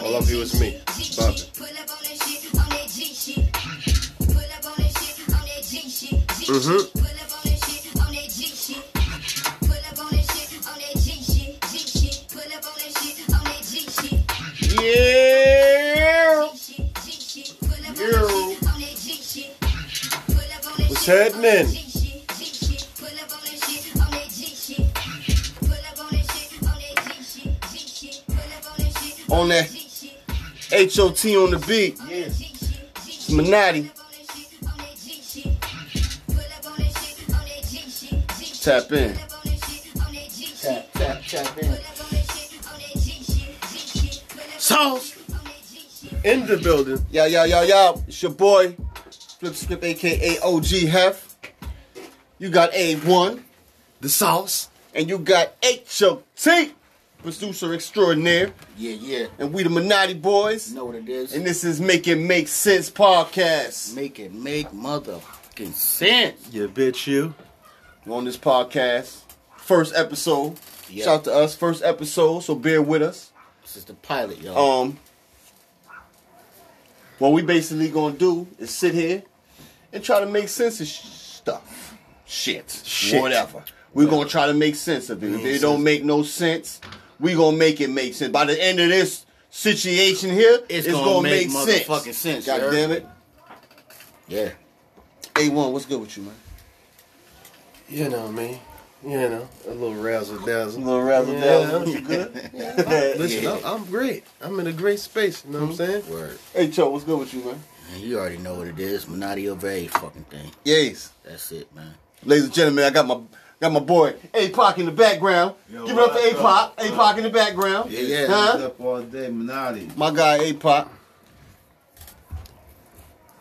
All of you is me. Bop it. Mm-hmm. Yeah. You. What's happening? On that HOT on the beat. Yes. It's Minotti. Tap in. Tap, tap, tap in. Sauce. In the building. Yo, yo, yo, yo. It's your boy, Flip Script, aka OG Hef. You got A1, the sauce, and you got HOT, producer extraordinaire. Yeah, yeah. And we the Minotti Boys. You know what it is. And this is Make It Make Sense podcast. Make it make motherfucking sense. You bitch, you. We're on this podcast, first episode. Yeah. Shout out to us, first episode, so bear with us. This is the pilot, yo. Um, what we basically gonna do is sit here and try to make sense of sh- stuff, shit, Shit. whatever. Mm-hmm. We're gonna try to make sense of it. If it don't make no sense, we gonna make it make sense. By the end of this situation here, it's, gonna, make, motherfucking sense, God sir. damn it, Yeah. A one, what's good with you, man? You know me. You know, a little razzle dazzle. little razzle dazzle. You good? Listen, I'm, I'm great. I'm in a great space. You know what I'm saying? Word. hey, Cho, what's good with you, man? Man, you already know what it is. Minotti over a fucking thing. Yes. That's it, man. Ladies and gentlemen, I got my got my boy A Pac in the background. Yo, Give it up for A what Pac. up? A Pac in the background. Yeah, yeah. Huh? up all day, Minotti. My guy A Pac.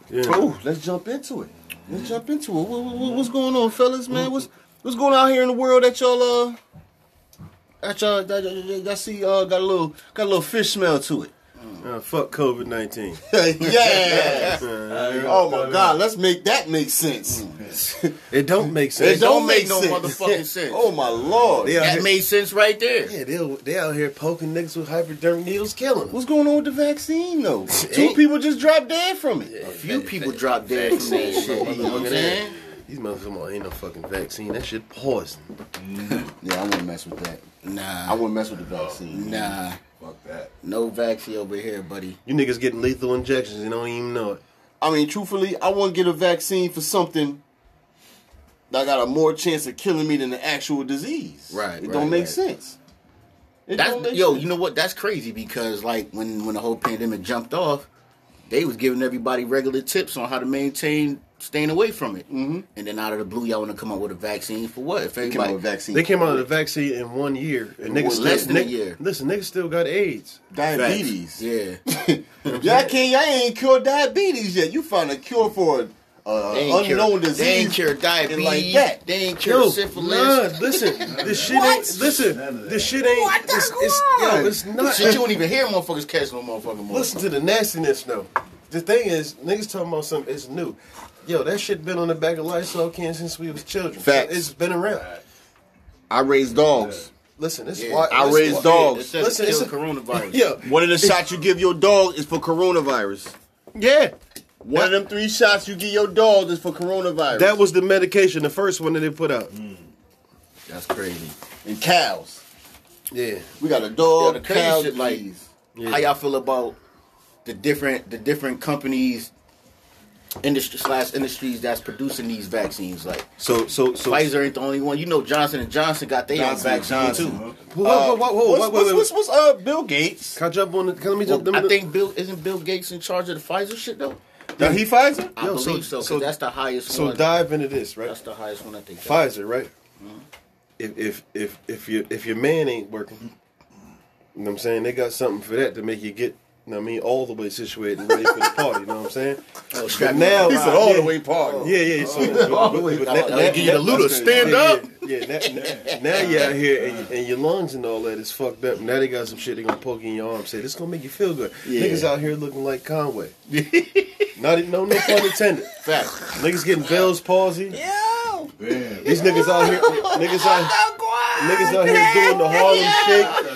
Yeah. Oh, let's jump into it. Let's jump into it. What, what- what's going on, fellas, man? What's what's going on out here in the world that y'all uh that y'all that, y'all- y'all- y'all see uh got a little got a little fish smell to it. Uh, fuck COVID 19. yeah. Oh my God, let's make that make sense. It don't make It sense. don't, don't make, make no sense. motherfucking sense. Oh my Lord. Yeah. That made sense right there. Yeah, they, they out here poking niggas with hypodermic needles, killing them. What's going on with the vaccine though? Two people just dropped dead from it. A few people dropped dead from that shit. You know what I'm saying? These motherfuckers ain't no fucking vaccine. That shit poison. Yeah, I wouldn't mess with that. I Nah. wouldn't mess with the vaccine. Nah. Fuck that. No vaccine over here, buddy. You niggas getting lethal injections and don't even know it. I mean, truthfully, I wouldn't get a vaccine for something that got a more chance of killing me than the actual disease. Right, It right, don't make right. sense. It don't That's make yo, sense. you know what? That's crazy because like when when the whole pandemic jumped off, they was giving everybody regular tips on how to maintain staying away from it. Mm-hmm. And then out of the blue, y'all want to come up with a vaccine for what? If Came out everybody with vaccine. They came out of the vaccine in one year, and niggas Well, still, less than a nigg- year. Listen, niggas still got AIDS. diabetes. yeah, Y'all can't. Y'all ain't cured diabetes yet. You found a cure for an uh, they ain't unknown cure, disease. They ain't cure and diabetes. like that. They ain't cure Yo, syphilis. nah, listen, this shit ain't. Listen, this shit ain't. What the it's, it's, yo, it's not. Shit, you don't even hear motherfuckers catch no motherfucking more. Listen to the nastiness though. The thing is, niggas talking about something it's new. Yo, that shit been on the back of Lysol cans since we was children. Facts. It's been around. I raise dogs. Listen, it's Yeah. why I it's raised why- dogs. It says Listen, kill it's a- coronavirus. Yo, One of the shots you give your dog is for coronavirus. yeah. One of them three shots you give your dog is for coronavirus. That was the medication, the first one that they put out. Mm. That's crazy. and cows. Yeah. We got a dog, Yeah, the crazy cow, shit, like- geez. How y'all feel about the different the different companies, industry slash industries that's producing these vaccines? Like So so so Pfizer ain't the only one. You know Johnson and Johnson got their own Johnson and Johnson. vaccine too. Whoa, whoa, whoa, whoa, What's, wait, what's, wait, what's, wait. what's uh Bill Gates? Can I jump on the can let me jump Well, them- I think Bill isn't Bill Gates in charge of the Pfizer shit though. Uh, Now he Pfizer? I Yo, so- believe so because so- that's the highest so one. dive into this, right? that's the highest one I think. Pfizer, right? If if if if your if your man ain't working, you know what I'm saying they got something for that to make you get You know what I mean? All the way situated and ready for the party. You know what I'm saying? Oh, But strap now, He said all the yeah. way party. Yeah, yeah. So, Oh. All the way. but party. that- that- give you the that- looter. that's Stand yeah, up. Yeah, yeah. Now, now, now you're out here and, and your lungs and all that is fucked up. Now they got some shit they gonna poke in your arm. Say this gonna make you feel good. Yeah. Niggas out here looking like Conway. Not no no pun intended. Fact. Niggas getting Bell's palsy. Yo! Bam. These niggas out here, niggas out, niggas out here doing the Harlem Shake. You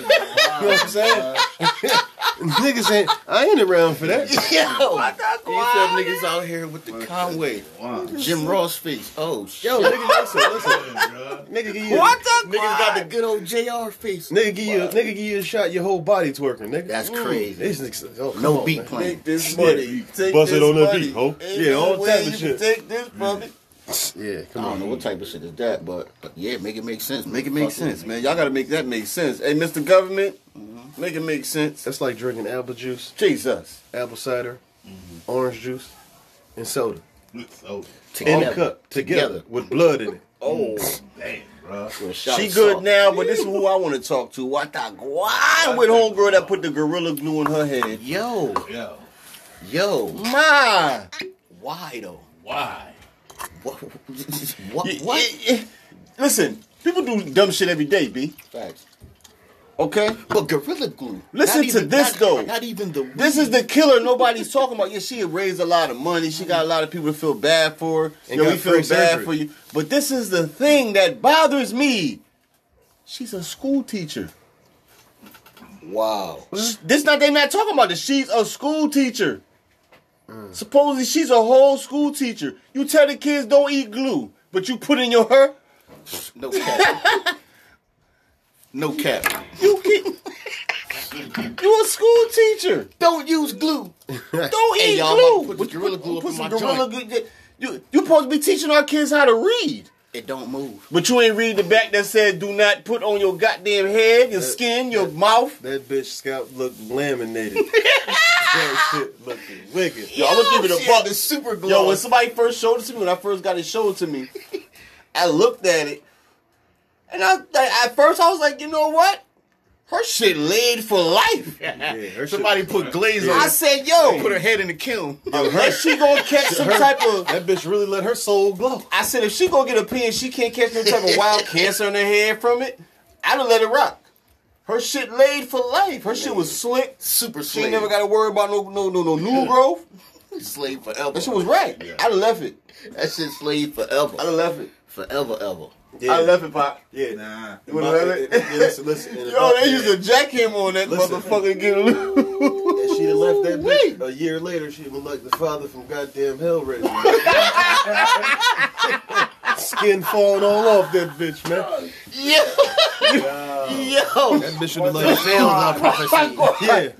know what I'm saying? niggas ain't, I ain't around for that. Yo, these dumb niggas out here with the Conway, Wow. Jim Ross face. Oh shit, Yo, nigga, listen, listen. Bruh. Nigga, give you, What the niggas got the good old Jr. face. nigga, give you, nigga, give you a shot. Your whole body twerking, nigga. That's crazy. These niggas, oh, come No on, beat man. playing. Take this money. Take Bust it this on that money. beat, ho. Ain't Yeah, no all type way of you can shit. Take this money. Yeah, I come don't on. know what type of shit is that, but yeah, make it make sense. Make it make Fuck sense, with man. Y'all gotta make that make sense. Hey, Mr. Government, Mm-hmm. make it make sense. That's like drinking apple juice, Jesus. apple cider, Mm-hmm. orange juice, and soda. So, me. All Together. cup together, Together. with blood in it. Oh, damn, bro. With a shot she of good salt. now, but this is who I want to talk to. What the guan with homegirl that put the gorilla glue in her head? Yo, Yo, yo, My, why though? why? What? What? Y- what? y- y- Listen, people do dumb shit every day, b. Facts. Okay, But Gorilla Glue. Listen not to this, not- though. Not even the. this is the killer nobody's talking about. Yeah, she raised a lot of money. She got a lot of people to feel bad for. her. And Yo, got we feel free bad surgery. for you. But this is the thing that bothers me. She's a school teacher. wow. This not they not talking about this. She's a school teacher. Supposedly she's a whole school teacher. You tell the kids don't eat glue, but you put in your her. No cap. no cap. You can. you a school teacher. Don't use glue. Don't Hey, eat y'all, glue. I'm But you gonna put the Gorilla Glue up put in some my Gorilla glue- You you supposed to be teaching our kids how to read, It don't move. but you ain't read the back that said do not put on your goddamn head, Uh, your skin, your mouth. That bitch scalp looked laminated. that shit looked wicked. Yo, I'm gonna give it a buck. It's super glue. Yo, when somebody first showed it to me, when I first got it showed to me, I looked at it, and I I- at first I was like, you know what? Her shit laid for life. Yeah, her shit- somebody put glaze on I it. said, yo, Put her head in the kiln. if she gonna catch some type of, That bitch really let her soul glow. I said, if she gonna get a pin, she can't catch no type of wild cancer in her head from it. I'd have let it rock. Her shit laid for life. Her shit was slick. Super She slave. ain't never got to worry about no no no no new growth. slave forever. That shit was right. I'd have left it. That shit slave forever. I'd have left it. Forever, ever. Yeah. I'd have left it, Pop. Yeah. Nah. You wanna let it? Yeah, listen, listen. And Yo, if I- they used to jack him on that Listen. motherfucker get loose. If she'd have left that Wait. bitch a year later, she'd have like the father from goddamn Hellraiser. Skin falling all off that bitch, man. Yeah. Yo. That bitch would have like Failed our prophecy. yeah.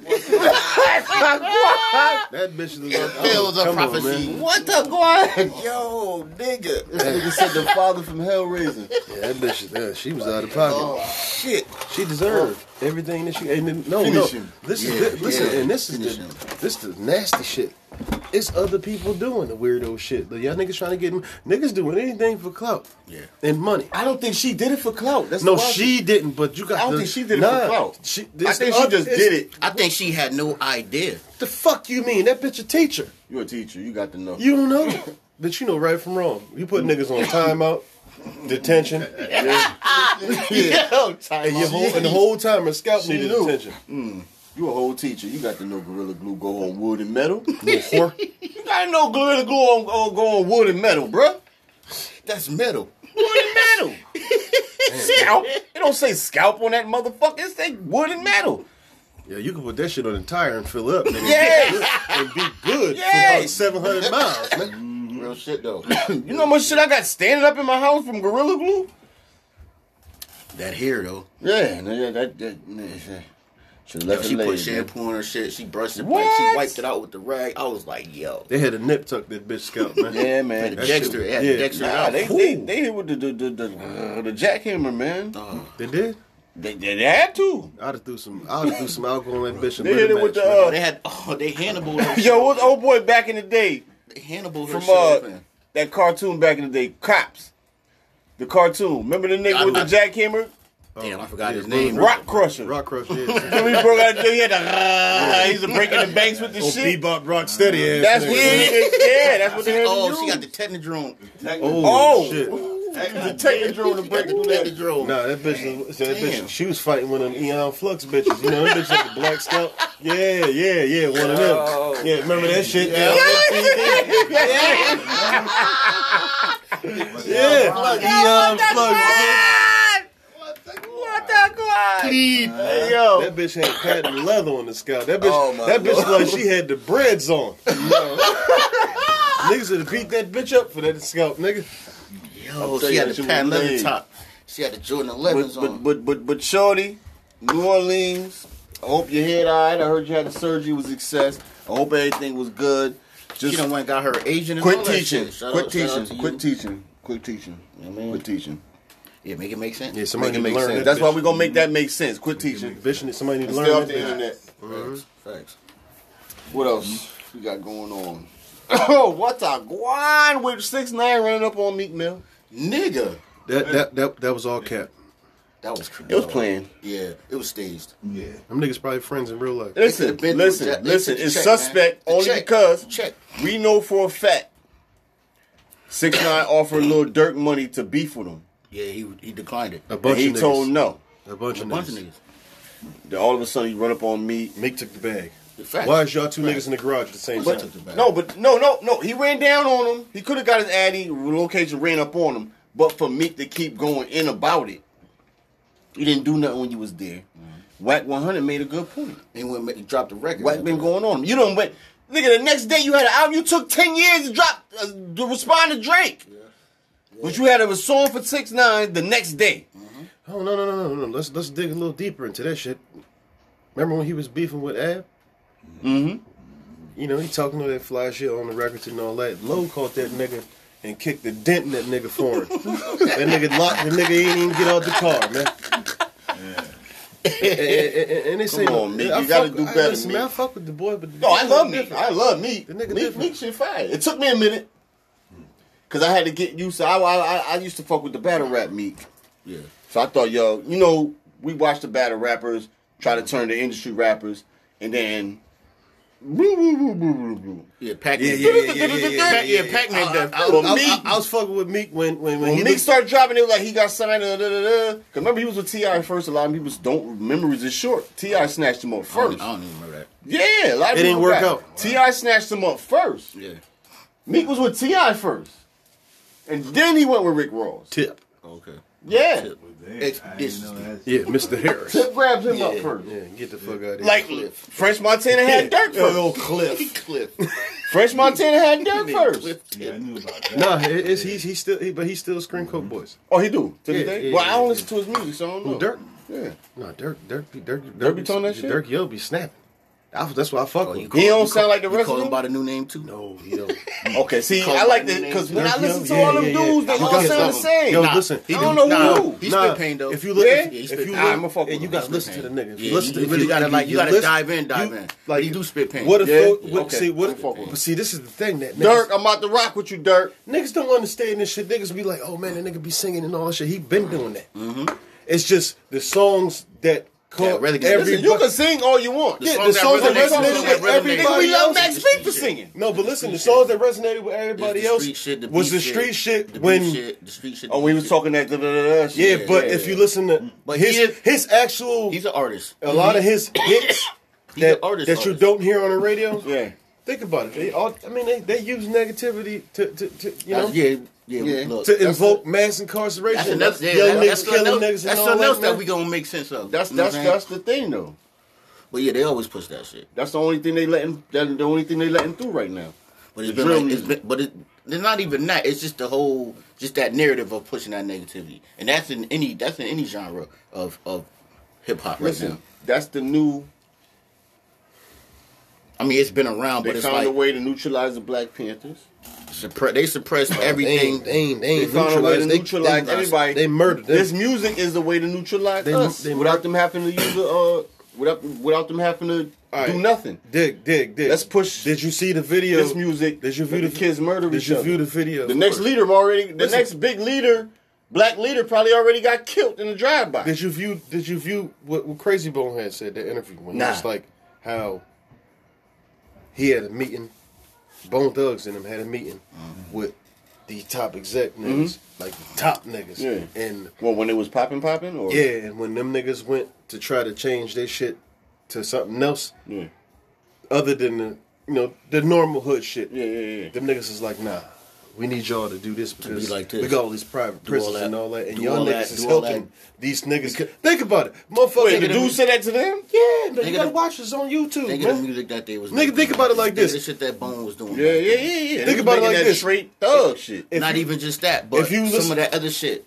That bitch would have like Failed oh, our come on, prophecy. man. What the guan? Yo, nigga. This nigga said the father from Hellraiser. Yeah, that bitch, yeah, she was out of pocket. Oh, Shit. She deserved everything that she. And then, no, Finish no. him. This Yeah, is the, listen, yeah, and this is finish the, him. this the nasty shit. It's other people doing the weirdo shit. Like, y'all niggas trying to get niggas doing anything for clout. Yeah. And money. I don't think she did it for clout. That's No, the wild she didn't. But you got. I don't the- think she did it nah, for clout. She, thing. I it's think the she other- just it's- did it. I think she had no idea. The fuck you mean? That bitch a teacher. You a teacher. You got to know. You don't know, but you know right from wrong. You put niggas on timeout, detention, Yo, and your whole and the whole time her scalp needed knew. attention. You a whole teacher. You got to know Gorilla Glue go on wood and metal. Whore. you got to know Gorilla Glue on, on, go on wood and metal, bruh. That's metal. Wood and metal. scalp. It don't say scalp on that motherfucker. It say wood and metal. Yeah, you can put that shit on the tire and fill up, nigga, Yeah. and be good for Yeah. about seven hundred miles. nigga. Real shit though. you know how much shit I got standing up in my house from Gorilla Glue? that hair though. Yeah, no, yeah, that, that, yeah. Should Yo, left she it laid, put shampoo on her shit. She brushed it, like What? she wiped it out with the rag. I was like, yo, They had a nip tuck that bitch scalp, man. man. Yeah, man. That Dexter, shit- it had yeah. Dexter Nah, out. they, they they hit with the the the, the, the jackhammer, man. Oh, They did. They, they had to. I'd have threw some. I'd have threw some alcohol in that bitch. And They let hit it it with the match, man. oh, uh, they had oh, they Hannibal. Her shit. yo, what old boy back in the day They Hannibal her from shit uh up in. that cartoon back in the day, cops. The cartoon. Remember the nigga I- with the I- jackhammer? uh, Damn, I forgot yeah, his name. Rock Crusher. Rock Crush, yeah. When we broke out there, he had Uh, the. He used to breaking the banks with the shit. Oh, Bebop rock steady Uh, ass. That's what. nigga. Yeah, that's what they had. Oh, she got the technodrome. oh, Oh. shit. the technodrome to break through that. Technodrome. Nah, that bitch, was, that Damn. bitch, she was fighting one of them Eon Flux bitches. You know, that bitch like the Black Scout. Yeah, yeah, yeah, one of them. Oh, yeah, remember that shit? Yeah, yeah. Eon Flux. Hey, yo. That bitch had patent leather on the scout. That bitch, Oh, my that bitch like she had the breads on. Niggas would have beat that bitch up for that scalp, nigga. Yo, tell she you had what the you patent would leather need. top. She had the Jordan 11s But, on. but, but, but, but, Shorty, New Orleans, I hope your head all right. I heard you had the surgery was a success. I hope everything was good. she Just done went and got her Asian and quit all that teaching. shit. Shout Quit out- shout out to teaching. you. Quit teaching. Quit teaching. Yeah, man. Quit teaching. Yeah, make it make sense. Yeah, somebody Make it need to make learn sense. that. That's why bitch. we're going to make that make sense. Quit teaching. Bitch, need- somebody need to Stay off learn the that. bitch. Mm-hmm. internet. Facts. What else we got going on? Oh, what a guan with six nine running up on Meek Mill. Nigga. That, that that that was all cap. That was crazy. It was playing. Yeah, it was staged. Yeah. Them niggas probably friends in real life. Listen, could've been- listen, they could've listen. It's checked, suspect man. only Check. because Check. we know for a fact six nine offered little Dirk money to beef with him, Yeah, he he declined it. A but bunch he of niggas. told him no. A bunch A of bunch of niggas. niggas. Then all of a sudden he run up on Meek. Meek took the bag. Facts. Why is y'all two Right. niggas in the garage at the same But- time? No, but no, no, no. He ran down on him. He could have got his addy location ran up on him, but for Meek to keep going in about it, you didn't do nothing when you was there. Mm-hmm. Whack 100 made a good point. He went and ma- he dropped the record. What been going on? You done went, nigga. The next day you had an album. You took ten years to drop uh, to respond to Drake, but you had a song for six nine the next day. Oh no no no no no! Let's let's dig a little deeper into that shit. Remember when he was beefing with Ab? Mm-hmm. You know he talking all that fly shit on the records and all that. Low caught that nigga and kicked the dent in that nigga for him. that nigga locked the nigga he didn't even get out the car, man. and, and- and- and they say, Come on, Meek, you gotta do I, better, listen, Meek. man, I fuck with the boy, but the No, Oh, I boy love me. different. I love me. The nigga Meek, different. Meek shit fire. It took me a minute because I had to get used to. I, I I- I used to fuck with the battle rap Meek. Yeah. So I thought, yo, you know, we watch the battle rappers try to turn the industry rappers, and then. Woo, woo, woo, woo, woo, woo. Yeah, Pac Yeah, yeah, yeah, yeah, yeah, yeah, yeah, yeah. Pac-Man I- death. I, I- But I- Meek- I was fucking with Meek when when When when, he Meek was- started dropping, it was like he got signed. Da, da, da, da. 'Cause remember, he was with Ti first. A lot of people don't memories is short. Ti snatched him up I don't, first. I don't even remember that. Yeah, a lot of Oh, people It didn't work back. out. Ti snatched him up first. Yeah. Meek was with Ti first, and then he went with Rick Ross. tip, Oh, Okay. Yeah, Tip. Well, damn, Ex- I this- didn't know that. yeah, Mr. Harris. Tip grabbed him up Yeah. first. Yeah, get the fuck out of here. Like French Montana had Dirk Yo, first. yo, Cliff. Cliff. French Montana had Dirk first. Yeah, I knew about that. Nah, it, it's he's he's still he, but he's still Scream Coke boys. Oh, he do to Yeah, this day. yeah, well, I don't yeah. listen to his music, so I don't know. Who Dirk? Yeah, Nah, Dirk, Dirk, Dirk, Dirk, Dirk be telling that shit? Dirk, yo, be snapping. I, that's why I fuck with. you him. call- he don't you sound call- like the you rest call of him them. by the new name too. No, he don't. Okay, see, call I like him that by because the when I name. listen to Yeah, all them yeah, yeah. dudes, they You all gotta sound the stop him. same. Yo, listen. I don't know Nah, who. he Nah, spit pain though. If you look, Yeah? if, Yeah, he if spit you look, pain. I'ma fuck and with you him. got to He listen to spit the pain. nigga. If Yeah, listen, you- to you the nigga, gotta, if like, you gotta listen- dive in, dive you- in. Like He do spit pain. What if? Yeah? those- what- Okay, See what? I'm fuck with him. But see, this is the thing that Dirk, I'm about to rock with you, Dirk. Niggas don't understand this shit. Niggas be like, oh man, that nigga be singing and all that shit. He been doing that. It's just the songs that caught Mm-hmm. really good. everybody. Listen, you can sing all you want. yeah, song the that songs that resonates with resonated everybody with Nigga, everybody we else. love Max B for singing. No, but listen, the songs that resonated with everybody It's the else street shit, the was beef the street shit, the beef when. shit, the street shit. the Oh, we beef was shit. talking that. Da, da, da, da, shit. Yeah, but if you listen to But his he is- his actual, He's an artist. a lot of his hits He's that, an artist, that you artist. don't hear on the radio. Yeah. Think about it. They all, I mean, they, they use negativity to, to, to you know That's- Yeah, yeah. Yeah. Look, to that's- invoke mass incarceration. That's enough. Yeah, Young that- that's niggas killing enough- niggas and That's all enough that. that we gonna make sense of. That's You know that's what I'm saying? that's the thing though. But yeah, they always push that shit. That's the only thing they letting. That's the only thing they letting through right now. But it's been Drill like, it's music. been, but it, it's not even that. It's just the whole, just that narrative of pushing that negativity, and that's in any, that's in any genre of of hip hop right Listen, now. that's the new. I mean, it's been around, They but it's found like a way to neutralize the Black Panthers. suppre- they suppress They everything. ain't, they ain't, they They ain't found a way to neutralized. They- neutralize they- everybody. They murdered them. This music is the way to neutralize They- us they without mur- them having to use the uh, without without them having to All right. do nothing. dig, dig, dig. Let's push Did you see the video? This music. Did you let view the kids murder Did each you other. view the video? The next leader already. The Listen. next big leader black leader probably already got killed in the drive by. Did you view? Did you view what, what Crazy Bone had said that interview when he Nah. was like how he had a meeting, Bone Thugs and him had a meeting Mm-hmm. with the top exec niggas, like the top niggas, Yeah. and Well, when it was popping, popping, or yeah, and when them niggas went to try to change their shit to something else yeah, other than the you know the normal hood shit, yeah, yeah, yeah. them niggas is like nah. We need y'all to do this because like we this. got all these private all prisons that. and all that, and Do y'all all niggas that. is Do all helping that. these niggas. Think about it, motherfucker. Wait, the dude said that to them? Yeah, man, you Nigga, gotta the- watch this on YouTube, Think of the man. music that they was. Nigga, think about it like Think of this. The shit that Bone was doing. Yeah, yeah, yeah, yeah. Think about it Nigga like that this. straight thug shit. If Not you- even just that, but if you some listen- of that other shit.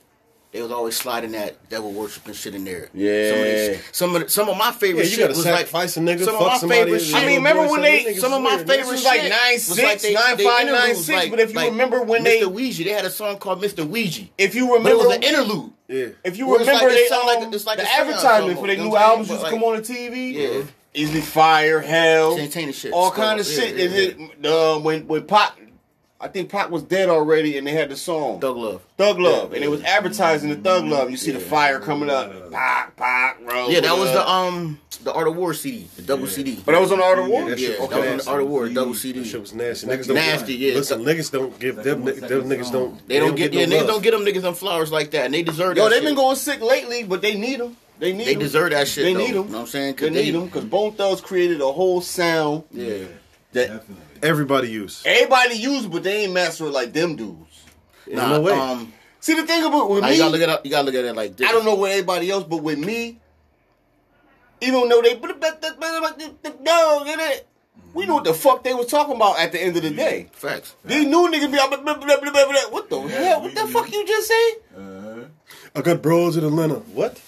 They was always sliding that devil worshiping shit in there. Yeah. Some of, these- some of, the- some of my favorite Yeah, you shit gotta was sacrifice a like nigga, Some fuck of my somebody, favorite and shit. then I mean, boy, remember when some they niggas some of my weird. favorites was like nine was like six, they- nine they five, nine interludes, six. like- But if you like remember when Mr. they, Ouija, they had a song called Mr. Ouija. if you But it remember, was an interlude. Yeah. if you But it's like- remember, it they, sound like- um, it's like a the sound advertisement show, for their you new know what I'm albums saying? used to But come on the TV. Yeah. Easily fire, hell, Santana shit. all Still, kind of yeah, shit. yeah, And then uh, when when Pop, I think Pop was dead already, and they had the song Thug Love. Thug Love, and it was advertising the Thug Love. You see the fire coming up, pop, pop, roll. Yeah, that was up. the um the Art of War CD, the double CD. But that was on Art of War. Yeah, that yeah, shit that was on nasty. the Art of War, double That shit CD. was nasty. Niggas don't Nasty, yeah. Listen, niggas don't give them. Second nigg- Them song. niggas don't. They don't get yeah, no niggas love. don't get them niggas them flowers like that, and they deserve. Yo, that they've been shit. going sick lately, but they need them. They need. They 'em. deserve that shit, They though. need them. Know what I'm saying? 'Cause They need they- them because Bone Thugs created a whole sound Yeah, that Definitely. Everybody use. everybody used, but they ain't master it like them dudes. Nah, no way. Um, See the thing about with now you me, gotta look at it, you gotta look at it like this. I don't know with everybody else, but with me, even though they put the dog in it, we knew what the fuck they was talking about at the end of the day. Facts. These new niggas be out, blah, blah, blah, blah, blah, blah. what the hell? What the fuck you just say? Uh, I got bros in Atlanta. What?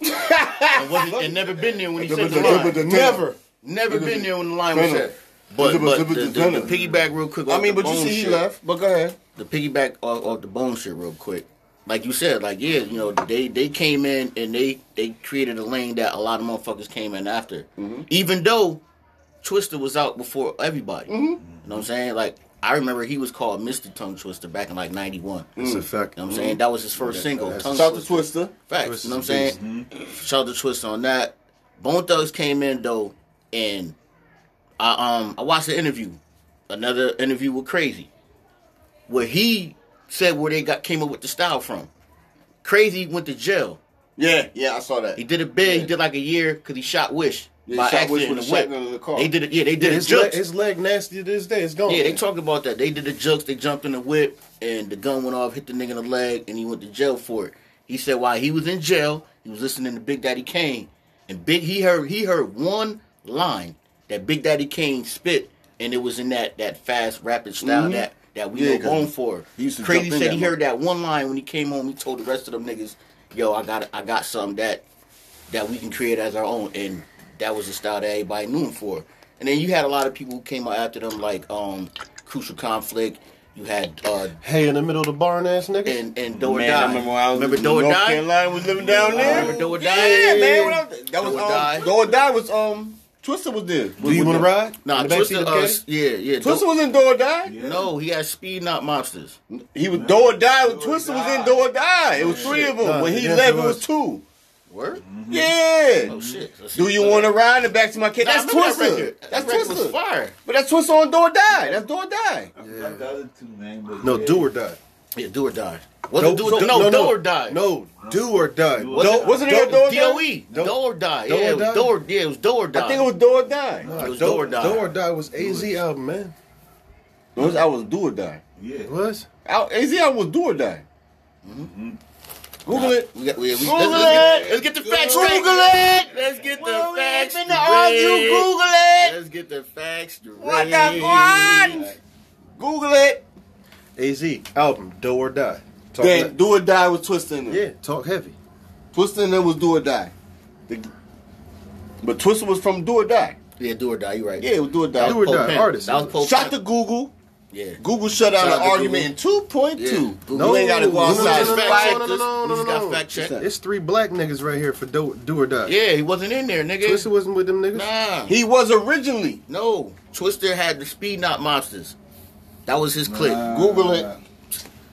And, wasn't- and never been there when he said the Never. line. Never been there when the line was Never. set. But, but the, the, the piggyback real quick. I off mean, the but you bone see, he shit. left. But go ahead. the piggyback off, off the bone shit real quick. Like you said, like yeah, you know they they came in and they they created a lane that a lot of motherfuckers came in after. Mm-hmm. Even though Twister was out before everybody, Mm-hmm. you know what I'm saying? Like I remember he was called Mr. Tongue Twister back in like '91. You It's know a fact. what I'm saying that was his first single. that's- Tongue Mm. Shout out to Twister. Facts. Twista's you know what I'm saying? Shout out to Twist on that. Bone Thugs came in though, and I um I watched the interview, another interview with Crazy, where he said where they got came up with the style from. Crazy went to jail. Yeah, yeah, I saw that. He did a bid. He did like a year because he shot Wish Yeah, by shot accident Wish in with the a whip. shotgun in the car. They did it. Yeah, they did His a leg, jukes. his leg nasty to this day. It's gone. Yeah, they talked about that. They did the jokes. They jumped in the whip, and the gun went off, hit the nigga in the leg, and he went to jail for it. He said while he was in jail, he was listening to Big Daddy Kane, and Big he heard he heard one line that Big Daddy Kane spit, and it was in that that fast rapid style that that we Mm-hmm. Yeah, know 'cause Bone for. he used to Crazy jump in said that he heard that one line when he came home. He told the rest of them niggas, "Yo, I got I got something that that we can create as our own, and that was the style that everybody knew him for. And then you had a lot of people who came out after them, like um, Crucial Conflict. You had uh, Hey, in the middle of the barn, ass nigga. and and Do or Man, Die. I remember when I was remember in Do or North Die? Carolina, was living down I there. remember Do or yeah, Die. man. When I was, that was Do or um, Die. Do or Die was um Twister was there. Do you want to ride? Nah, In the backseat Twister. of the Uh, caddy? s- yeah, yeah. Twister Do- was in Do or Die. Yeah. no, he had Speed Not Monsters. He was Do or Die. Do or Twister was Die. in Do or Die. It was Oh, three shit. of them. Nah, when he yes, left, it it was. was two. Word. Yeah. Oh shit. Let's see. Mm-hmm. Do you want to ride it back to my kid? Nah, I that's remember that Twister. record. that's That record was Twister. fire. But that's Twister on Do or Die. That's Do or Die. I forgot the other two names. but No, yeah. do or die. Yeah, Do or Die. Wasn't Do or Die? No, Do or Die. No, do or die. Do Do, or Do- Die. wasn't it Do- on Do or Die? Doe. Do or Die. Do or Yeah, it was Die? Do or yeah, it was Do or Die. I think it was Do or Die. Nah, It was do, Do or Die. Do or die was AZ album, man. It was- I was Do or Die. It Yeah. was. I, AZ, I was Do or Die. Mm-hmm. Google it. We got, we, we, Google let's, let's it. Get, let's get the facts Google straight. it. Let's get the Well, we ain't facts finna argue. straight. Google it. Let's get the facts straight. What the God? Google it. AZ album, do or die. Talk Then like- Do or Die was twisting. yeah, talk heavy. Twisting them was Do or Die. The, but Twister was from Do or Die. Yeah, do or die. You right. Yeah, it was Do or Die. Do or Pope die Pen. artist. That was Pope Shot Pen. to Google. Yeah. Google shut down Shout out an to argument in 2.2. Yeah. Google. No, You ain't gotta go no, no, outside. no, no, no, Fact, no, no, this- no, We no, just no, got no. fact checked. It's three black niggas right here for do, do or die. Yeah, he wasn't in there, nigga. Twister wasn't with them niggas. Nah. He was originally. No. Twister had the speed not monsters. That was his clip. Nah. Google it.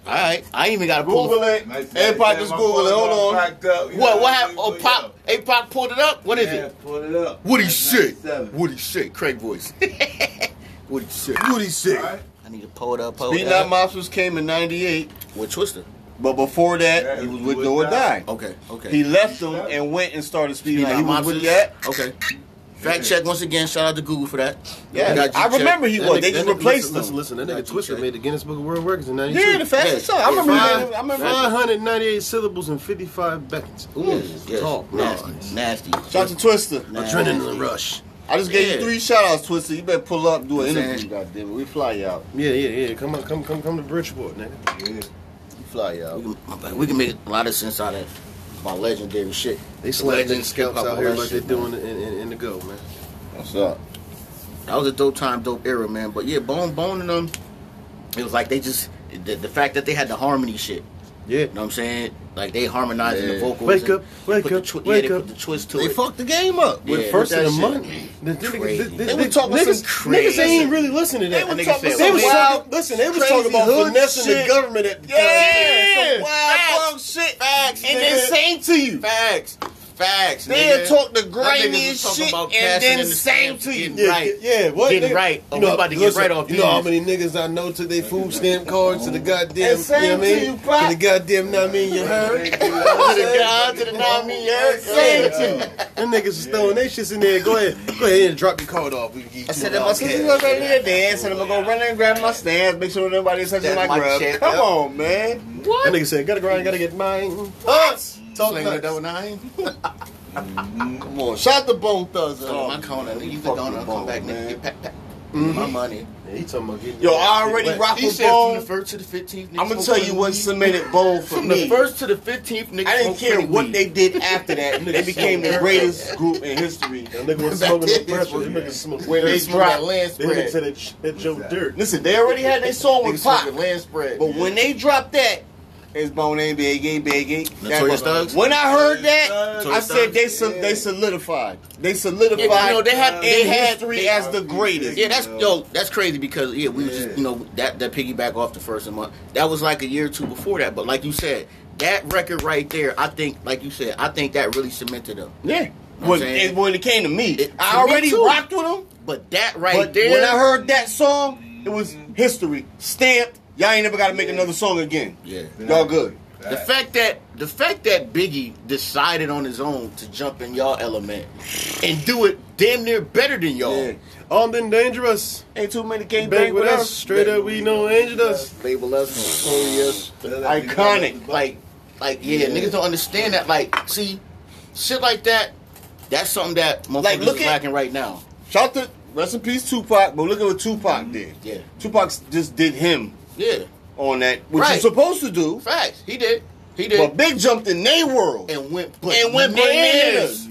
All right, I ain't even got to pull. Google it. Hey, Pop, just Google it. Hold on. What? What happened? Oh, pop! Hey, pop pulled it up. What is Yeah, it? pull it up. What he That's said. 97. What he said. Craig voice. what he said. What he said? Alright? I need to pull it up. Pull Beat it Not up. Mobsters came in '98, With Twister. but before that, Yeah, he was with Do or Die. Okay. Okay. He left them and went and started speeding. Eli He was Mobsters. with that. Okay. Fact check once again. Shout out to Google for that. Yeah, Got you I checked. remember he That was. nigga- They that just nigga- replaced listen, listen, them. listen. That Got nigga you, Twister Jay. made the Guinness Book of World Records in '92. Yeah, the fastest Yeah. song. I remember. Five- that. I remember. that. 598 syllables and 55 seconds. Ooh, Yes, yes. talk. Nasty. Nasty. Shout out to Twister. Adrenaline rush. I just gave Yeah. you three shout outs, Twister. You better pull up, do an Saying- interview. God damn it, we fly you out. Yeah, yeah, yeah. Come on, come, come, come to Bridgeport, nigga. We fly you out. We can, we can make a lot of sense out of my legendary shit. They slap Legend niggas scalps hip-hop, out all here that like they're shit, doing in, in, in the go, man. What's up? That was a dope time, dope era, man. But yeah, Bone Bone and them, it was like they just the, the fact that they had the harmony shit. Yeah. You know what I'm saying? Like they harmonizing the Yeah. vocals. Wake and up, they wake put the up, twi- yeah, wake they up. put the twist to They it. fuck the game up. Yeah, With first with of the that month, the- the- Crazy. the- the- They were talking niggas, some crazy- Niggas ain't really listening to that. were Niggas talking said, some they was wild, talking- listen, they was crazy talking about hood finessing shit. the government at the time. Yeah, some some wild- wild shit. Facts, and then nigga. sang to you. Facts, facts. They nigga. talk the niggas was grimiest talking shit and about passing then in the sang stamps to and you. getting- Yeah, Right. yeah, what? Getting nigga? right. Oh, we about to get right off You know how these. many niggas I know took their food stamp cards to the goddamn, And same you know what I to you, mean? Pop. To the goddamn, know what I mean, you heard? to the God, to the non me, Sang to you. Them niggas is throwing their shits in there. Go aad, go ahead and drop your card off. We I said that my sister's gonna take me to dance, and I'm gonna go run and grab my stands, make sure nobody's touching my That's my grub. shit, Come yeah. on, man. That nigga said, gotta grind, gotta get mine. Us. Talk Sling with nuts. double nine. Come on. Shout the Bone Thugs. Oh, my up. corner. You can go on and come back, nigga. Get pack, pack. My money. Yeah, he talking about getting Yo, I already rock He with said from the Bone. first to the fifteenth. I'm gonna tell you what cemented Bone for From me. the first to the fifteenth, nigga. I didn't smoked care plenty what weed. they did after that. They became the greatest group in history. That nigga was Back smoking then, the pressure. this Them niggas smoking When they That dropped land nigga said spread. that sh- that Joe Dirt. Listen, they already had their song Niggas with Pop. smoking land spread. But when they dropped that, it's Bone and Biggie, Biggie. That was- Notorious Thugs? When I heard that, I Notorious said they Thugs, sol- they solidified. They solidified. Yeah, you know, they had- in they had- history they- as the greatest. Yeah, that's yo, that's crazy because yeah, we was just you know that that piggyback off the first month. That was like a year or two before that, but like you said, that record right there, I think, like you said, I think that really cemented them. Yeah. I'm When saying? it, when it came to me, It- I to me already too. rocked with them. But that right But there, when I heard that song, it was history stamped. Y'all ain't never got to make another song again. yeah, Y'all good. Mm-hmm. the fact that the fact that Biggie decided on his own to jump in y'all element and do it damn near better than y'all. Yeah. Armed and dangerous. Ain't too many gang Bang with us. Straight up, we know angel us. Label us notorious. Iconic. like like yeah, niggas don't understand that. Like, see, shit like that. That's something that motherfuckers Like, look is at- lacking right now. Shout to rest in peace Tupac, but look at what Tupac did. Yeah. Tupac just did him Yeah, on that, which Right. you're supposed to do. facts. He did. He did. But Big jumped in they world. and went and went bananas.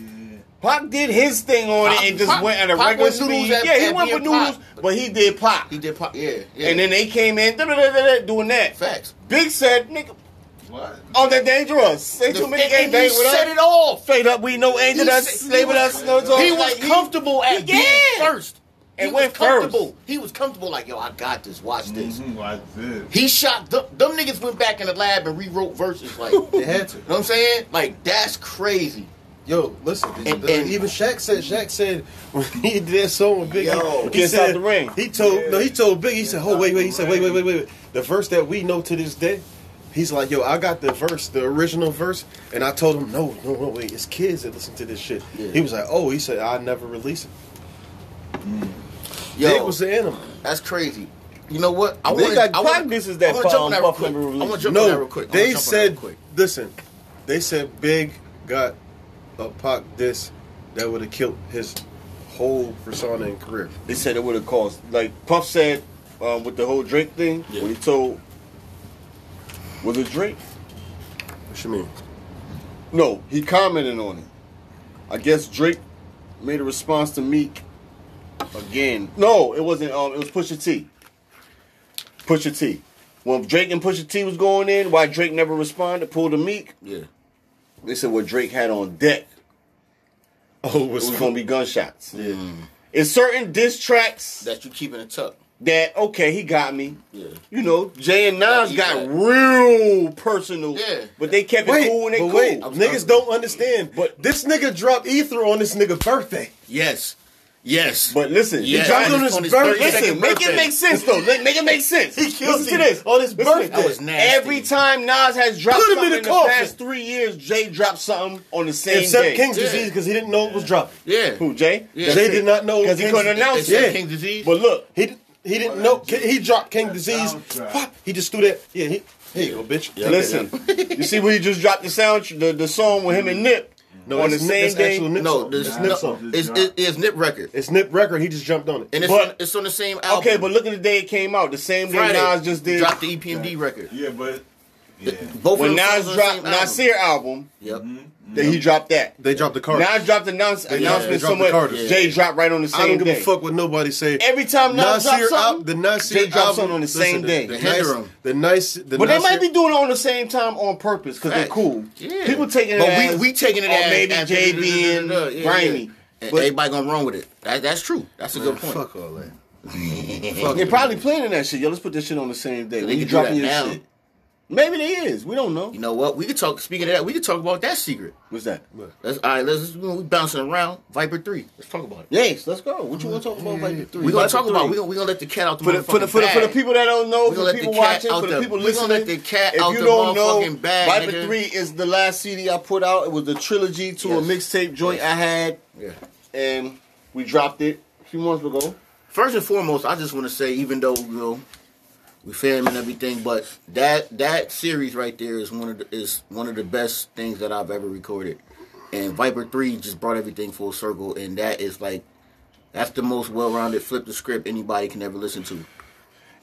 Pac did his thing on Pac- it and just Pac- went at a Pac regular went noodles speed. at- yeah, he at went being with noodles, Pac. but he did Pac. He did. Pop, yeah, yeah. And then they came in da, da, da, da, da, doing that. facts. Big said, "Nigga, What? oh that dangerous. Ain't too many and gang he bang with set us. it off. Fade up, we know angel He us, said- slave with he us, no talk. He was Like, comfortable at Yeah. being first. And he went was first. Mm-hmm. comfortable. He was comfortable. Like, yo, I got this. Watch this. Mhm, Watch this. He shot them, them niggas went back in the lab and rewrote verses like you know They had to. what I'm saying? Like that's crazy. Yo, listen. And- And, and- even Shaq said. Shaq said when he did that song with Biggie. Yo, he Inside said the Ring. He told no. He told Biggie. He said, "Oh wait, wait." He Inside said, the "Wait, wait, wait, wait." wait. The verse that we know to this day. He's like, yo, I got the verse, the original verse, and I told him, no, no, no, wait, it's kids that listen to this shit. Yeah. He was like, oh, he said, I never release it. Big Yo, was the animal. that's crazy. You know what? I They wanna- got I wanna- practices that I wanna jump on found that real Buff quick. I Number want to Release. jump on that real quick. I wanna They jump on that said, real quick. listen, they said Big got a Pac diss that would have killed his whole persona and career. They said it would have cost. Like Puff said um, with the whole Drake thing, Yeah. when he told, was it Drake? What you mean? No, he commented on it. I guess Drake made a response to Meek again. No, it wasn't. Um, it was Pusha T. Pusha T. When Drake and Pusha T was going in, why Drake never responded? Pulled a Meek. Yeah. They said what Drake had on deck Oh, it what's Oh, Mm. was gonna be gunshots. Yeah. In certain diss tracks That you keeping it tucked. that okay, he got me. Yeah. You know, Jay and Nas he got got- real personal. Yeah. But they kept it Wait, cool and they but cool. wait, niggas don't understand. But this nigga dropped ether on this nigga birthday. Yes. Yes. But listen, Yeah. he dropped tried it on to- his On his birthday. listen, make it make sense though. Make, make it make sense. He killed listen him to this on his Listen to birthday. this. That was nasty. Every time Nas has dropped Put him in something the in the, coffin. past three years, Jay dropped something on the same Except day. King's Yeah. disease because he didn't know it was dropping. yeah. Who Jay? Yeah. Jay did not know because he King's- couldn't announce Except Yeah. it. King disease. But look, He didn't- he didn't know. Ki- He dropped King Disease. soundtrack. Fuck, He just threw that. Yeah. He, here you go, bitch. Take that. listen. you see where he just dropped the sound, the, the song with him and Nip Mm-hmm. No, on the that's- same that's day. actual Nip no, song. this That's no, Nip song. it's, it, it's Nip record. It's Nip record. He just jumped on it. And it's, But- on, it's on the same album. Okay, but look at the day it came out. The same day Friday Nas just did. dropped the E EPMD record. Yeah, but yeah. Both when of them songs Nas mm-hmm. on the dropped same album. Nasir album, Yep. then he dropped that. They dropped the card. Nas dropped an announce- announcement dropped the somewhere. Carters. Jay dropped right on the same I don't give day. a fuck what nobody say. Every time Nas drops Nasir something, out the Nasir Jay drops album something on the same day. The They nice, hinder 'em. the nice, the but they Nasir- might be doing it on the same time on purpose because they're Facts. cool. Yeah. People taking it But as, we we taking it or as maybe as- Jay being yeah, yeah. grimy. And But- everybody gonna run with it. That, that's true. That's a good point. Fuck all that. They're probably planning that shit. Yo, let's put this shit on the same day. They When you can do that dropping your now. shit. Maybe they is. We don't know. You know what? We could talk. Speaking of that, we could talk about that secret. What's that? Let's all right. Let's we bouncing around. Viper three. Let's talk about it. Yes, let's go. What you want to talk about? Viper three. We gonna Viper talk three. about. We gonna we gonna let the cat out the for the, for, the, for, the, for the motherfucking people that don't know, We for the gonna let the people cat watching, out for the the- people we gonna listening, let the cat if out you the don't know, motherfucking bag, Viper nigga. Three is the last CD I put out. It was a trilogy to a Yes. mixtape joint I had, bag. Yeah. and we dropped it a few months ago. First and foremost, I just want to say, even though you know we fam and everything, but that that series right there is one of the, is one of the best things that I've ever recorded. And Viper Three just brought everything full circle, and that is like that's the most well-rounded flip the script anybody can ever listen to. You know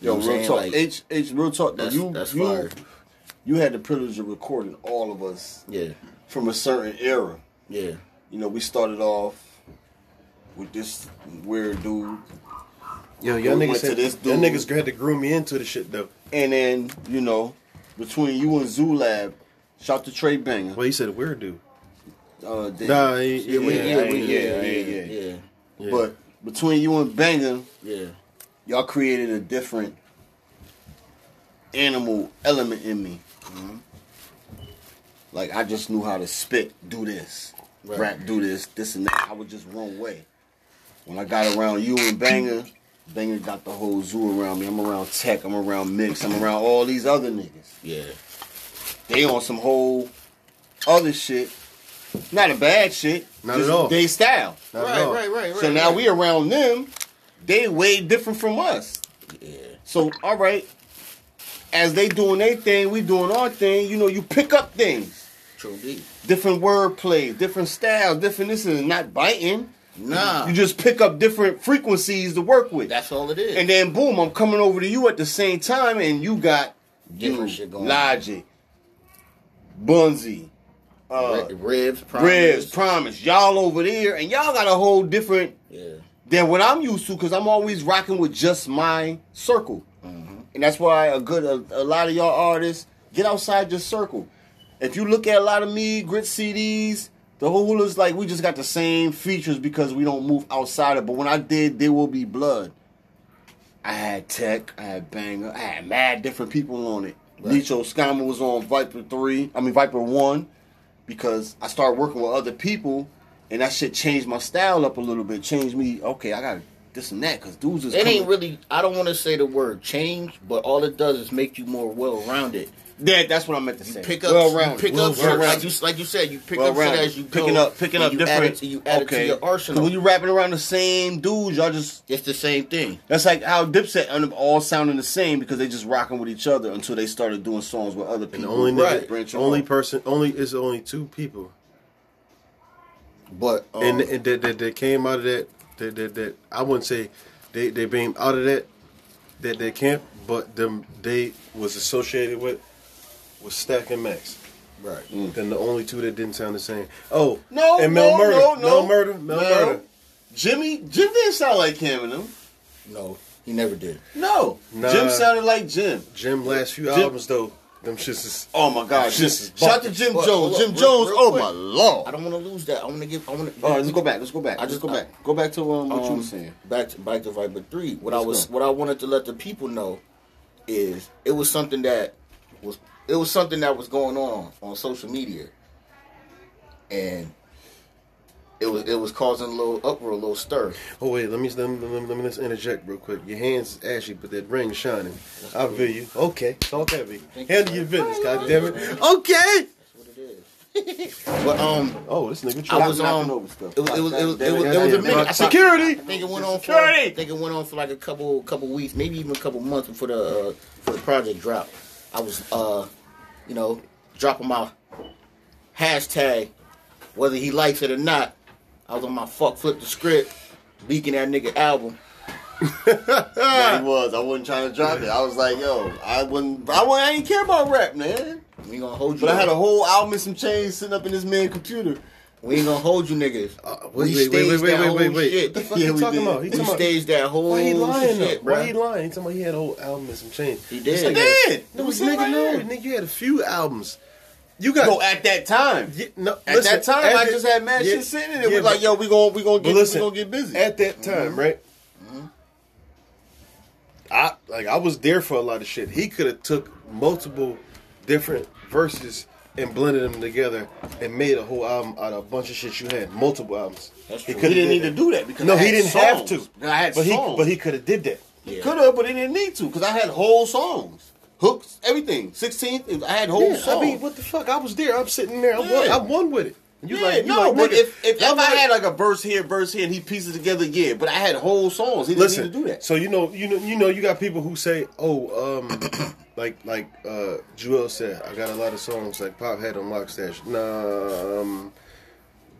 Yo, what I'm real saying? talk, Like, H H, real talk. though, that's- you that's you fire. you had the privilege of recording all of us yeah, from a certain era. yeah, You know, we started off with this weird dude, Yo, y'all We niggas, went to had, this y'all dude. niggas had to groom me into the shit though. and then you know, between you and Zulab, shout to Trey Banger. Well, you said a weird dude. Uh, then- Nah, he, yeah, we- Yeah, yeah, yeah, we- yeah, yeah, yeah. yeah, yeah, yeah. But between you and Banger, yeah. y'all created a different animal element in me. Like I just knew how to spit, do this, Right. rap, do this, this and that. I was just wrong way. When I got around you and Banger, Banger got the whole zoo around me. I'm around Tech, I'm around Mix, I'm around all these other niggas. yeah. They on some whole other shit. Not a bad shit. Not just at all. They style. Not at Right, all. right, right, right. Oh. So now we around them, they way different from us. yeah, So all right, as they doing their thing, we doing our thing. You know, you pick up things, true D. different wordplay, different styles, different. This is not biting. Nah, You just pick up different frequencies to work with, that's all it is. and then boom, I'm coming over to you at the same time, and you got you, Different shit going on. Logic, Bunzy, uh, Ri- ribs, promise. Ribs, Promise, y'all over there, and y'all got a whole different yeah, than what I'm used to because I'm always rocking with just my circle, Mm-hmm. and that's why a good a, a lot of y'all artists get outside your circle. If you look at a lot of me grit CDs, the whole hoola's like we just got the same features because we don't move outside it. But when I did, there will be blood. I had Tech, I had Banger, I had mad different people on it. Right. Nicho Scammer was on Viper three, I mean Viper one, because I started working with other people, and that shit changed my style up a little bit. Changed me. Okay, I got this and that because dudes is It coming. ain't really. I don't want to say the word change, but all it does is make you more well-rounded. Yeah, that's what I meant to say. You pick up, you well-rounded. pick up shit, Well-rounded. like you like you said. You pick up shit Well-rounded. as you go, picking up, picking and up you different. Add it to, you add it to your 'Cause arsenal. When you rapping around the same dudes, y'all just it's the same thing. that's like how Dipset ended up all sounding the same because they just rocking with each other until they started doing songs with other And the people. only Right. nigga, only person, only is only two people, But um, and, and that, that that came out of that that that, that I wouldn't say they they came out of that that they camp, but them they was associated with was Stack and Max. right, Then the only two that didn't sound the same. Oh No, and Mel no, Murder, no, no. Mel Murder, Mel Mel. Murder. Jimmy, Jim didn't sound like him and him. no, he never did. No, Nah. Jim sounded like Jim. Jim last few Jim- albums though Them shits is. Oh my God! Shit is Shout out to Jim bumping. Jones. Hold Jim up, real- Jones. real oh quick. my lord! I don't want to lose that. I want to give. I want to. All right, let's go back. Let's go back. I I just just- go back. Go back to um, what you were saying. Back to, back to Viper Three. What I Let's was go. what I wanted to let the people know is it was something that was it was something that was going on on social media, and it was it was causing a little uproar, a little stir. Oh wait, let me let me, let me let me just interject real quick. Your hands is ashy, but that ring shining. I feel you. Okay, talk heavy. Thank you, Handle your business, goddammit. Okay. That's what it is. but um, Oh, this nigga I tripping. was knocking um, over stuff. it was it was it was, it was, it was a Goddamn, minute. I bro. think- Security. I think it went on for. I think it went on for like a couple couple weeks, maybe even a couple months before the uh, for the project dropped. I was uh, you know, dropping my hashtag, whether he likes it or not. I was on my fuck flip the script, leaking that nigga album. Yeah, he was. I wasn't trying to drop it. I was like, yo, I wouldn't. I wouldn't. I didn't care about rap, man. We ain't gonna hold you. But I had a whole album and some chains sitting up in this man's computer. we ain't gonna hold you niggas. Uh, we wait, wait, wait, staged wait, that wait, wait, whole wait. shit. What the fuck Yeah, you we talking did. about? We He talking about. staged that whole Why he lying? shit, though? bro. Why he lying? He talking about he had a whole album and some change. He did. This nigga- He did. No, It was nigga, right no, here. nigga, you had a few albums. You got No, at that time. Yeah, no, At listen, that time, at I the- just had mad yeah, shit sitting in it. yeah, was like, but- yo, we gon' we gonna But get listen, we gonna get busy. at that time, right? I like I was there for a lot of shit. He could have took multiple different verses and blended them together and made a whole album out of a bunch of shit you had. Multiple albums. That's He true. coulda he didn't did need to that. do that because No, I he had didn't have songs. to. I had but songs. he but he could have did that. Yeah. could have, but he didn't need to because I had whole songs, hooks, everything. Sixteenth, I had whole Yeah, songs. I mean, what the fuck? I was there. I'm sitting there. I won. Yeah. I won with it. And You yeah, like you no, like, but nigga, if if, if I'm I like- had like a verse here, verse here, and he pieces together, yeah. But I had whole songs. He didn't listen, need to do that. So you know, you know, you know, you got people who say, "Oh, um, like like uh, Joel said, I got a lot of songs like Pop had on Lockstash." Nah, um,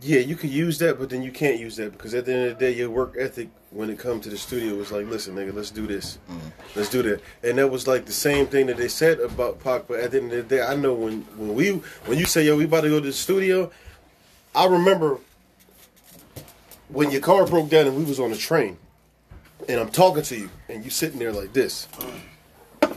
yeah, you could use that, but then you can't use that because at the end of the day, your work ethic when it comes to the studio was like, "Listen, nigga, let's do this, Mm. let's do that," and that was like the same thing that they said about Pac. But at the end of the day, I know when when we when you say, "Yo, we about to go to the studio," I remember when your car broke down and we was on the train and I'm talking to you, and you sitting there like this.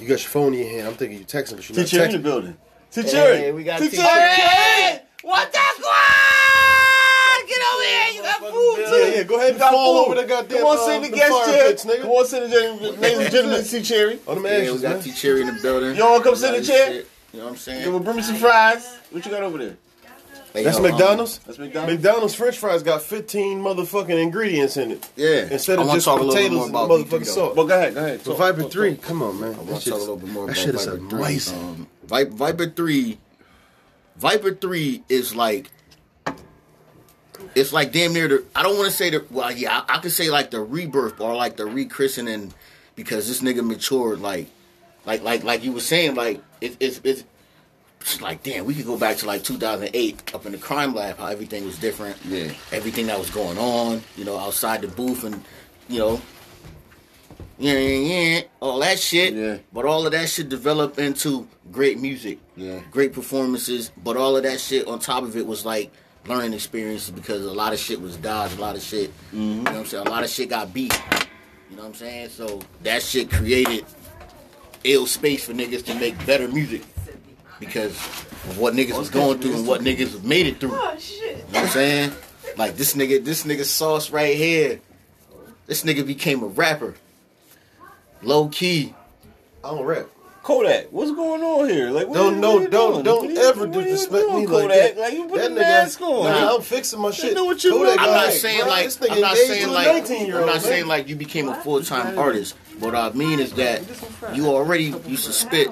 You got your phone in your hand. I'm thinking you texting, but you're not Teacher in the texting. building. Teacher, Hey, we got Teacher. Hey, what the squad? Get over here. You got food Yeah, yeah, go ahead and fall over the goddamn. Come on, uh, sit in the the guest fire chair. pits, nigga. Come on, sit in the chair. Ladies and gentlemen, see Cherry. On Oh, them Yeah, we ashes, got man. T Cherry in the building. You wanna come sit in the Nice chair? shit. You know what I'm saying? Yo, well, bring me some fries. What you got over there? Hey, That's yo, um, McDonald's. That's McDonald's. McDonald's French fries got 15 motherfucking ingredients in it. Yeah. Instead I of wanna just talk a little bit potatoes more and about V3 motherfucking though. salt. But go ahead, go ahead. But Talk. Viper 3, come on, man. I That want to shit talk a is- little bit more that about shit is Viper Three. amazing. Um, Viper, Viper Three, Viper Three is like, it's like damn near the. I don't want to say the. Well, yeah, I, I could say like the rebirth or like the rechristening, because this nigga matured. Like, like, like, like you were saying, like it, it's it's. It's like damn, we could go back to like 2008 up in the crime lab, how everything was different. Yeah. everything that was going on, you know, outside the booth and, you know, yeah, yeah, yeah, all that shit. Yeah. But all of that shit developed into great music. Yeah. Great performances. But all of that shit on top of it was like learning experiences because a lot of shit was dodged, a lot of shit. You know what I'm saying? A lot of shit got beat. You know what I'm saying? So that shit created ill space for niggas to make better music because of what niggas was going through and what niggas made it through. Oh shit. You know what I'm saying? Like this nigga, this nigga sauce right here. This nigga became a rapper. Low key. I don't rap. Kodak, what's going on here? Like, what Don't you- no what you don't doing? don't What you- ever what you disrespect doing, me like Kodak? that. Like, you put that the mask on. Nah, I'm fixing my shit. do what you Kodak want. got I'm not it, saying bro. like This nigga I'm not engaged to saying a like I'm 19-year-old, not man. saying like you became a full time artist. What I mean is that you already used to spit,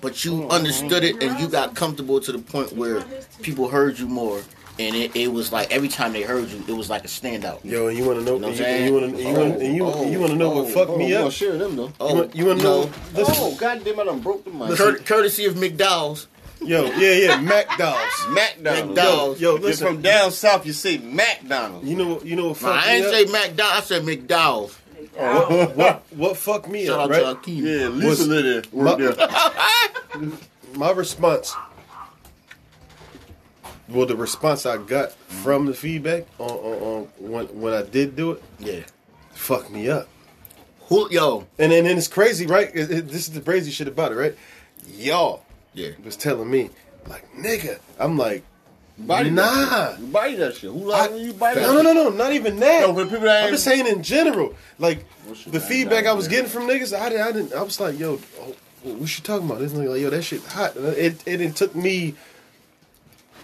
but you understood it and you got comfortable to the point where people heard you more, and it, it was like every time they heard you, it was like a standout. Yo, and you want to know? know what and you- I'm and You want to? You want to? You, Oh, you want to know oh, what fucked oh, me we up? gonna share them though. Oh, You want, you want to know? no. Listen, Oh, goddamn! I done broke the mic. Cur- courtesy of McDowell's. yo, yeah, yeah, McDonald's. McDonald's. McDonald's. Yo, If you're listen. from down south, you say McDonald's. You know, what- you know what Nah, fucked I me ain't up? say McDowell, I said McDowell's. what, what fucked me Shout up, out right? to Akeem. Yeah, What's- Lisa Liddy. worked Mu- there. My response, well, the response I got from the feedback on, on, on when when I did do it, Yeah. fucked me up. Who yo, And and, and it's crazy, right? It- it- this is the crazy shit about it, right? Y'all, Yeah. was telling me, like, nigga. I'm like, Body nah. You bite that shit. Who like when you bite that? No, no, no, no, not even that. No, for the people that I'm ain't- just saying in general, like your the name feedback down I was there? getting from niggas, I didn't, I didn't, I was like, yo, oh, what you talking about? This nigga like, yo, that shit hot. And It, it, it took me.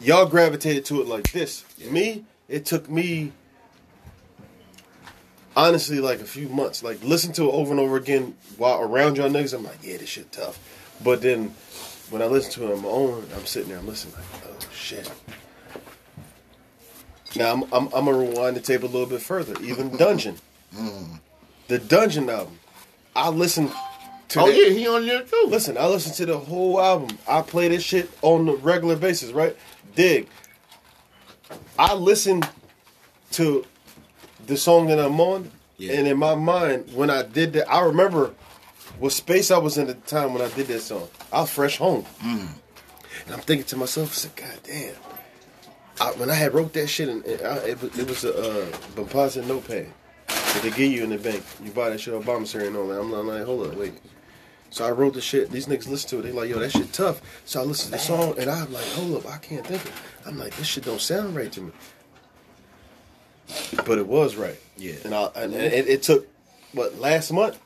Y'all gravitated to it like this. Me, it took me. Honestly, like a few months, like listen to it over and over again while around y'all niggas. I'm like, yeah, this shit tough. But then when I listen to it on my own, I'm sitting there, I'm listening, like, oh shit. Now I'm I'm, I'm gonna rewind the tape a little bit further. Even Dungeon, the Dungeon album, I listened to. Oh that- yeah, he on there too. Listen, I listened to the whole album. I play this shit on a regular basis, right? Dig. I listened to the song that I'm on, and in my mind, when I did that, I remember what space I was in at the time when I did that song. I was fresh home. Mm. And I'm thinking to myself, I said, God damn. I, when I had wrote that shit, and, and I, it, was- it was a uh, Bombaza notepad that they give you in the bank. You buy that shit Obamacare and all that. I'm like, I'm like, hold up, wait. So I wrote the shit. These niggas listen to it. They like, yo, that shit tough. So I listened to the song and I'm like, hold up, I can't think it. I'm like, this shit don't sound right to me. But it was right. Yeah. And I and and it, it took what last month.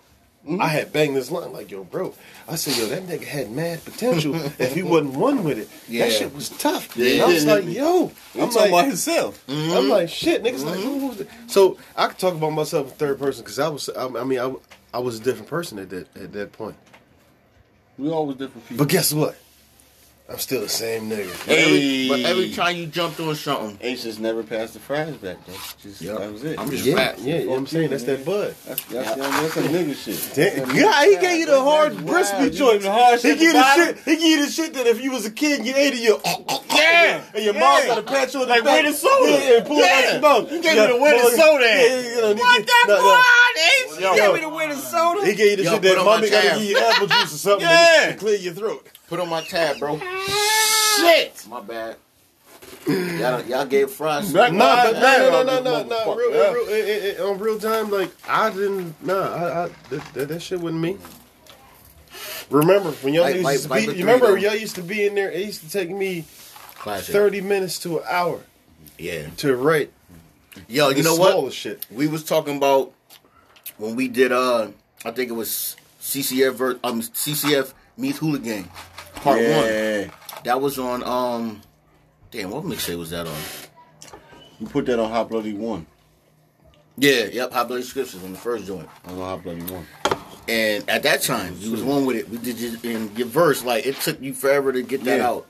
Mm-hmm. I had banged this line like, yo, bro. I said, yo, that nigga had mad potential if he wasn't one with it. Yeah. That shit was tough. Yeah, and I was yeah, like, yeah. yo. You I'm talking like, about Mm-hmm. himself. I'm like, shit, niggas like, who was it? So I could talk about myself in third person because I was, I, I mean, I, I was a different person at that at that point. We always different people. But guess what? I'm still the same nigga. But every- Hey. but every time you jumped on something, Ace just never passed the fries back then. Just, That was it. I'm just Yeah, fat. yeah, you know what I'm saying? That's that bud. That's, that's, that's some nigga shit. Damn, yeah, he gave you the hard, Wow, you crispy gave joints. him the hard He shit gave you at the the bottom. shit. He gave you the shit that if you was a kid, you ate it, you oh, Yeah, and your yeah. mom got to pat you on the Like, back. where the soda? Yeah, and pull it out Yeah. your mouth. You gave Yeah, me the where the pull it- soda at. Yeah, you know, you What get- that no, no. boy? Yo. Ace, give me the winning soda. He gave you the Yo, shit put that on my mommy got tab. to give you apple juice or something Yeah. to clear your throat. Put on my tab, bro. Shit. My bad. Y'all, y'all gave fries. Back behind No, but the no, back no, of no, this no, no, no. motherfucker. Real, real, real, eh, eh, eh, on real time, like I didn't. Nah, I, I that, that, that shit wasn't me. Remember when y'all Like- used like- to like be? the You three, remember though. y'all used to be in there? It used to take me Classic. thirty minutes to an hour Yeah. to write. Yo, the you know smallest what? shit. We was talking about when we did. Uh, I think it was CCF. Ver- um, CCF meets Hooligan, part one. Yeah. That was on. Um, damn, what mixtape was that on? You put that on Hot Bloody One. Yeah, yep. High Bloody Scriptures on the first joint. That's on Hot Bloody One. And at that time, you Hmm. was one with it. We did it in your verse. Like it took you forever to get that Yeah. out.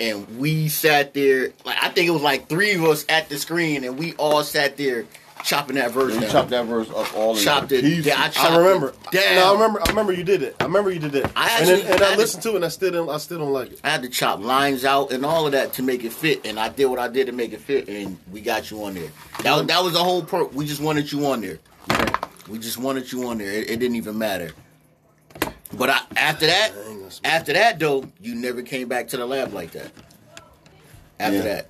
And we sat there. Like I think it was like three of us at the screen, and we all sat there chopping that verse You down. chopped that verse up all in Chopped it. pieces. Yeah, I chopped I remember. It down. No, I remember. I remember you did it. I remember you did it. I and, then- actually- and I I did- listened to it, and I still didn't. I still don't like it. I had to chop lines out and all of that to make it fit, and I did what I did to make it fit, and we got you on there. That was, that was the whole perk. We just wanted you on there. We just wanted you on there. It, it didn't even matter. But I, after that, after that though, you never came back to the lab like that. After Yeah. that,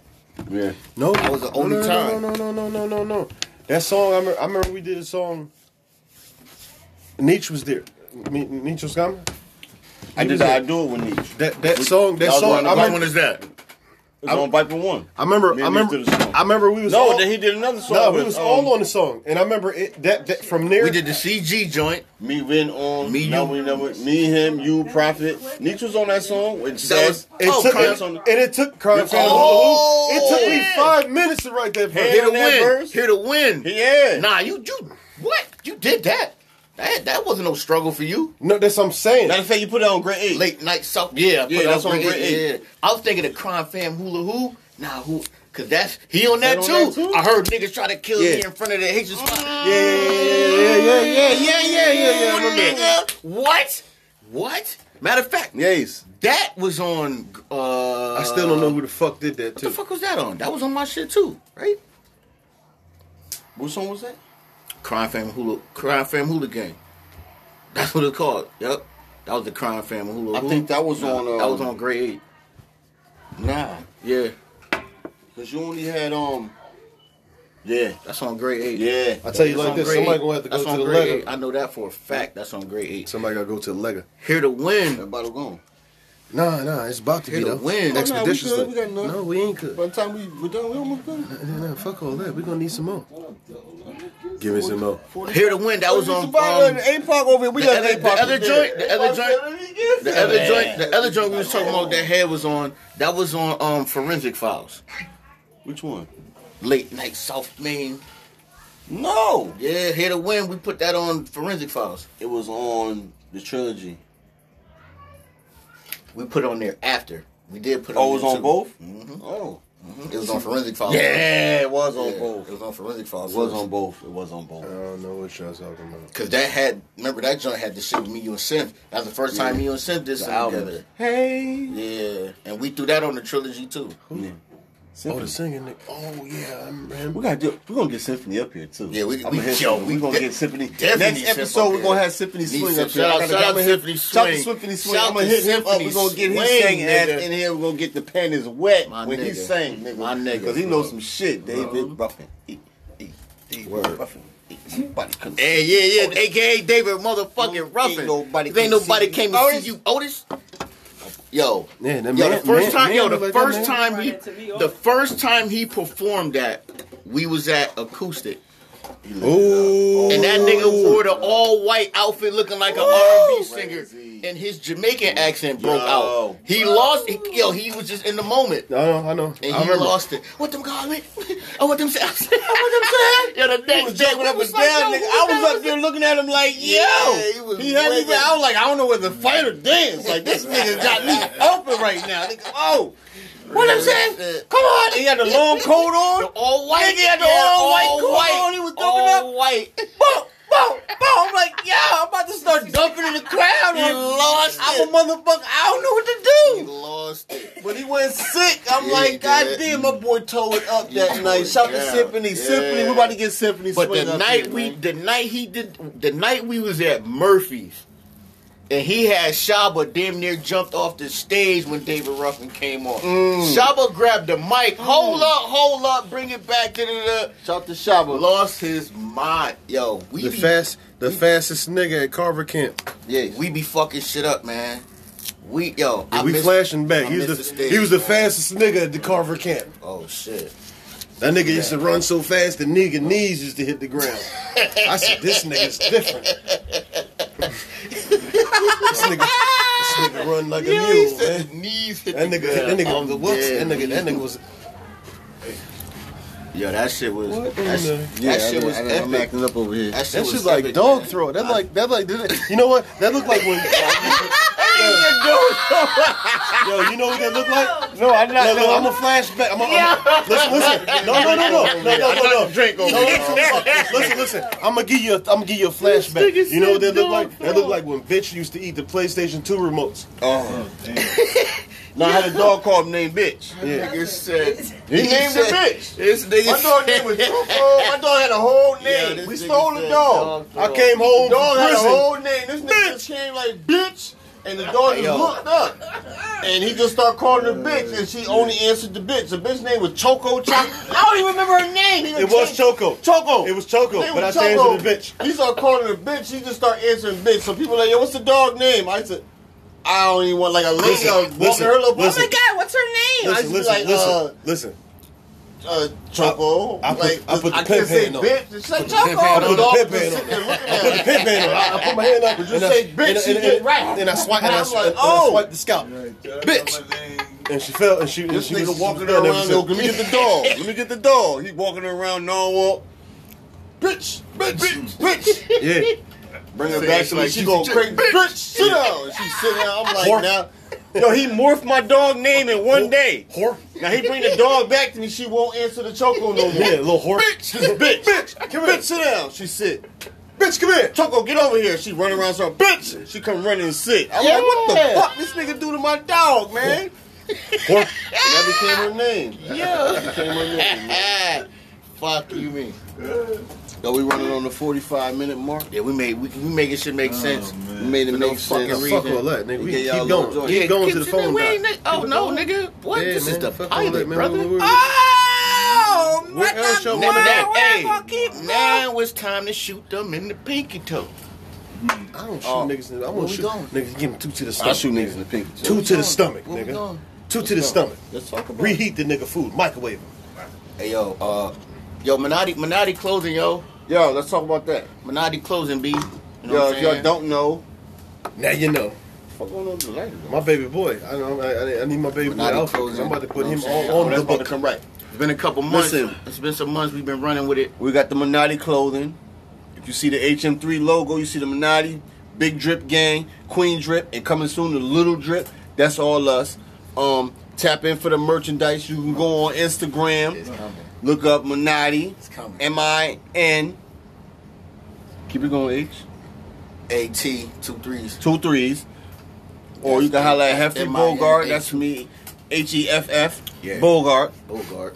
Yeah. No, That was the only no, no, time. No, no, no, no, no, no, no. That song. I remember, I remember we did a song. Nietzsche was there. Me- Nietzsche was coming. I did was the I like- do it with Nietzsche. That that song. That Y'all song. wanna- y'all I remember. wanna- is that? It's on Viper One. I remember. Me I and remember. Nietzsche did a song. I remember we was. No, all, then he did another song. No, we with, was um, all on the song, and I remember it. That, that from there. We did the CG joint. Me, Ren, on Me, me, now you. we know it. me, him, you, Prophet. Nietzsche was on that song. With That was- Zaz. It Oh, took, Cards it, on and the- it took Cards Oh, on the Hoop. It took me yeah. five minutes to write that verse. Here to on that win. verse? Here to win. Yeah. Nah, you you what? You did that. That that wasn't no struggle for you. No, that's what I'm saying. Matter of fact, you put it on Great Eight. late night so yeah, I put Yeah, it that's up on for Great eight, Eight. yeah. I was thinking of crime fam hula who nah who cause that's he on that, That too. on that too? I heard niggas try to kill me Yeah. in front of the Haitian Mm. spot. yeah, yeah, yeah, yeah, yeah, yeah, yeah, yeah, yeah, yeah. I remember that. Nigga, what? What? Matter of fact, Yes. that was on uh I still don't know who the fuck did that what the too. fuck was that on? That was on my shit too, right? What song was that? Crime Fam Hula Crime Fam Hula Gang. That's what it called. Yep. That was the Crime Fam Hula. I Hoo. think that was Nah, on, uh, that was on grade eight. Nah. Yeah. Because you only had, um. Yeah. That's on grade eight. Yeah. I tell you That's like on this, grade somebody eight. gonna have to go That's to on the grade leg. eight. I know that for a fact. That's on grade eight. Somebody gotta go to the leg. Here to win. That bottle gone. Nah, nah, it's about to be It'll though. Oh, win. nah, we Expeditious good. though. We got enough. no, we ain't good. By the time we, we're done, we almost done. Nah, nah, fuck all that. We gonna need some more. Give me some more. Here to win. Oh, That was on um, Survivor and APOC over here. We the got other, the APOC. other joint. The other joint. The other joint. The other joint we was talking about that had was on. That was on um forensic files. Which one? Late night South Main. No, Yeah, here to win. We put that on forensic files. it was on the trilogy. We put it on there after. We did put. Oh, it was there, on too. both. Mhm. Oh, It was on forensic files. yeah, it was on Yeah, both. It was on forensic files. It was on both. It was on both. I don't know what y'all talking about. Cause that had remember that joint had the shit with me, you and Synth. That was the first time me and Synth did something album. together. Hey, Yeah, and we threw that on the trilogy too. Oh, the singing. nigga. Oh yeah, I remember him. we gotta do. We're gonna get Symphony up here too. Yeah, we- I'ma we- hit yo, Symphony. we we gonna de- get Symphony. definitely Next Symphony episode, up we're gonna here. have Symphony Need Swing Sym- up here. shout- I gotta- shout out I'ma hit- Symphony Shout out to Swing. Symphony Swing. Shout I'm gonna to hit him up. Symphony We're gonna get his Swing, sang ass nigga. in here. We're gonna get the panties wet My when he nigga. sang, nigga. My nigga, because he bro. knows some shit. David Ruffin. He- he- he- Word. Ruffin. He- Nobody couldn't. Yeah, yeah, yeah. AKA David motherfucking Ruffin. Oh, Ain't nobody If ain't can nobody see came you. to Otis? see you, Otis. Yo, Yeah, that yo, man- the first man- time, yo, man the look like that first man. time he, the first time he performed that, we was at acoustic, Oh, and that nigga wore the all white outfit, looking like an R and B singer, Crazy. and his Jamaican accent broke Yo. out. He lost, he- yo, he was just in the moment. I know, I know. And I he remember. lost it. What them call me? Oh, what them say? I what them say? Yo, the next day, jumping up and down, nigga. I was up there looking at him like, yo. Yeah, he he was had me. wiggling. I was like, I don't know whether to fight or dance. Like this nigga got me open right now. Nigga, oh, what I'm saying? Come on. He had the long coat on. all white. Nigga had the all-white coat on, he was dumping all up. white. Boom, boom, boom. I'm like, yo, I'm about to start dumping in the crowd. He I'm- lost I'm a it. motherfucker. I don't know what to He do. lost it. But he went sick. I'm Yeah, he like, did. God damn, my boy tore it up Yeah, that night. boy, Shout out to yeah. Symphony. Symphony, Yeah. we about to get Symphony. But Swing the up night here, we, man. the night he did, the night we was at Murphy's, and he had Shaba damn near jumped off the stage when David Ruffin came on. Shaba grabbed the mic. Hold up, hold up, bring it back. Da-da-da. shout out to Shabba. Lost his mind, yo. We The be- fast, the fastest nigga at Carver Camp. Yeah, we be fucking shit up, man. We yo, I we miss- flashing back. I He was the, miss the stage, he was the man. fastest nigga at the Carver Camp. Oh shit! That nigga used to run so fast the nigga knees used to hit the ground. I said this nigga's different. this nigga, this nigga run like a mule, man. Knees hit That the nigga, ground. that nigga, I'm what? dead. That nigga, that nigga was. Yo, that shit was. What in That, the- shit- Yeah, that shit was I'm epic. acting up over here. That shit That was shit like epic, dog man. throw. That like that like. You know what? That looked like when. Yo, you know what that looked like? No, I'm not. No, I'm a flashback. I'm a, I'm a, listen, listen. No, no, no, no, no, no, no, no. Drink over. No, listen, listen, listen, listen. I'm gonna give you. A, I'm gonna give you a flashback. You know what that looked like? That looked like when bitch used to eat the PlayStation 2 remotes. Oh, Now I had a dog called him named Bitch. Yeah. Nigga said, He named him said- Bitch. This nigga My dog name was Trufo. My dog had a whole name. this we nigga stole the said dog. dog I throw. came home. Dog from had a prison. whole name. This nigga just came like Bitch, and the dog just hooked up. And he just started calling her Bitch, and she only answered the Bitch. The bitch name was Choco Choco. I don't even remember her name. He done It was changed- Choco. Choco. It was Choco, Name but I was changed it to Choco. bitch. He started calling her bitch. She just started answering bitch. So people like, yo, what's the dog name? I said, I don't even want like a lady. Listen, I was walking listen, her little. listen. Oh my god, what's her name? I used to Listen, be listen, like, listen, listen. uh, uh, Choco. I- I put- like, I put the I pimp can't say hand on. bitch. It's like pimp hand Choco. on. The dog I put the just pimp sit there hand looking I put the at her. pimp hand on. I, I put my hand up. But you and I- say bitch, and I- she and I- did and I- right. And I swipe. And I I'm like, swipe. oh. I swiped the scalp. And she fell. And she. This and she was- nigga she walking was down there around. for Yo, sale. let me get the dog. Let me get the dog. He walking around. No walk. Bitch, bitch, bitch, bitch. Yeah. Bring her back to me. She going crazy. Bitch, sit down. She sit down. I'm like, Whore. now. Yo, he morphed my dog name in one day. Whore. Now he bring the dog back to me. She won't answer the choco no more. Yeah, little whore. Bitch, bitch, bitch, come here. Bitch, sit down. She sit. Bitch, come here. Choco, get over here. She run around. So bitch, she come running and sit. I'm like, what the Yeah. fuck this nigga do to my dog, man? Whore. That became her name. Yeah. became her name. Fuck you, mean? Yo, we running on the 45 minute mark. Yeah, we made we, we making shit make Oh, sense. We made it For no make fucking sense. Fuck all that, nigga. We Yeah, y'all keep little going. joint. Keep going to the phone. We guy. ain't, oh no, nigga. What? Yeah, this man, is the fuck all that, pilot, man. brother. We- we- we- Oh, Where else y'all Remember wanna that? go? Hey, now it's time to shoot them in the pinky toe. I don't shoot Oh. niggas in the Where I'm gonna we shoot going? niggas give him two to the I stomach. shoot niggas in the pinky. too. Two to the stomach, Where we nigga. going? Two to the stomach. Let's talk about it. Reheat the nigga food, microwave him. Hey, yo, uh, yo, Minotti, Minotti closing, yo. Yo, let's talk about that. Minotti closing, B. You know yo, what if I'm y'all saying? don't know, Now you know. fuck on over the lighter. My baby boy. I know I, I- I need my baby boy Menotti out. closing. I'm about to put You know him what I'm saying? on, on the That's about to book. come right. It's been a couple months. Listen. It's been some months we've been running with it. We got the Minotti clothing. If you see the HM3 logo, you see the Minotti, Big Drip Gang, Queen Drip, and coming soon the Little Drip. That's all us. Um, tap in for the merchandise. You can go on Instagram, It's coming. look up Minotti, It's coming. M I N. Keep it going, H. AT, two threes. Two threes. Or you can holler at Hefty M-I-N-T. Bogart. That's me. H E F F Yeah. Bogart. Bogart.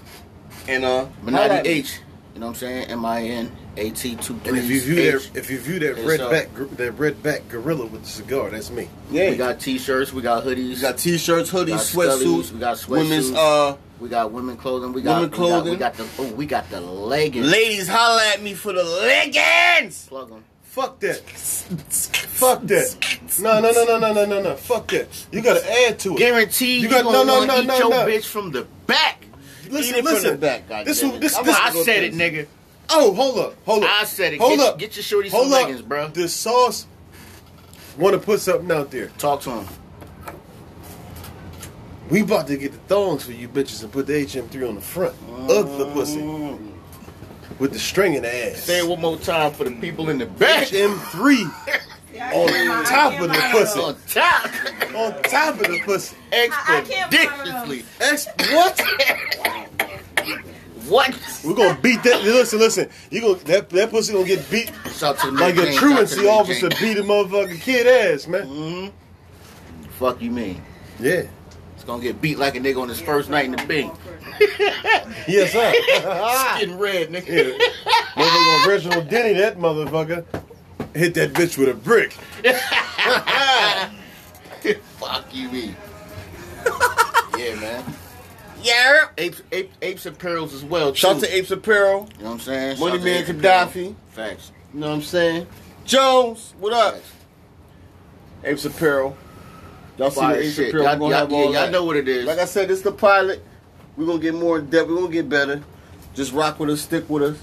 And uh, holla at Minotti me. Oh, H. You know what I'm saying? M I N A T, two And if you threes. view H. that if you view that It's, red uh, back gr- that red back gorilla with the cigar, that's me. Yeah. We got t shirts, we got hoodies. We got t-shirts, hoodies, We got sweatsuits, scullies, we got sweatsuits. women's uh We got women clothing. We got Women We got, we got the oh, we got the leggings. ladies holla at me for the leggings. Plug 'em. Fuck that. Fuck that. No, no, no, no, no, no, no, no. Fuck that. You gotta add to it. Guaranteed, you You got- gonna no, no, wanna no, eat no, your no. bitch from the back. Listen, eat it listen. from the back. God This damn one- it. this- I'm- this- I said it, nigga. Oh, hold up, hold up. I said it. Hold Get- up. get your shorty some Hold up. leggings, bruh. The sauce want to put something out there. Talk to him. We about to get the thongs for you bitches and put the HM3 on the front of the pussy Mm. with the string in the ass. Say it one more time for the people in the back. HM3 on top of the pussy. On top, On top of the pussy. expeditiously. Ex- what? What? We're gonna beat that. Listen, listen. You gonna that that pussy gonna get beat Shout to the like Mary a Jane, shout to truancy the Mary officer Jane. beat a motherfucking kid ass, man. Mhm. Fuck you mean? Yeah. It's gonna get beat like a nigga on his first night in the bank. Yes, sir. Getting red, nigga. Yeah. Motherfucking Reginald Denny, that motherfucker, hit that bitch with a brick. Fuck you, me. yeah, man. Yeah. Apes, ape, apes apparels as well. Too. Shout out to Apes Apparel. you know what I'm saying. Money Shout to Man Apes Gaddafi. Apparel. Facts. You know what I'm saying? Jones, what up? Facts. Apes Apparel. Y'all see Fire the Apes shit. Y'all, Apparel? We're y'all, gonna have all yeah, y'all that. know what it is. Like I said, this the pilot. We're gonna get more in depth. We're gonna get better. Just rock with us, stick with us,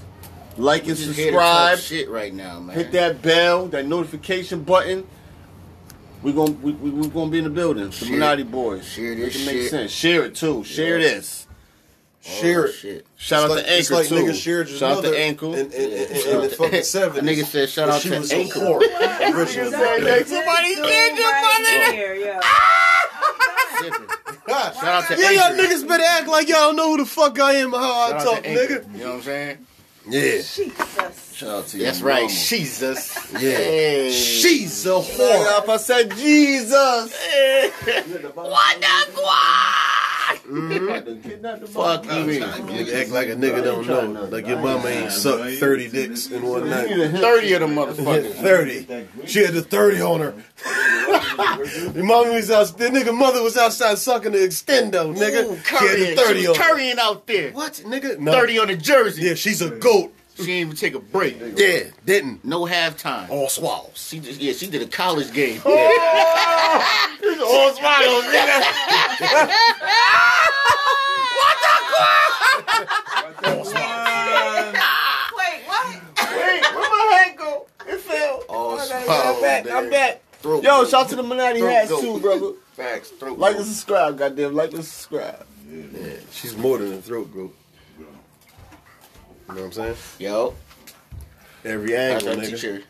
like and Just here to talk subscribe. Shit, right now, man. Hit that bell, that notification button. We're gonna we, we, we're gonna be in the building. The Share- Minotti boys. share Make this it make shit. sense. Share it too. Share Yeah. this. Share Oh, it. shit. Shout out It's to like- it's Anchor like too. niggas shared your Shout out to mother Anchor. in- in- in- in the fucking A 70s. nigga said, "Shout But out she to was Anchor." a whore. Original. Somebody killed your mother. Zipping. Shout out to Yeah, Anchor. y'all niggas better act like y'all know who the fuck I am and how Shout I out talk, to Anchor. nigga. You know what I'm saying? Yeah. Jesus. Shout out to That's your right. mama. Jesus. Yeah. Hey. She's a Yeah, whore. if I said Jesus. Mm-hmm. Fuck you, mean. Nigga act like a nigga don't know. Like your mama ain't sucked 30 dicks in one night. Thirty of them motherfuckers. 30. She had the 30 on her. your mama was out, the nigga mother was outside sucking the extendo, nigga. Ooh, she currying. had the 30 She on was her. currying out there. What, nigga? No. 30 on the jersey. Yeah, she's a goat. She didn't even take a break. Yeah, didn't. No halftime. All swallows. She just, yeah, she did a college game. all swallows, nigga. Wait, what? Oh, All I'm swallows. back. I'm nigga. back. Throat Yo, goat. shout out to the Minotti Throat hats goat. too, brother. Facts. Throat Like and goat. subscribe, goddamn. Like and subscribe. She's more than a throat goat. You know what I'm saying? Yo, Every that's angle, our nigga. teacher.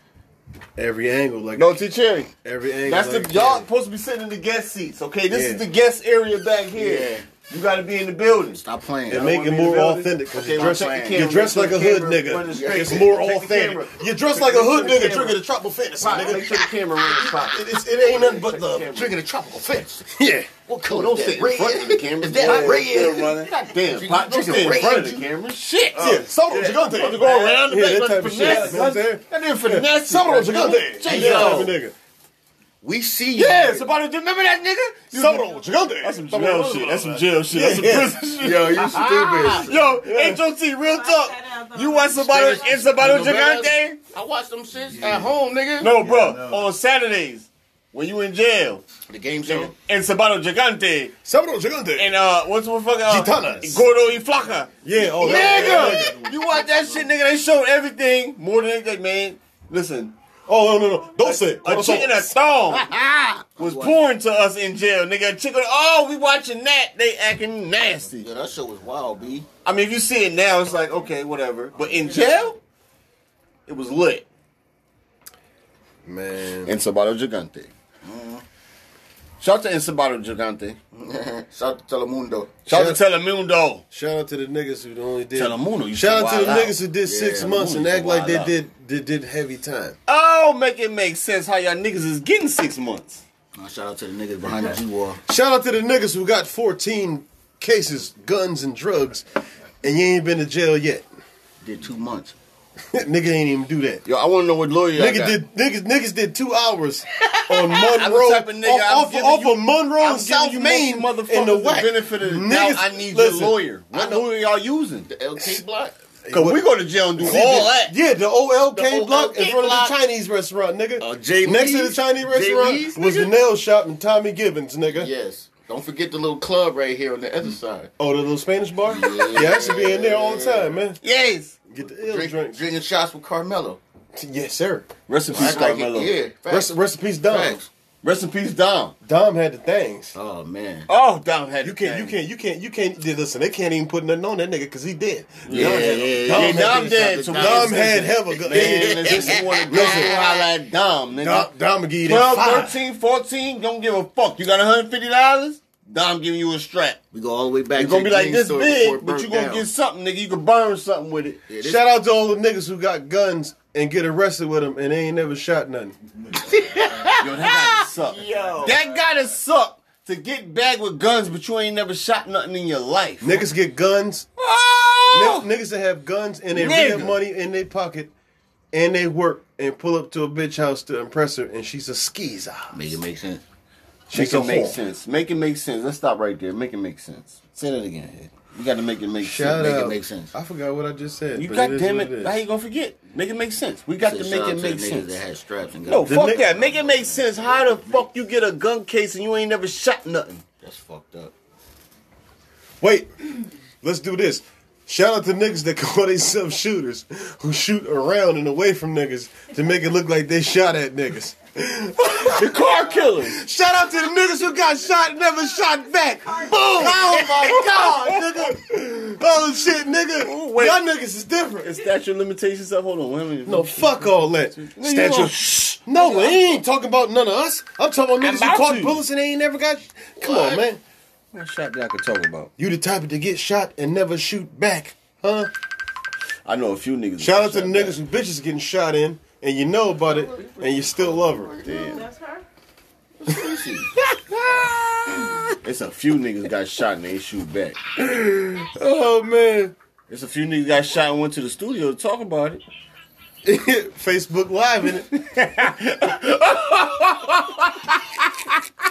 Every angle, like No T Cherry. every angle. That's the like, y'all supposed to be sitting in the guest seats, okay? This Yeah. is the guest area back here. Yeah. You gotta be in the building. Stop playing. And make it more authentic. Cause Okay, you're well, dressed, check the you're camera, dressed like check a the hood camera, nigga. run it straight. It's more Check the authentic. camera. You're dressed like a hood Check the nigga camera. drinking a tropical fantasy, Pop, Make nigga. sure the camera runs pop. It, it's, it ain't nothing but love. Drinking a tropical fence. Yeah. What color? Don't Stand say in red. front of the camera. Is that Yeah, still red? running. God Damn, pop, Don't just stand in red. front of the camera. Shit. Yeah, some of them you gonna do. You go around the back, that type of shit. finesse, You know what I'm saying? That didn't finesse. Some of them you gonna do. Jesus. You that type of nigga. We see you. Yeah, somebody do remember that nigga? Some of them you gonna do. That's some jail shit. That's some jail shit. That's some Yeah. prison shit. Yo, you stupid. Yo, HOT, real Lock talk. that up. You want somebody and somebody with your Single gun thing? I watch them shits at home, nigga. No, bro. no. On Saturdays, when you in jail, The game show. and Sabato Gigante, Sabado Gigante. and uh, what's the fuck? Uh, Gitanas. Gordo y Flaca. Yeah, oh, Nigga! You watch that shit, nigga. They show everything more than anything, man. Listen, Oh, no, no, no. Don't say it. a chick in a thong was pouring to us in jail, nigga. A chick, oh, we watching that. They acting nasty. Yeah, that show was wild, B. I mean, if you see it now, it's like, okay, whatever. But in jail, it was lit. Man. Ensabado Gigante. Shout out to Ensabado Gigante. Shout out to Telemundo. Shout out to Telemundo. Shout out to the niggas who only did. Telemundo. You Shout out to the wild niggas who did six Yeah, months and Telemundo act like wild they out. did, they did heavy time. Oh, make it make sense how y'all niggas is getting six months. Nah, shout out to the niggas behind the G wall. Shout out to the niggas who got 14 cases, guns, and drugs, and you ain't been to jail yet. Did two months. Nigga ain't even do that. Yo, I want to know what lawyer y'all Nigga got. did niggas niggas did two hours on type of Monroe nigga, I'm off, off, giving off you- of Monroe and South you Main motherfuckers in the the whack. benefit of the doubt. I need your lawyer. What lawyer y'all using? The LK block. Because we go to jail and do all See, the- that. Yeah, the OLK The block in OLK front block. of the Chinese restaurant, nigga. Uh, J. Next to the Lee's? E J. Chinese restaurant Lee's, was the nigga? nail shop and Tommy Gibbons, nigga. Yes. Don't forget the little club right here on the Mm. other side. Oh, the little Spanish bar? Yeah. I should be in there all the time, man. Yes. Get the ill Drink, drink. Drinking shots with Carmelo. Yes, sir. Rest in peace, Act like Carmelo. it- Yeah. Rest, Facts. rest in peace, Dom. Facts. Rest in peace, Dom. Dom had the Uh, things. Oh man. Oh, Dom had You it, can't, you man. can't, you can't, you can't. yeah, Listen, they can't even put nothing on that nigga because he dead. Yeah, yeah, yeah. Yeah, Dom had Dom the- dead. So Dom Dom had hella Man, good. let's just Listen, want to go holla at Dom, Dom, nigga. Dom will give you that 12, five. 13, 14, don't give a fuck. You got $150? Dom giving you a strap. We go all the way back. It's gonna to be the like Jean this store before big, it but burnt you gonna down. get something, nigga. You can burn something with it. Yeah, this- Shout out to all the niggas who got guns and get arrested with them and they ain't never shot nothing. Yo, that gotta suck. That gotta suck to get back with guns, but you ain't never shot nothing in your life. Niggas get guns. Oh! N- niggas that have guns and they Nigga. have money in their pocket and they work and pull up to a bitch house to impress her and she's a skeezer. Make it make sense. Make She's it a make whore. sense. Make it make sense. Let's stop right there. Make it make sense. Say that again. Head. You gotta make it make Shout sense. out. make sense. I forgot what I just said. You but god is damn what it. How you gonna forget? Make it make sense. We got Say to shout make out it to make the niggas sense. That had straps and got No, The fuck nigga- that. Make it make sense. How the fuck you get a gun case and you ain't never shot nothing? That's fucked up. Wait, let's do this. Shout out to niggas that call themselves shooters who shoot around and away from niggas to make it look like they shot at niggas. The car killers. Shout out to the niggas who got shot and never shot back. Boom! Oh my god, nigga. Oh shit, nigga. wait. Y'all niggas is different. Is that your limitations up? Hold on. Wait a minute. No, fuck all that. gonna- Statue. No, we ain't talking about none of us. I'm talking about niggas About who caught you. bullets and they ain't never got. Come on, man. What shot that I could talk about? You the type to get shot and never shoot back, huh? I know a few niggas. Shout out to the shot niggas who bitches getting shot in, and you know about it, and you still love her. That's her. back. It's a few niggas got shot and they shoot back. Oh man, It's a few niggas got shot and went to the studio to talk about it. Facebook Live in it.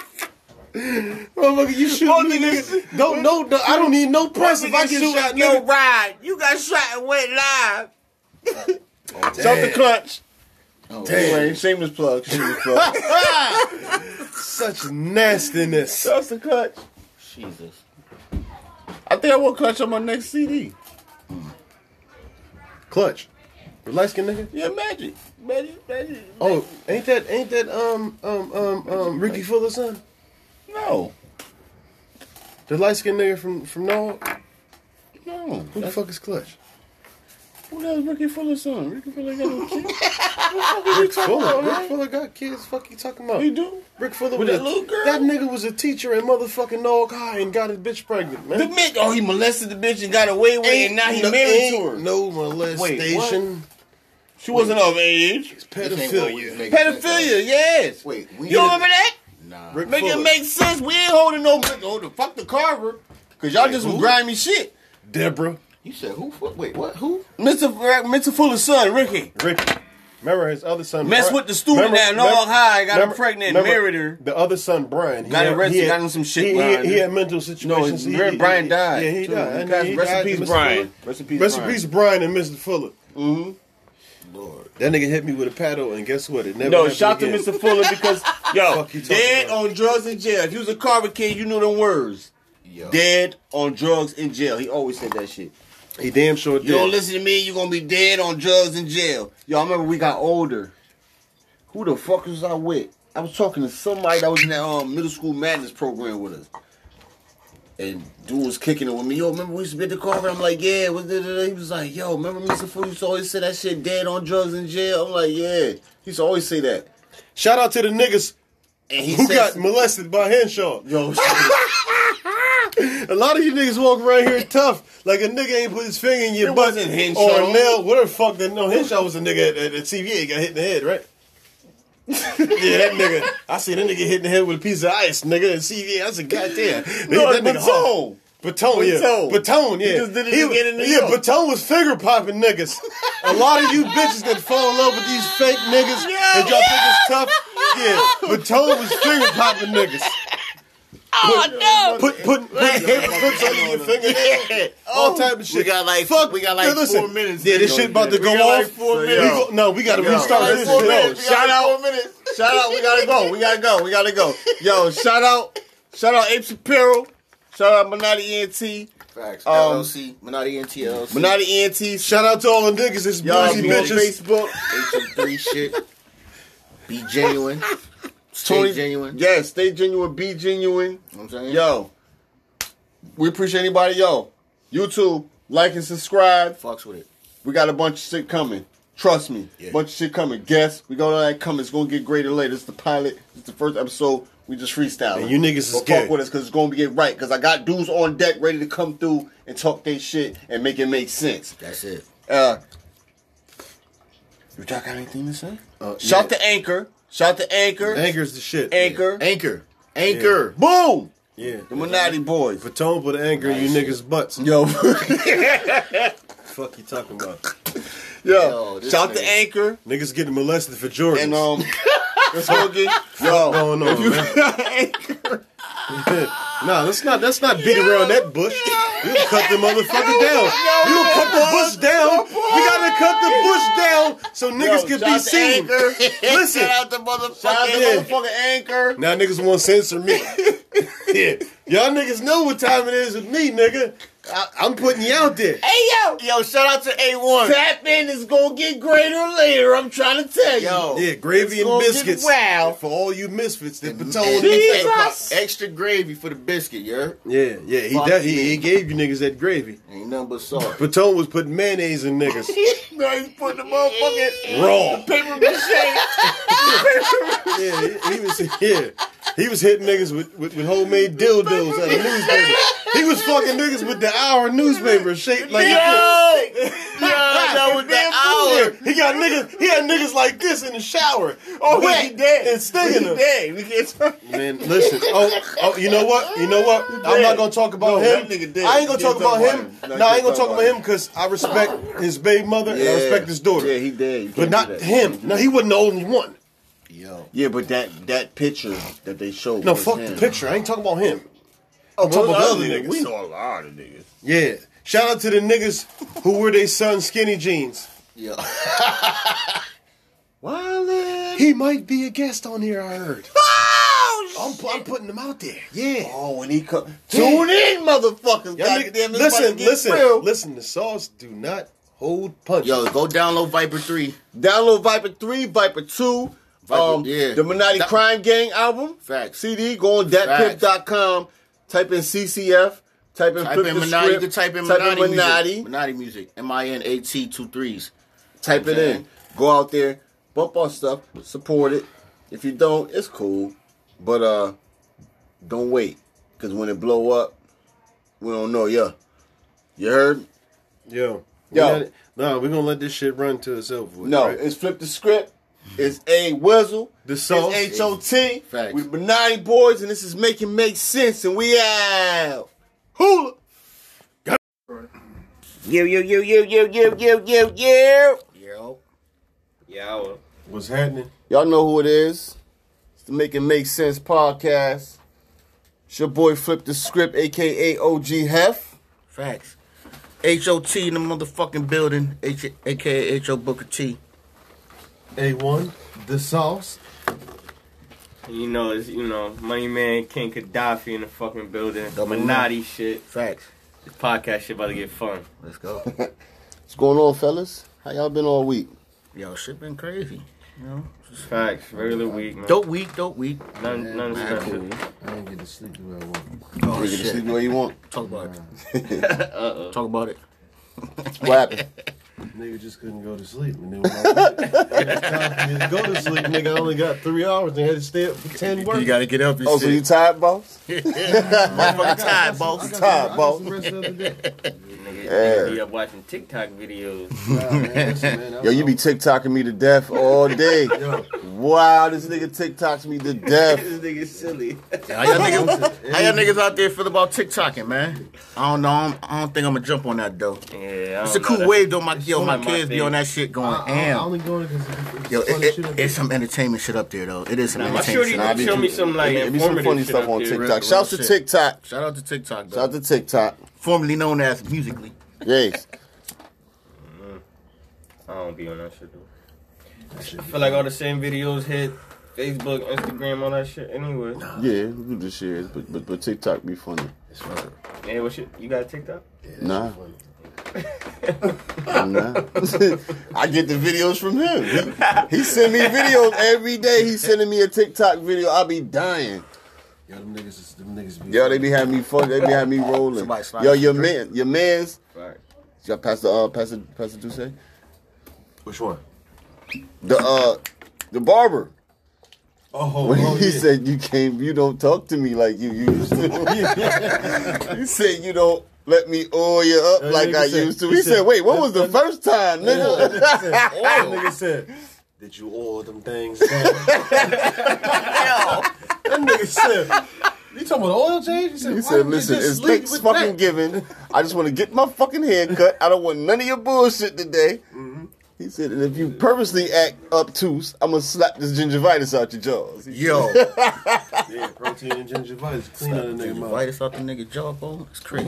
Motherfucker, you shoot me, nigga. Don't no, no, I don't need no press if I get shot. no Nigga. ride. You got shot and went live. Shout out to Damn. Clutch. Oh, Anyway, shameless plug. Shameless plug. Such nastiness. Shout out to Clutch. Jesus. I think I will Clutch on my next CD. Clutch. The light skin nigga. Yeah, magic. Magic, magic. Oh, ain't that ain't that um um um um Ricky Fuller's son? No. The light skin nigga from from Noah. No. Who the fuck is Clutch? Who the hell is Ricky Fuller son? Ricky Fuller got no kids. Rick Fuller. Rick Fuller got kids. Fuck you talking about? He do? Rick Fuller With was that a- little girl? That nigga was a teacher in motherfucking Nog High and got his bitch pregnant, man. The bitch, oh, he molested the bitch and got away with it, and now he no, married to ain't her. No molestation. She wasn't of age. It's This ain't gonna use pedophilia. niggas. Pedophilia, yes. Wait, we You remember that? Nah. Rick Make it Fuller. make sense. We ain't holding no oh, the fuck the Carver, cause y'all just some who? grimy shit. Deborah. You said who? Fu- Wait, what? Who? Mr. F- Mr. Fuller's son, Ricky. Ricky. Remember his other son. Mess Bri- with the student remember- at Nog remember- High, got her remember- pregnant and remember married her. The other son, Brian. He Got had- arrested, he had- got in some shit, he- he- Brian. He, had mental situations. He- he- Brian he- died. Yeah, he too. died. Guys, He Rest in died, peace, Mr. Brian. Fuller. Rest in peace, Rest in Brian. peace, Brian and Mr. Fuller. Mm-hmm. Lord. That nigga hit me with a paddle, and guess what? It never. No, happened shout to again. Mr. Fuller because yo, Fuck you talking dead about? on drugs in jail. If you was a Carver kid, you knew them words. Yo. Dead on drugs in jail. He always said that shit. He damn sure You don't did. listen to me, you're gonna be dead on drugs in jail. Yo, I remember we got older. Who the fuck was I with? I was talking to somebody that was in that um, middle school madness program with us. And dude was kicking it with me. Yo, remember we used to be at the car? I'm like, yeah. What da, da, da. He was like, yo, remember Mr. Fool used to always say that shit dead on drugs in jail? I'm like, yeah. He used to always say that. Shout out to the niggas And he who said, got molested by Henshaw. yo, shit. A lot of you niggas walk around here tough, like a nigga ain't put his finger in your It butt wasn't or Henshaw. a nail. What the fuck? That no Henshaw was a nigga at, at, at TVA. He got hit in the head, right? yeah, that nigga. I see that nigga hit in the head with a piece of ice, nigga. At CVA, I said, goddamn. They No, hit that nigga hard. Batone. Batone, yeah. Batone. Batone, yeah. He just did it He- again in New yeah, York. Batone was finger popping niggas. A lot of you bitches that fall in love with these fake niggas that y'all think is tough. Yeah, Batone was finger popping niggas. Oh put, no! Put put put paper clips under your finger. Oh. All type of shit. We got like fuck. We got like Yeah, listen. four minutes. Yeah, this shit about We to go got like off. four We minutes. go- no, we got to restart Like this four shit. minutes. We No, got shout like out. Four minutes. Shout out, we gotta go, we gotta go, we gotta go. Yo, shout out, shout out Ape Shapiro, shout out E Minotti ENT, Facts. Um, LLC. Minotti and TLC. Minotti ENT, E shout Shout out to all the niggas. This y'all bougie be on bitches. Facebook. H3 shit. Be genuine. Stay Tony- genuine. Yeah, stay genuine, be genuine. You know what I'm saying? Yo, we appreciate anybody. Yo, YouTube, like and subscribe. Fucks with it. We got a bunch of shit coming. Trust me, Yeah. bunch of shit coming. Guess we gonna let that come. It's gonna get greater later. It's the pilot. It's the first episode. We just freestyle. And you niggas is but gay. fuck with us because it's gonna get right. Because I got dudes on deck ready to come through and talk their shit and make it make sense. That's it. Uh, you got anything to say? Shout to Anchor. Shout to Anchor. Uh, Anchor's the shit. Anchor. Anchor. Anchor. Boom. Yeah. The Minotti boys. Patone put an anchor in you niggas' butts. Yo, Fuck you talking about? yo. Yo, this Shout to nigga. Anchor Niggas getting molested for Jordans. and um. Hogan. Yo, going on, man? nah, let's not. Let's not beat around that bush. You done cut the motherfucker down. You done cut the bush down. We gotta cut the bush down so niggas Yo, can shout be to seen. Anchor. Listen, Shout out to motherfucker. Shout out to Yeah. motherfucking Anchor. now niggas want to censor me. yeah, y'all niggas know what time it is with me, nigga. I, I'm putting you out there. Hey yo, Yo, shout out to A1. tap in is gonna get greater later. I'm trying to tell Yo. Yeah, gravy and gonna get biscuits wild. for all you misfits that Tony Patone. Jesus. Pepper. Extra gravy for the biscuit, yeah? Yeah, yeah, he, Fuck de- he me. he gave you niggas that gravy. Ain't nothing but salt. Patone was putting mayonnaise in niggas. you. Now you put the motherfucking Raw. paper mache. Yeah, he, he was yeah. He was hitting niggas with, with, with homemade dildos out of newspaper. He was fucking niggas with the hour newspaper shaped like that was the hour. Yeah, He got niggas he had niggas like this in the shower. Oh wait, he dead. And stinging them. Damn, we can't talk. Man, listen. Oh, oh, you know what? You know what? I'm not gonna talk about No, him. that nigga dead. I ain't gonna You talk can't about talk him. about him. No, you No, I can't ain't gonna talk talk about about him because I respect his baby mother and I respect his daughter. Yeah, he dead. You but can't not do that. him. No, he wasn't the only one. Yo. Yeah, but that that picture that they showed. No, was fuck him. the picture. I ain't talking about him. Oh, I'm talking about the other niggas. We saw a lot of niggas. Yeah. Shout out to the niggas who wear their son's skinny jeans. Yo. Wildin'. He might be a guest on here, I heard. I'm, I'm putting him out there. Yeah. Oh, when he come, tune in, motherfuckers. Y'all niggas- Goddamn, this about listen, to get listen, real. listen. The sauce do not hold punch. Yo, go download Viper 3. Download Viper 3, Viper 2, Viper, um, yeah. the Minotti That- Crime Gang album. Facts. CD, go on datpip.com, type in CCF, type in Type Flip in the Minotti. You Script, can type in type Minotti. in Minotti, Music. Minotti music. M I N A T two threes. type it in. Go out there, bump our stuff, support it. If you don't, it's cool. But uh don't wait, because when it blow up, we don't know. Yeah. You heard? Yo. Yo. Yo. No, we're gonna let this shit run to itself. With, No, right? it's Flip the Script. It's A Wizzle. The sauce. It's H.O.T. Facts. With Benigni Boys, and this is Making Make Sense, and we out. Hula. You, you, you, you, you, you, you, you, you. Yo. Yeah. What's happening? Y'all know who it is. It's the Making Make Sense podcast. It's your boy Flip the Script, a.k.a. OG Hef. Facts. H O T in the motherfucking building. H- AKA H O Booker T. A1, the sauce. You know, it's you know, Money Man, King Gaddafi in the fucking building, Illuminati shit. Facts. This podcast shit about to get fun. Let's go. What's going on, fellas? How y'all been all week? Yo, shit been crazy. You know, Facts, regular week, man. dope week, dope week. None, none Man, special. I didn't get to sleep the way I want. Oh, You can shit. sleep the way you want. Talk about it. Talk about it. What happened? Nigga just couldn't go to sleep. And then when I went, it was time for me to go to sleep, nigga, I only got three hours and had to stay up for 10 work. You gotta get up and Oh, so you shit. tired, boss? Motherfucking tired, boss. I got tired, some- boss. I got some rest the other day. Nigga, Yeah. nigga be up watching TikTok videos. Nah, man, listen, man, I- Yo, you be TikToking me to death all day. Yo, Wow, this nigga TikToks me to death. this nigga silly. How y'all, niggas, how y'all niggas out there feel about TikToking, man? I don't know. I'm, I don't think I'm gonna jump on that though. Yeah, I It's a don't know. cool That's- wave though. My yo, one my of my kids be on that shit going I, I, I ham. only going because it's Yo, funny it, shit. up it, there. it's some entertainment shit up there though. It is some Nah, my entertainment shorty shit. done Up be- show me some like It be some informative funny shit stuff up on there. TikTok. Real Shouts to shit. TikTok. there. Shout out to TikTok though, Shout out to TikTok. formerly known as Musically. Yes. I don't be on that shit though. I feel like all the same videos hit Facebook, Instagram, all that shit. Anyway, Yeah, we do this shit, but, but but TikTok be funny. yeah, what shit? You got TikTok? Nah. nah. I get the videos from him. He, he send me videos every day. He's sending me a TikTok video. I'll be dying. Yo, them niggas, is- them niggas be. Yo, they be having me fuck. They be having me rolling. Somebody slide Yo, us your a drink. man, your man's. Right. Y'all pass the uh, pass the pass the Duce. Which one? The uh, the barber. Oh, oh, When oh he yeah. said you came, you don't talk to me like you used to. he said you don't let me oil you up That like nigga I said- used to. he He said, said, "Wait, what was the first time, nigga?" That nigga said, "Did you order them things?" down?" that nigga said, "You talking about oil change?" He said, He "Why said, don't you "Listen, just it's leave thanks with fucking that?" given. I just want to get my fucking hair cut. I don't want none of your bullshit today." Mm-hmm. He said, "And if you purposely act obtuse, I'm gonna slap this gingivitis out your jaws." He Yo, Yeah, protein and gingivitis clean out a nigga mouth. virus out the nigga jawbone. It's crazy.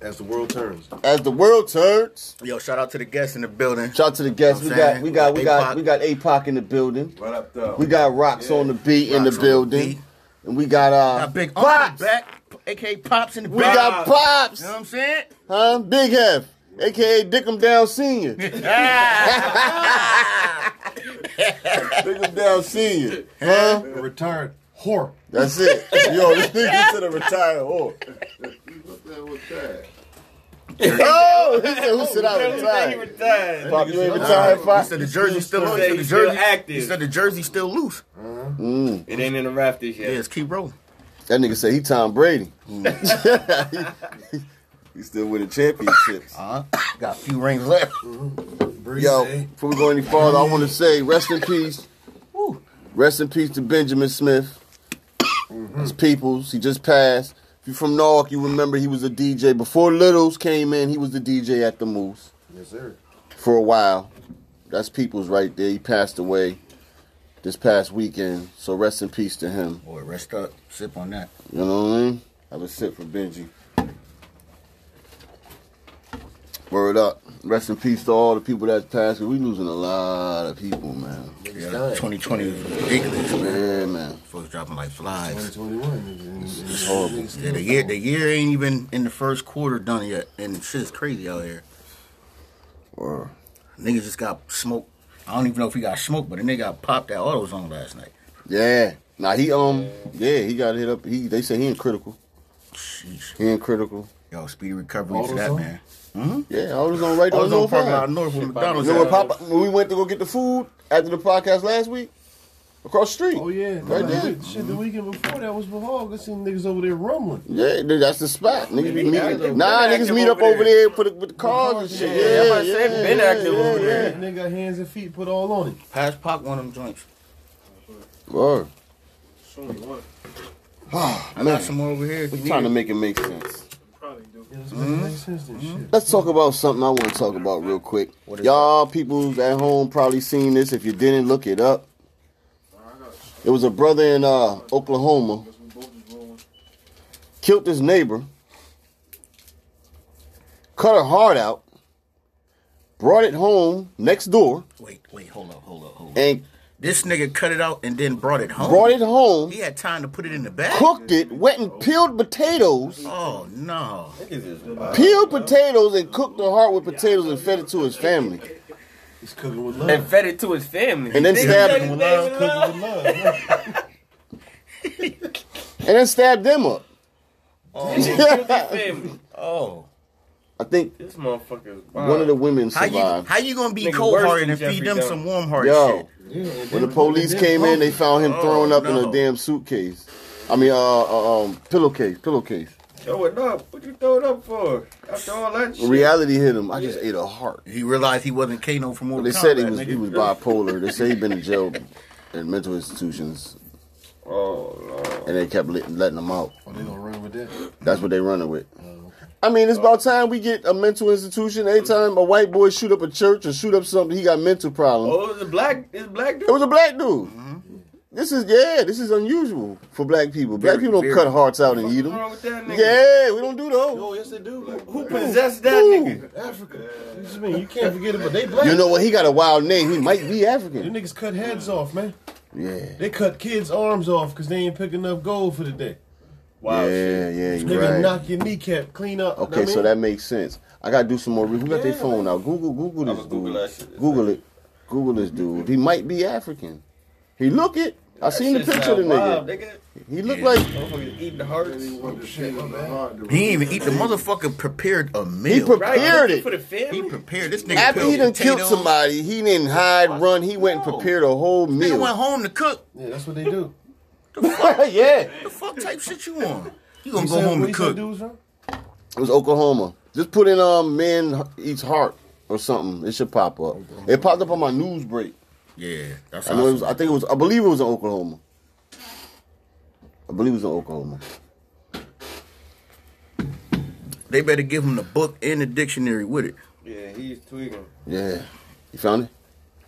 As the world turns, said, As the world turns, Yo, shout out to the guests in the building. shout out to the guests. You We know what got, I'm we got, we got, we saying? got APOC in the building. Right up though. We got Rocks on the beat in the Rocks on the building, beat. and we got uh, Got big Pops. pops back, aka pops in the We back. got you Pops, know what I'm saying? huh? Big Hef, aka Dickum Down Senior. Ah. Dickum Down Senior, huh? a retired whore. That's it. Yo, this nigga said a retired whore. Oh, he said, who said I retired? Pop, you ain't retired, He Pop? said the jersey's still on. He He said the still jersey active. He said the jersey's still loose. Mm. It ain't in the rafters Yeah, yet. it's keep rolling. That nigga said he Tom Brady. He still winning championships. Uh huh. Mm. Got a few rings left. Breeze, Yo, eh? before we go any farther, I want to say rest in peace. Rest in peace to Benjamin Smith. His peoples. He just passed. If you from North, you remember he was a DJ. Before Littles came in, he was the DJ at the Moose. yes sir. for a while. That's people's right there. He passed away this past weekend. So rest in peace to him. Boy, rest up. Sip on that. You know what I mean? Have a sip for Benji. Word up. Rest in peace to all the people that passed. 'cause We losing a lot of people, man. Yeah, 2020 is ridiculous, man. Yeah, man. Folks dropping like flies. 2021. It's horrible. Yeah, the year the year ain't even in the first quarter done yet, and shit's crazy out here. Word. Niggas just got smoked. I don't even know if he got smoked, but a nigga got popped at AutoZone last night. Yeah. Now he um yeah he got hit up. He they say he in critical. Sheesh. He in critical. Yo, speedy recovery to that AutoZone? man. Yeah, I was on right on AutoZone North parking High. lot north with You McDonald's. know when, at. Papa, when we went to go get the food after the podcast last week? Across the street. Oh yeah, Right the there. week- Shit, the weekend before that was Bahog. I seen niggas over there rumbling. Yeah, dude, that's the spot. Niggas be been meeting. active. Nah, Been niggas active meet up over Oh, over there for the, with the cars and shit. Yeah, Yeah, I'm yeah, about to say, yeah, been active over yeah, there. yeah. Nigga got hands and feet put all on it. Pass Pac one of them joints. Word. I got some more over here. if you We're need trying to it. make it make sense. Yeah, this nigga Mm-hmm. makes sense. This shit. Let's talk about something I want to talk about real quick. What is Y'all people at home probably seen this. If you didn't, look it up. It was a brother in uh, Oklahoma killed his neighbor, cut her heart out, brought it home next door, Wait, wait, hold up, hold up, hold up. and This nigga cut it out and then brought it home. brought it home, He had time to put it in the bag. cooked it, wet and peeled potatoes, Oh no. peeled potatoes, and cooked the heart with potatoes and fed it to his family. He's cooking with And love. fed it to his family. And then He stabbed fed his him Cooking with family love, with cooking love. with love. yeah. And then stabbed them up. Family. Oh. I think This motherfucker is wild. one of the women How you survived. how you gonna be Nigga cold hearted and worse than feed Jeffrey them Dahmer. some warm hearted Yo, shit? when the police came in, they found him thrown Oh, up in no. a damn suitcase. I mean, uh, uh, um, pillowcase, pillowcase. Throw it up. What you throw it up for? After all that shit. Reality hit him. I just ate a heart. He realized he wasn't Kano from Mortal They said he Kombat, was nigga. he was bipolar. They say he been in jail in mental institutions, Oh lord. and they kept let- letting him out. Oh, they gonna run with that. That's what they running with. I mean, it's about time we get a mental institution. Anytime a white boy shoot up a church or shoot up something, he got mental problems. Oh, it was a black. It's black dude. It was a black dude. This is yeah, this is unusual for black people. Black Very, people don't very. cut hearts out and eat What's them. wrong with that nigga? Yeah, we don't do those. Oh yes, they do. Who possessed that Ooh. nigga? Africa. You just mean you can't forget it, but they black. You know what? He got a wild name. He might be Them African. niggas cut heads off, man. Yeah. They cut kids' arms off because they ain't picking enough gold for the day. Wow. yeah, yeah, Nigga you're right. knock your kneecap clean up. Okay, so that makes sense. I gotta do some more. re- Who got their Yeah. phone out? Google, Google I'ma this Google that dude. shit. Google it. Google this dude. He might be African. He look it. I seen the Shit picture of the sound wild, nigga. nigga. He look Yeah. like Motherfuckers eating the hearts. He ain't even eat the motherfucker prepared a meal. he Right, prepared looking it. For the He family. prepared this nigga. After he peeled done killed potatoes. somebody, he didn't hide, run. He went and No. prepared a whole Nigga went meal. home to cook. Yeah, that's what they do. yeah, The fuck type shit you on? You gonna You go home said- what and you cook? said dudes wrong? it was Oklahoma. Just put in um man eats heart or something. It should pop up. It popped up on my news break. Yeah, that's I know it awesome. was. I think it was. I believe it was in Oklahoma. I believe it was in Oklahoma. They better give him the book and the dictionary with it. Yeah, he's tweaking. Yeah. You found it?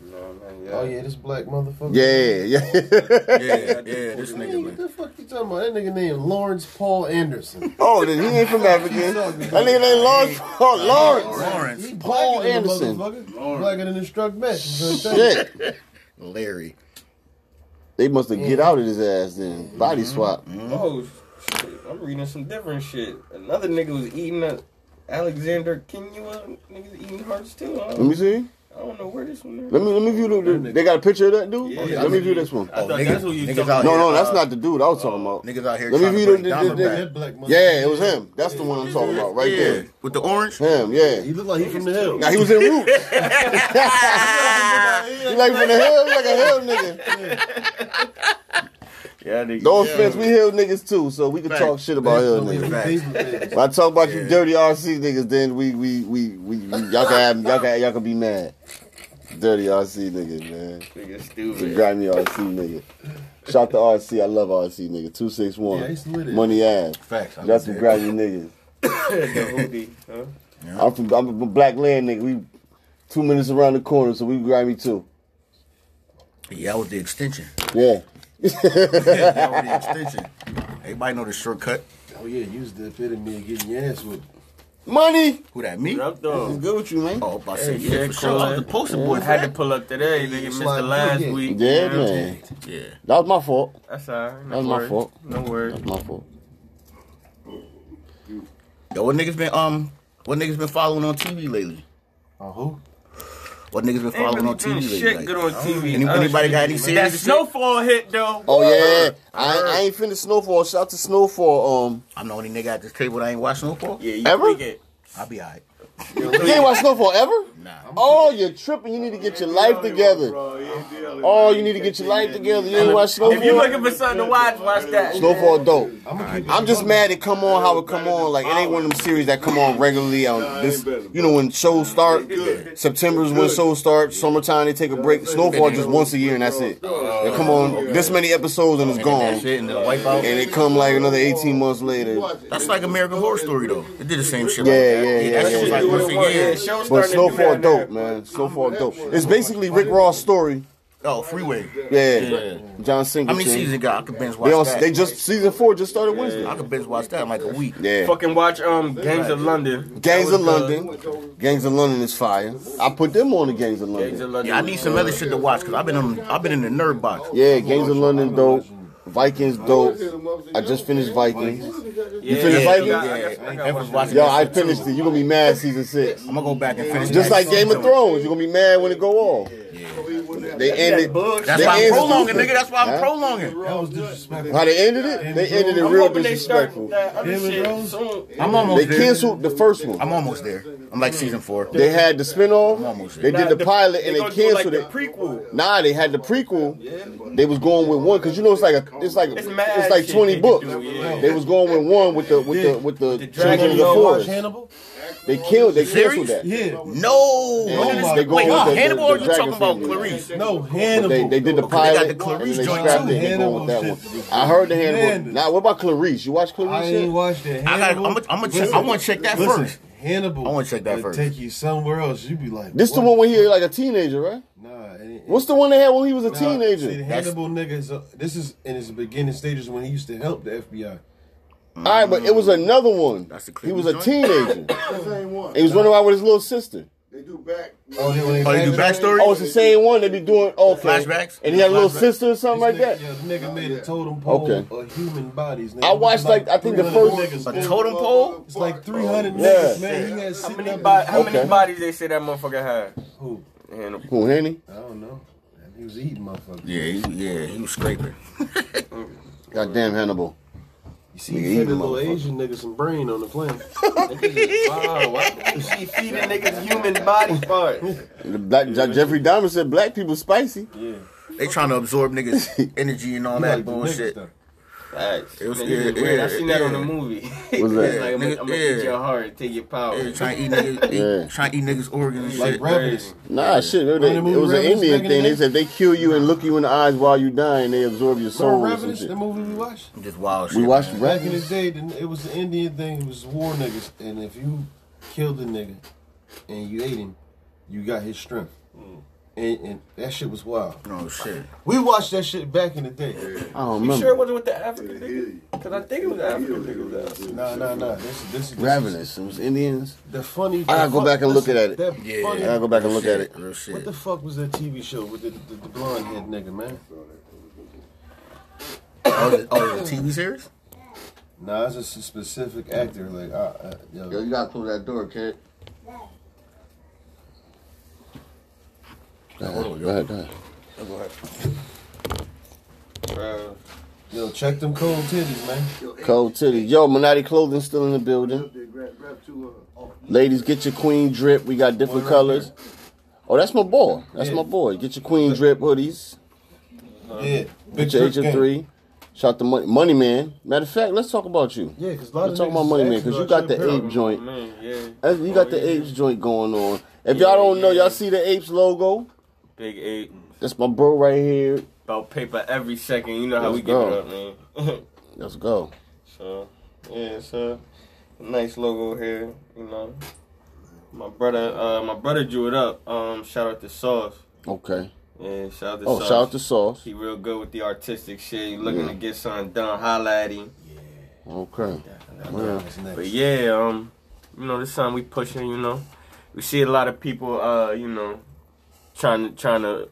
No man. Oh yeah, this black motherfucker. Yeah, yeah. Yeah, yeah, this nigga. Hey, what Man. the fuck you talking about? That nigga named Lawrence Paul Anderson. oh, then he ain't from Africa. That nigga named Lawrence. Oh, Lawrence. Lawrence, Paul Blacker than the Anderson. motherfucker. Blacker than the struck match. Shit. Larry. They must have get out of his ass then. Body swap. Mm-hmm. Oh shit. I'm reading some different shit. Another nigga was eating a Alexander Kenua. Niggas eating hearts too. I Let me don't, see. I don't know where this one is. Let me let me view the, the- They got a picture of that dude. Yeah. let me view this one. I Oh, thought niggas- that's what you niggas talking out about. No, no, uh, that's not the dude I was talking about. Niggas out here Let me trying view to the- bring the- Dahmer the- back. That black motherfucker. Yeah, it was him. That's the one I'm talking about right yeah, there. with the orange. Him, He yeah. looked like he from the hill. Now he was in Roots. you like from the hill? You like a hill nigga. Yeah, nigga. No offense, we hill niggas too, so we can talk shit about hill niggas. When I talk about you dirty RC niggas, then we we we, we, we y'all can have y'all can y'all can be mad. Dirty RC niggas, man. Nigga The stupid. grimy RC nigga. Shout to RC, I love RC nigga. Two six Yeah, he's lit one, it. money ass. Facts. I Y'all was some there. grimy niggas. The hoodie, huh? I'm from I'm from Black Land nigga. We two minutes around the corner, so we grimy too. Yeah, that was the extension. Yeah. that was the extension. Everybody know the shortcut. Oh yeah, you was the epitome of getting your ass whipped. Money. Who that? Me? Drop dog. Good with you, man. Oh, I said Hey, yeah, yeah, for sure. Oh, I was the Cole. poster boy. I for had to that. pull up today, nigga. Missed the slide last through, yeah. week. Yeah, you know? man. Yeah. That was my fault. That's alright. That was my fault. No worries. That's my fault. Yo, what niggas been um? What niggas been following on TV lately? Oh who? What niggas been Ain't following really on TV been lately? shit like? good on TV. Any- anybody got any That series? and shit? snowfall hit though. Oh yeah, I, ain't- I ain't finished Snowfall. Shout to Snowfall. Um, I'm the only nigga at this table that ain't watching no for. Yeah, you Ever? tweak it. I'll be alright. you ain't watch Snowfall ever? Nah. Oh, you're tripping. You need to get your life together. Oh, you need to get your life together. You ain't watch If you Snowfall. looking for something to watch, watch that. Snowfall dope. I'm gonna keep it. I'm just mad it come on how it come on. Like it ain't one of them series that come on regularly on this. You know when shows start. September's when shows start. Summertime they take a break. Snowfall just once a year and that's it. They come on this many episodes and it's That gone. shit and the wipeout. And it come like another 18 months later. That's like American Horror Story though. It did the same shit. Yeah, like that. yeah, yeah, That yeah. shit was like once a Yeah, year. show But starting to do Snowfall that now. dope, man. Snowfall dope. It's basically Rick Ross' story, Oh, Freeway. Yeah, John Singleton. How many seasons it got? I could binge watch They on, that. they just season four just started Wednesday. I could binge watch that in like a week. Yeah, Fucking watch um Gangs of London. Gangs That of was London. Gangs of London is fire. I put them on the Gangs of good. Gangs of London. London. Yeah, I need some other shit to watch because I've been on, I've been in the nerd box. Yeah, Gangs of London dope. Vikings dope. I just finished Vikings. Yeah, yeah, I finished Vikings? got- I got- I got Everyone's one. watching Yo, that I shit, finished too. it. You gonna be mad season six. I'm gonna go back and finish. Just that like shit, Game too. of Thrones, you gonna be mad when it go off. They ended. That's they why I'm ended- prolonging, nigga. That's why I'm Huh? prolonging. That was disrespectful. How they ended it? They ended it I'm real hoping they start disrespectful. that other Game of shit Thrones? soon. I'm almost They there. canceled the first one. I'm almost there. I'm like season four. They had the spinoff. They Nah, did the pilot and they gonna do, like, canceled it. The prequel. Nah, they had the prequel. They was going with one because you know it's like a, it's like It's it's, mad like shit twenty they books. do, yeah. They was going with one with the with the with the, children of Dragon the Ball watch forest. Hannibal? They killed. They Serious? canceled that. Yeah. No. my Wait, you God. The- the- Hannibal? Or you the dragon talking about family. Clarice? Oh, No, But Hannibal. they, they did Okay, they the got pilot the and Clarice they joint, scrapped too. it. They going with that Hannibal one. I heard the Hannibal. Hannibal. Nah, what about Clarice? You watch I Clarice ain't yet? watched that. I got. I'm Hannibal. gonna. I'm gonna check. I Listen, want to check that listen, first. Hannibal. I wanna check that will first. Take you somewhere else. You be like, This the what? one when he was like a teenager, right? Nah, it- it- What's the one they had when he was a nah, See, the teenager? Hannibal niggas. Uh, this is in his beginning stages when he used to help the FBI. All right, but it was another one. That's the He was a Cleveland teenager. That's the same one. He was running around with his little sister. They do back. Oh, they, when they Oh, you do flashback- backstory? Oh, it's the same one they be doing. Okay. Flashbacks? And he had a little Flashbacks. sister or something like This that. nigga- Yeah, the nigga made a totem pole Okay. of human bodies. Nigga. I watched, like, I think the 300 first- niggas, a man. totem pole. It's like 300 Yeah. niggas, man. He had How sitting many, up bo- by. how many Okay. bodies they say that motherfucker had? Who? Hannibal. Who, Henny? I don't know. Man, He was eating motherfuckers. Yeah, he, yeah, he was scraping. Goddamn Hannibal. You see, Nigga he fed eating a little Asian nigga some brain on the plane. Wow, why is she feeding niggas human body parts? The black, Je- Jeffrey Dahmer said black people spicy. They trying to absorb niggas' energy and all He that like the niggas, bullshit. though. Facts. It was- Niggas is yeah, weird. yeah, I seen that on the yeah. movie. What's that? like, I'm Nigga, gonna eat yeah. your heart, take your power. Yeah, trying to eat niggas, eat, Yeah. trying to eat niggas' organs and Like shit. rabbits. Nah, shit. They, the it movie was an Revenants Indian back in thing. the They day? said they kill you and look you in the eyes while you dying. They absorb Bro, your soul. or some Revenants, shit. the movie we watched. Just wild shit. We watched man. Back in the Revenants. day, the- it was the Indian thing. It was war niggas, and if you killed a nigga and you ate him, you got his strength. And, and that shit was wild. No Oh, shit. We watched that shit back in the day. I don't You sure it remember. wasn't with the African nigga? Because I think it was the African nigga. though. Nah, nah, nah. This, this, this is Ravenous. It was Indians. the funny. I gotta go back and look at it. That Yeah, funny, I gotta go back and look Shit, at it. Real What shit. the fuck was that TV show with the, the, the blonde head nigga, man? Oh, the, oh, the TV series? Nah, it's just a specific actor. Like, uh, uh, yo. you gotta close that door, kid. Go ahead, go ahead. Bro, yo, check them cold titties, man. Cold titties. Yo, Monati clothing still in the building. Ladies, get your queen drip. We got One different right colors. Oh, that's my boy. That's Yeah. my boy. Get your queen drip hoodies. Yeah, Get your H of three. Shout the money, money man. Matter of fact, let's talk about you. Yeah, because a lot Let's of talk niggas about money man asking because you about your got the ape apparel. joint. man, yeah. That's- You got Oh, the yeah. apes joint going on. If Yeah, y'all don't know, yeah. y'all see the apes logo. Big eight. That's my bro right here. About paper every second. You know how we Let's give it go. up, man. Let's go. So yeah, it's a nice logo here, you know. My brother, uh, my brother drew it up. Um, shout out to Sauce. Okay. Yeah, shout out to Oh, Sauce. shout out to Sauce. He real good with the artistic shit. He looking to get something done. Holla at him. Okay. Yeah, that's next. But yeah, um, you know, this time we pushing. You know, we see a lot of people, uh, you know, trying to trying to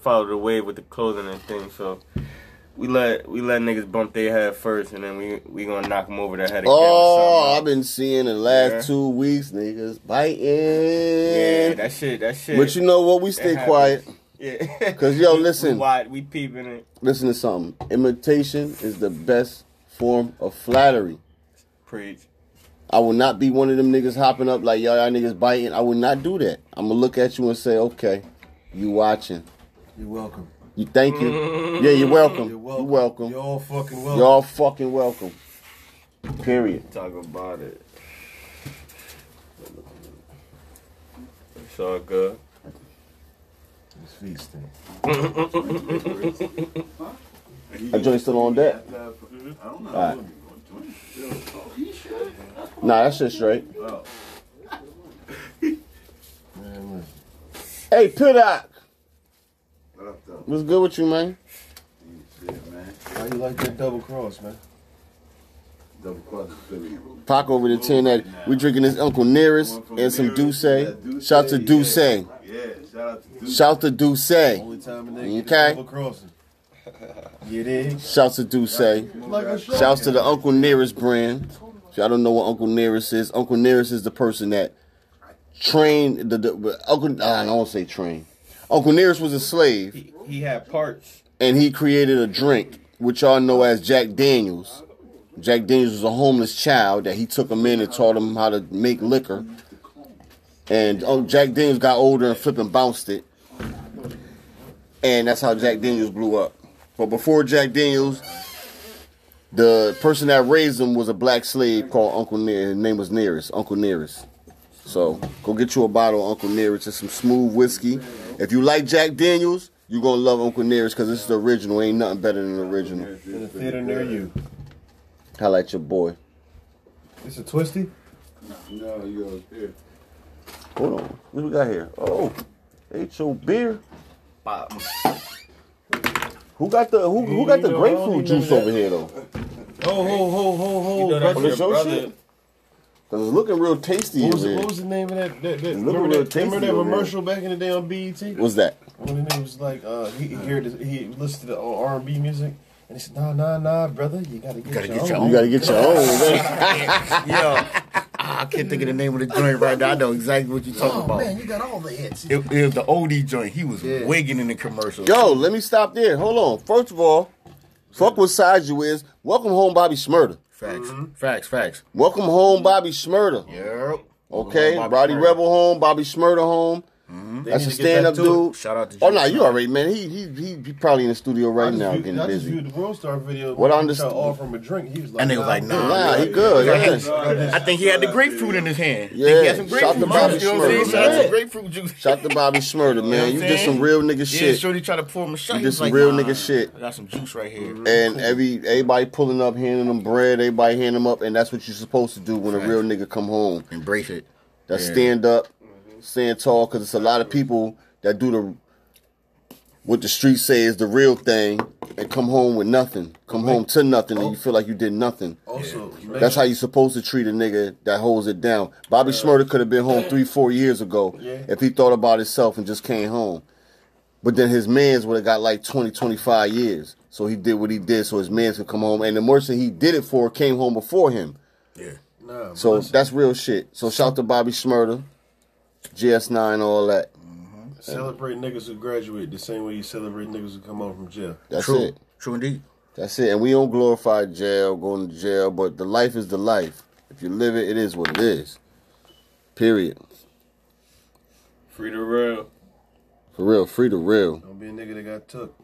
follow the wave with the clothing and things. So. We let we let niggas bump their head first, and then we we gonna knock them over their head again. with Oh, something. I've been seeing the last Yeah. two weeks niggas biting. Yeah, that shit, that shit. But you know what? We stay happens. quiet. yeah. 'Cause, yo, We- listen. we, wide, we peeping it. Listen to something. Imitation is the best form of flattery. Preach. I will not be one of them niggas hopping up like y'all, y'all niggas biting. I will not do that. I'm gonna look at you and say, okay, you watching. You're welcome. You thank you. Yeah, you're You're welcome. You're welcome. welcome. You're all fucking welcome. You're all fucking welcome. Period. Talk about it. It's all good. It's feasting. I joint still on deck. Mm-hmm. Alright. Nah, that shit straight. Man, listen. Hey, Pidoc. What up, though? What's good with you, man? Shit, man. Why you like that double cross, man? Double cross is Philly. Pac over the ten that we drinking his Uncle Nearest and some Douce. Shout to Douce. Yeah, shout out to Duke. Shout to Douce. Only time a You nigga okay? okay. double crossing. Get in. Shout to Douce. Like a show. Shouts to the Uncle Nearest brand. If y'all don't know what Uncle Nearest is, Uncle Nearest is the person that trained the, the Uncle. I don't want to say train. Uncle Nearest was a slave, He, he had parts. and he created a drink which y'all know as Jack Daniels. Jack Daniels was a homeless child that he took him in and taught him how to make liquor. And Uncle Jack Daniels got older and flipping bounced it, and that's how Jack Daniels blew up. But before Jack Daniels, the person that raised him was a black slave called Uncle Near. His name was Nearest, Uncle Nearest. So go get you a bottle of Uncle Nearest and some smooth whiskey. If you like Jack Daniels, you're gonna love Uncle Nearest because this is the original. Ain't nothing better than the original. In a theater near you. Holla at your boy. It's a twisty. No, you over here. Hold on. What we got here? Oh, H.O. beer. Who got the who, who got the grapefruit juice over here though? Oh, ho, ho, ho, ho. You know brother. that's Oh, that's your your brother. shit? Cause it's looking real tasty What in was, the, here. what was the name of that? that, that Look remember that, real remember tasty that over there. commercial back in the day on E BET? What's that? One of them was like, uh, he he heard this, he listened to uh, R&B music, and he said, Nah, nah, nah, brother, you gotta get, your, own. You gotta get your own. Yo, Ah, I can't think of the name of the joint right now. I know exactly what you're Oh, talking about. you got all the hits. It, it was the OD joint. He was Yeah. wigging in the commercial. Yo, let me stop there. Hold on. First of all, fuck what size you is. Welcome home, Bobby Smurda. Facts, facts, facts. Welcome home, Bobby Smurda. Yep. Okay, Bobby Roddy Smurda. Rebel home, Bobby Smurda home. need to get That's a back stand-up to dude. Shout out to Oh Juice no, you WRLD. already man. He he he, he probably in the studio I right just now viewed- getting I just busy. viewed the World Star video. What I He understand- tried to offer him a drink. He was like, And they was like, nah. Nah, he Yeah. good. Yeah. I think he had the grapefruit in his hand. Yeah. Yeah. He had some Shout to grapefruit Bobby juice. You know what I'm saying? Smurda, Shout out man. to grapefruit juice. Shout to Bobby Smurda, You know what man. I'm You did some saying? real nigga Yeah, shit. Shorty tried to pour him a shot. You He did was some like, real nah, nigga shit. I got some juice right here. And every everybody pulling up, handing them bread, everybody handing them up, and that's what you're supposed to do when a Right. real nigga come home. Embrace it. That Yeah. stand up, stand tall, because it's a lot of people that do the what the streets say is the real thing and come home with nothing, come home to nothing, and you feel like you did nothing. Also, make- That's how you're supposed to treat a nigga that holds it down. Bobby Schmurder could have been home three, four years ago Yeah. if he thought about himself and just came home. But then his mans would have got like 20, 25 years. So he did what he did so his mans could come home. And the person he did it for came home before him. Yeah. nah, So listen, that's real shit. So shout to Bobby Schmurder, GS9, all that. celebrate niggas who graduate the same way you celebrate niggas who come home from jail. That's True. it. True indeed. That's it. And we don't glorify jail, going to jail, but the life is the life. If you live it, it is what it is. Period. Free to real. For real, free to real. Don't be a nigga that got took.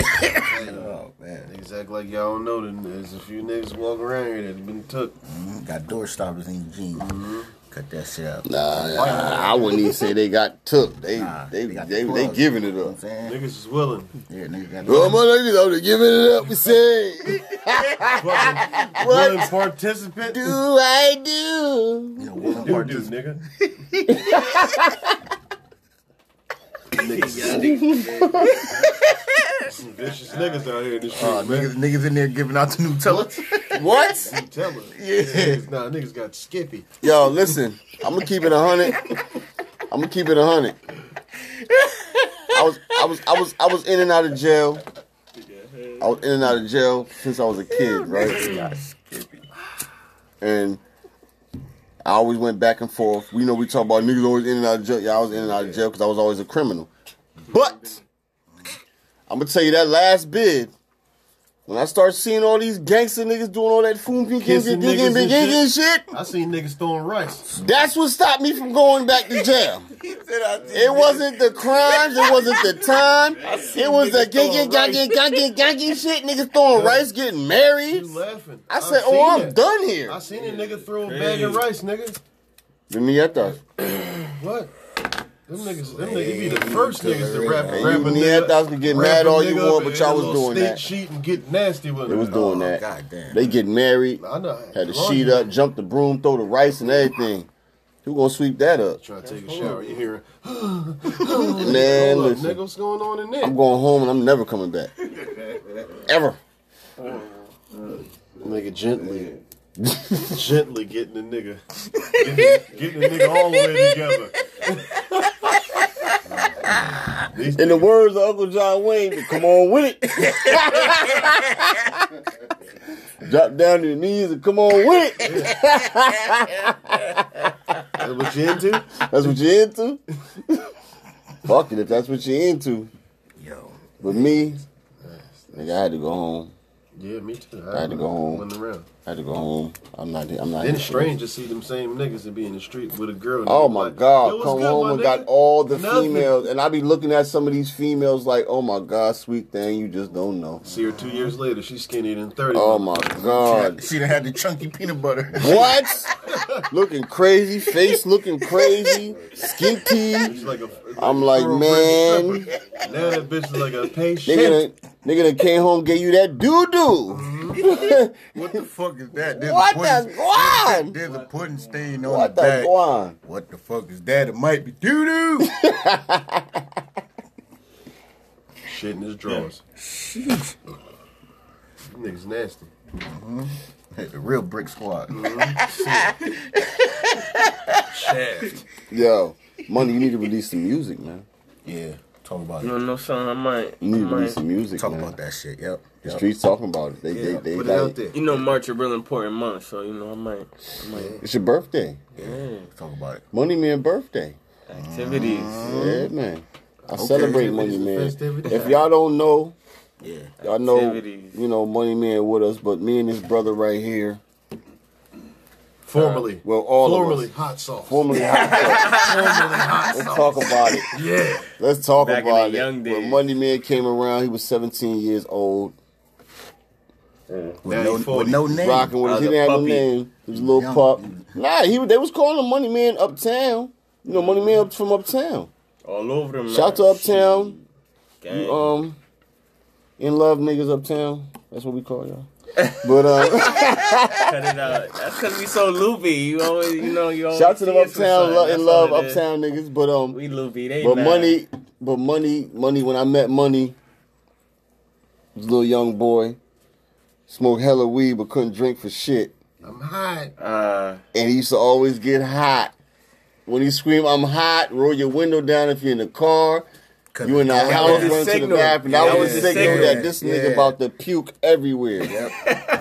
Oh, man. Niggas act like y'all don't know that there's a few niggas walking around here that been took. Mm, Got door stoppers in your jeans. Cut that shit out. Nah, nah, I wouldn't even say they got took. They Nah, they they they, got they, the plug. giving it You know up. what I'm saying? Niggas is willing. Yeah, nigga got Well, motherfuckers, I'm giving it up. We say, Fucking What? willing participant. do I do? You know, willing You parties. do, nigga. Some vicious niggas out here in the street, Uh, man. niggas, niggas in there giving out the Nutella. What? I'm telling you. Niggas, nah, niggas got skippy. Yo, listen, I'm gonna keep it a hundred. I'm gonna keep it a hundred. I was I was I was I was in and out of jail. I was in and out of jail since I was a kid, right? And I always went back and forth. We know we talk about niggas always in and out of jail. Yeah, I was in and out of jail because I was always a criminal. But I'm gonna tell you that last bid. When I start seeing all these gangster niggas doing all that foom pink Kissing niggas and and shit, I seen niggas throwing rice. that's what stopped me from going back to jail. It wasn't the crimes, it wasn't the time, it was the ganky, ganky, ganky, ganky shit. Niggas throwing rice, getting married. You laughing. I I've said, seen "Oh, I'm that. done I here." seen a nigga throw a bag of rice, nigga. Vinietas. What? Them niggas, them niggas be the first niggas to rap. Hey, rap you a Neanderthals nigga- can get rap mad a all you nigga up want, but in y'all a was little doing state that. sheet and get nasty with They was it. doing that. God damn. They get married, I know. had to sheet up, jump the broom, throw the rice and everything. Who gonna sweep that up? Try to take a shower. You hear it? And then Hold up, listen, nigga, what's going on in I'm there? going home and I'm never coming back. Ever. Nigga, gently. gently getting the nigga. getting the nigga all the way together. In the words of Uncle John Wayne, come on with it. Drop down to your knees and come on with it. That's what you into? That's what you into? Fuck it if that's what you into. Yo. But me, nigga, I had to go home. Yeah, me too. I had to go home. Wasn't around. I had to go home. I'm not. I'm not. Then here for strange to see them same niggas and be in the street with a girl. Oh Nigga, my like, God! "Yo, what's Come good, home my and nigga?" got all the Nothing. females, and I be looking at some of these females like, "Oh my God, sweet thing, you just don't know." See her two years later, she's skinnier than thirty. Oh my God! She done had the chunky peanut butter. What? looking crazy, face looking crazy, skin She's teeth. like a. I'm like, man, Now that bitch is like a patient. nigga, done, nigga done came home, gave you that doo doo. What the fuck is that? There's What a pudding, the guan? There's a pudding stain on What the the back. guan? What the fuck is that? It might be doo doo. Shit in his drawers. You Niggas nasty. the real brick squad. Yo, money, you need to release some music, man. Yeah, talk about You it. don't know something? I might. I You need to might- release some music, Talk man. about that shit. Yep. The yep. streets talking about it. They, Yeah, they, they put it like, out there. You know March a real important month, so you know I might, I might It's your birthday, yeah. Talk about it. money man birthday. activities. Yeah, man. I celebrate Activities Money and Man. festivities. If y'all don't know, Yeah. y'all know, Activities. you know, Money Man with us, but me and his brother right here, Formerly. Uh, well, all formerly of us, hot sauce. formerly hot sauce. Let's talk about it. yeah. Let's talk Back in about the it. young When days. Money Man came around, he was 17 years old, With Now no, you 40. with no name. rocking with I us. was He a didn't have no puppy. name. He was a little Young. pup. Nah, he they was calling him Money Man uptown. You know, Money Man up from uptown. All over them. Shout out to uptown. Gang. You, um, in love niggas uptown. That's what we call y'all. But um. Cut it out. That's cause we so loopy. You always, you know, you always. Shout out to them see us with uptown something. lo- That's and love all it is. uptown niggas, but um, We loopy. They but not. money, but money, money. When I met money, was a little young boy, smoked hella weed but couldn't drink for shit, I'm hot. Uh, and he used to always get hot. When he scream, "I'm hot!" Roll your window down if you're in the car. You in the That house was the running to the signal. bathroom. Yeah, That that was the was the signal signal. that this Yeah. nigga about to puke everywhere.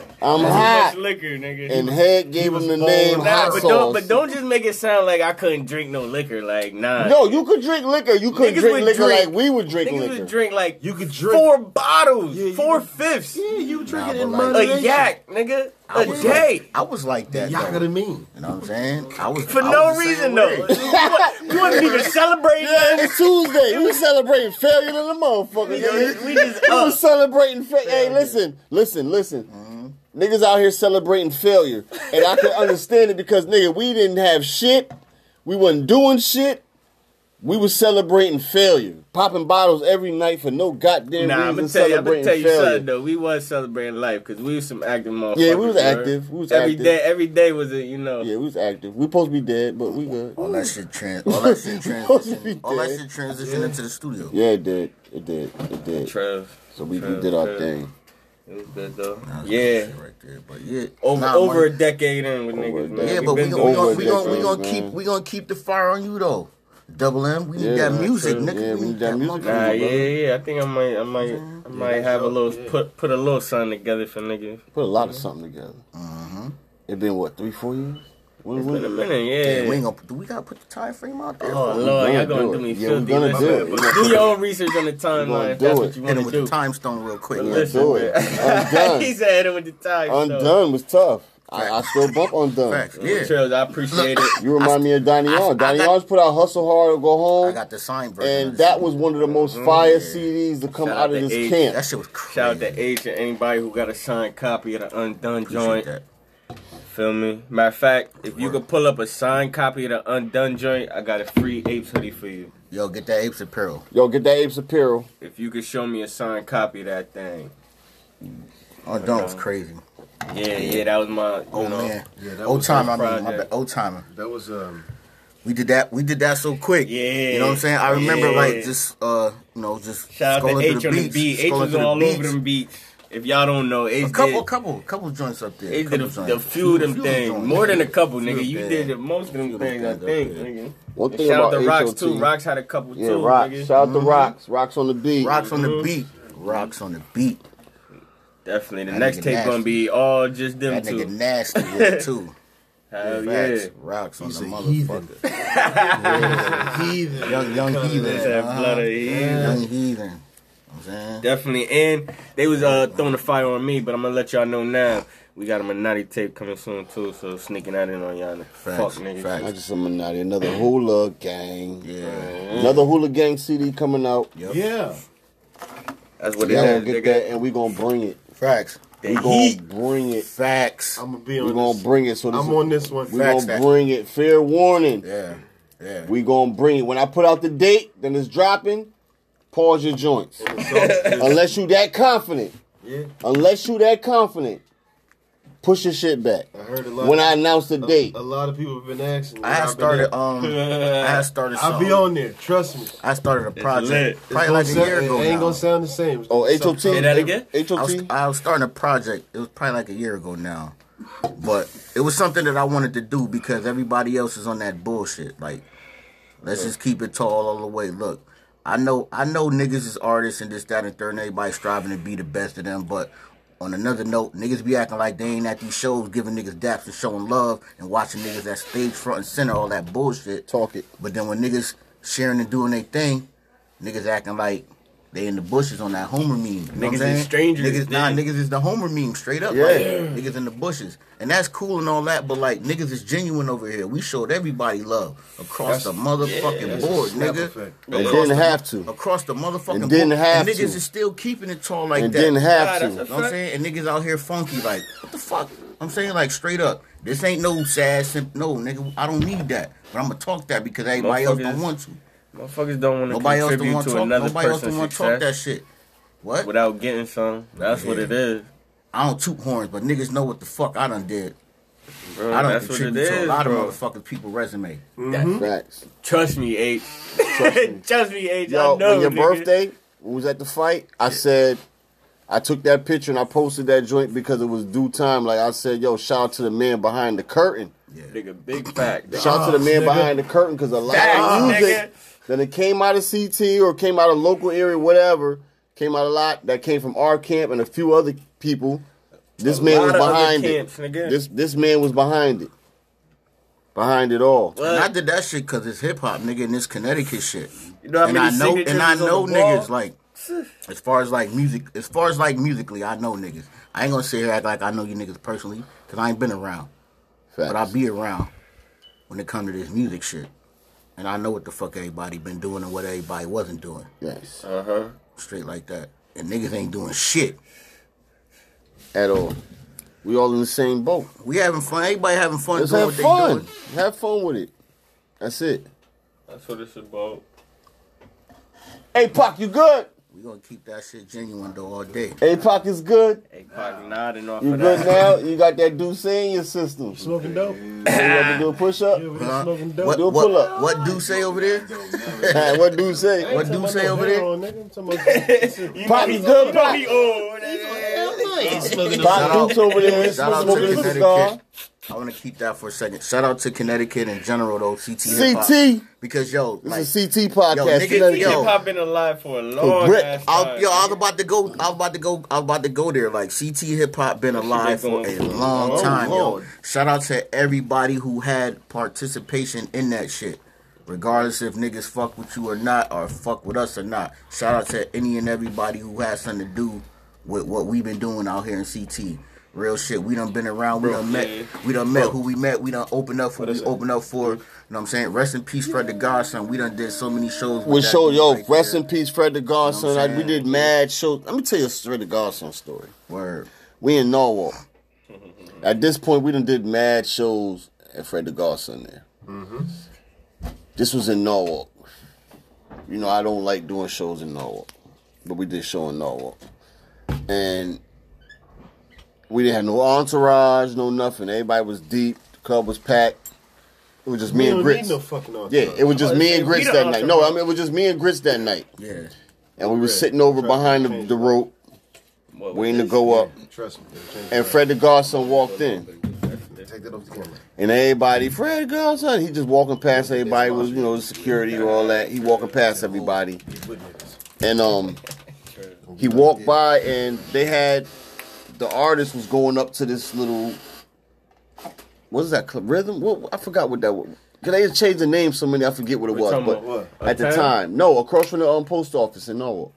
I'm much hot, liquor, nigga. and head gave him was the born name with nah, hot but sauce. don't, but don't just make it sound like I couldn't drink no liquor. Like nah. No, you could drink liquor. You couldn't Niggas drink would liquor drink- like we would drink Niggas liquor. would drink like You could drink. four bottles, Yeah, you four could- fifths, Yeah, you would drink Nah, it but in like- a moderation. yak, nigga, I a was day. Like, I was like that. Yak Though. of the mean. You know what I'm saying? I was For I no was the same reason way. though. You wa- you wasn't even celebrating. Yeah, it was Tuesday. We were celebrating failure in the motherfucker. Yo, nigga. we just uh, We up. was celebrating failure. Hey, listen, listen, listen. Mm-hmm. Niggas out here celebrating failure, and I can understand it because nigga, we didn't have shit. We wasn't doing shit. We was celebrating failure, popping bottles every night for no goddamn Nah, I'm reason. gonna tell you, I'm gonna celebrating tell you failure. something though. We was celebrating life because we was some active motherfuckers. Yeah, we was bro. active. We was Every active. day- every day was a you know. Yeah, we was active. We supposed to be dead, but we good. All that shit trans. All that shit transitioned. all that Yeah. shit transitioned into the studio. Yeah, it did. It did. It did. Trev. So we, we Trev, did our Trev. thing. It was good though. Nah, that's Yeah, good shit right there. But yeah, over nah, over money- a decade in with Over a niggas. Man. decade. Yeah, We but we been gonna we doing going- gonna it. we Over gonna we gonna decades, keep man. we gonna keep the fire on you though. Double M, we need Yeah, that music, true. nigga. Yeah, we need that music. monkey. Nah, bro. yeah, yeah. I think I might, I might, I might have a little put put a little something together for niggas. Put a lot of Mm-hmm. something together. It been what three, four years? When, It's been a when, minute, yeah. Yeah, we ain't gonna. Do we gotta put the time frame out there? Oh bro? lord, y'all gonna gonna do do it. me Yeah, filthy. we're gonna do Listen, it. We're gonna Do your own research on the gonna timeline. If do that's it. what Hit you him want to with do. the time stone real quick. We're gonna do it. he Undone. said hit him with the time. stone. Undone was tough. I, I still bump undone. Facts. Yeah. Yeah, Trails, I appreciate it. You remind me of Donny I- I Yard. Donny got- Yard's put out Hustle Hard or Go I Home, got the sign version. of and the that shit. was one of the most fire yeah. CDs to come Shout out out of to this Ace. camp. that shit was crazy. Shout out to Ace and anybody who got a signed copy of the Undone Appreciate joint. that. Feel me? Matter of fact, if you could pull up a signed copy of the Undone joint, I got a free Apes hoodie for you. Yo, get that apes apparel. Yo, get that Apes apparel. If you could show me a signed copy of that thing. Oh, Don was crazy. Yeah, yeah, that was my. You Oh know, man, Yeah, that old was time. her I mean, my project. bad. old timer. That was um We did that. We did that so quick. Yeah. You know what I'm saying? I remember Yeah. like just uh, you know, just Shout out to scrolling H through on the beats, beat. H scrolling was through the all beats. over them beats. If y'all don't know, H A couple, did, couple, couple joints up there. H did a, couple a joints. few of them Few things. joints. More than a couple, Few nigga. of You them. did the most of them Few things, I of them think, up there. nigga. One And thing shout out about to Rocks HOT. too. Rocks had a couple Yeah, too, Rocks. nigga. Mm-hmm. Shout out to Rocks. Rocks on the beat. Rocks on the Mhm. beat. Rocks on the beat. Definitely. The That next nigga tape nasty. gonna be all just them That nigga two. nasty with it too. Hell yeah. Facts. Rocks on He's the a motherfucker. Heathen. Young, young That's heathen. that blood Uh-huh. of heathen. Young heathen. I'm saying. Definitely. And they was uh, throwing the fire on me, but I'm gonna let y'all know now. We got a Menotti tape coming soon too, so sneaking out in on y'all. Fuck Facts, niggas. facts. I just am not another hula gang. Yeah. Another hula gang CD coming out. Yep. Yeah. That's what They it gonna is. get They that, got and we gonna bring it. Facts. the We gonna heat. bring it. Facts. I'm gonna be We on gonna this. bring it. So this I'm on this one. We Facts, gonna facts. bring it. Fair warning. Yeah. Yeah. We gonna bring it. When I put out the date, then it's dropping. Pause your joints. Unless you that confident. Yeah. Unless you that confident. Push your shit back. I heard a lot. When of, I announce the a, date, a lot of people have been asking. I had I've been started at- um I had started I'll be something. on there. Trust me. It's I started a lit. project probably gonna like a sound- year ago. It ain't now. gonna sound the same. It's oh gonna HOT, sound- Say that again? I was, HOT, I was starting a project. It was probably like a year ago now, but it was something that I wanted to do because everybody else is on that bullshit. Like, let's just keep it tall all the way. Look, I know, I know, niggas is artists and this, that, and third, and everybody striving to be the best of them. But on another note, niggas be acting like they ain't at these shows, giving niggas daps and showing love and watching niggas at stage front and center, all that bullshit. talk it. But then when niggas sharing and doing their thing, niggas acting like they in the bushes on that Homer meme. You know what I'm Niggas is saying? strangers, Niggas, nah, then. niggas is the Homer meme straight up. Yeah. Like, niggas in the bushes. And that's cool and all that, but like niggas is genuine over here. We showed everybody love across the motherfucking That's a board, snap nigga. effect. And didn't have to. Across the motherfucking And didn't board. have and niggas to. is still keeping it tall like And that. didn't have Nah, that's to. You know what I'm saying? And niggas out here funky, like, what the fuck? I'm saying, like, straight up. This ain't no sad simp. No, nigga, I don't need that. But I'm gonna talk that because everybody else don't Motherfuckers- want to. Motherfuckers don't want Nobody to else don't contribute want to to talk. another Nobody else person's don't want to talk that success shit. What? without getting some. That's what it is. I don't toot horns, but niggas know what the fuck I done did. Bro, I don't that's what it contribute to a is, lot bro. of motherfucking people resume. Facts. Trust me, H. Trust me, H. I Yo, know, when your nigga. birthday when we was at the fight, I said I took that picture and I posted that joint because it was due time. Like I said, yo, shout out to the man behind the curtain. Nigga, big fact. Shout out to the man behind the curtain because a lot Facts, of music nigga. that it came out of CT or came out of local area, whatever, came out a lot that came from our camp and a few other people. This A man lot was of other behind it. camps, nigga. This this man was behind it, behind it all. And I did that shit because it's hip hop, nigga, and it's Connecticut shit. You know how and many I know, signatures and I is on know the wall? niggas like, as far as like music, as far as like musically, I know niggas. I ain't gonna sit here and act like I know you niggas personally because I ain't been around, Facts. but I be around when it come to this music shit, and I know what the fuck everybody been doing and what everybody wasn't doing, yes, Uh huh. straight like that. And niggas ain't doing shit. at all. We all in the same boat. We having fun. Everybody having fun Let's doing have what they fun. doing. Have fun with it. That's it. That's what it's about. Hey Pac, you good? We gonna keep that shit genuine though all day. Hey Pac is good. Hey, Pac nodding off You of good that. now? You got that do senior system. So Smoking dope. you have to do a push up? Yeah, we Huh? smoking dope. What, Do a what, pull-up. what do say over there? what do you say? What do say over there? Pac is good, Pac. Shout out- Pac Dukes over there Shout out smoking to a cigar. Connecticut. I want to keep that for a second. Shout out to Connecticut in general though. CT. Hip Hop. CT. Because yo, like, This is CT yo, podcast. nigga, Connecticut. yo. Hip hop been alive for a long Correct. ass time. I, yo, I was about to go. I was about to go. I was about to go there. Like CT hip hop been alive for a long time. Yo, shout out to everybody who had participation in that shit. Regardless if niggas fuck with you or not, or fuck with us or not. Shout out to any and everybody who has something to do with what we've been doing out here in CT. Real shit. We done been around. We done met. We done met who we met. We done opened up who we opened up for. You know what I'm saying? Rest in peace, Fred the Godson. We done did so many shows. with We that show dude yo, right rest there. in peace, Fred the Godson. You know what I- I'm we did saying? mad shows. Let me tell you a Fred the Godson story. Word. We in Norwalk. At this point, we done did mad shows at Fred the Godson there. This was in Norwalk. You know, I don't like doing shows in Norwalk, but we did show in Norwalk, and we didn't have no entourage, no nothing. Everybody was deep. The club was packed. It was just We me and don't Grits. need no fucking author. yeah, it was just me and Grits that night. No, I mean it was just me and Grits that night, Yeah. and we were sitting over behind the, the rope, waiting to go up. Trust me. they'll change And it. Fred the Garson walked in, Take that off the camera. and everybody, Fred the Garson, he just walking past everybody with you know security or all that. He walking past everybody, Witness. and um, he walked by, and they had the artist was going up to this little what is that cl- rhythm? What I forgot what that was. Cause they changed the name so many, I forget what it was. talking But about what? at the Uptown? time, no, across from the um, post office in Norwalk,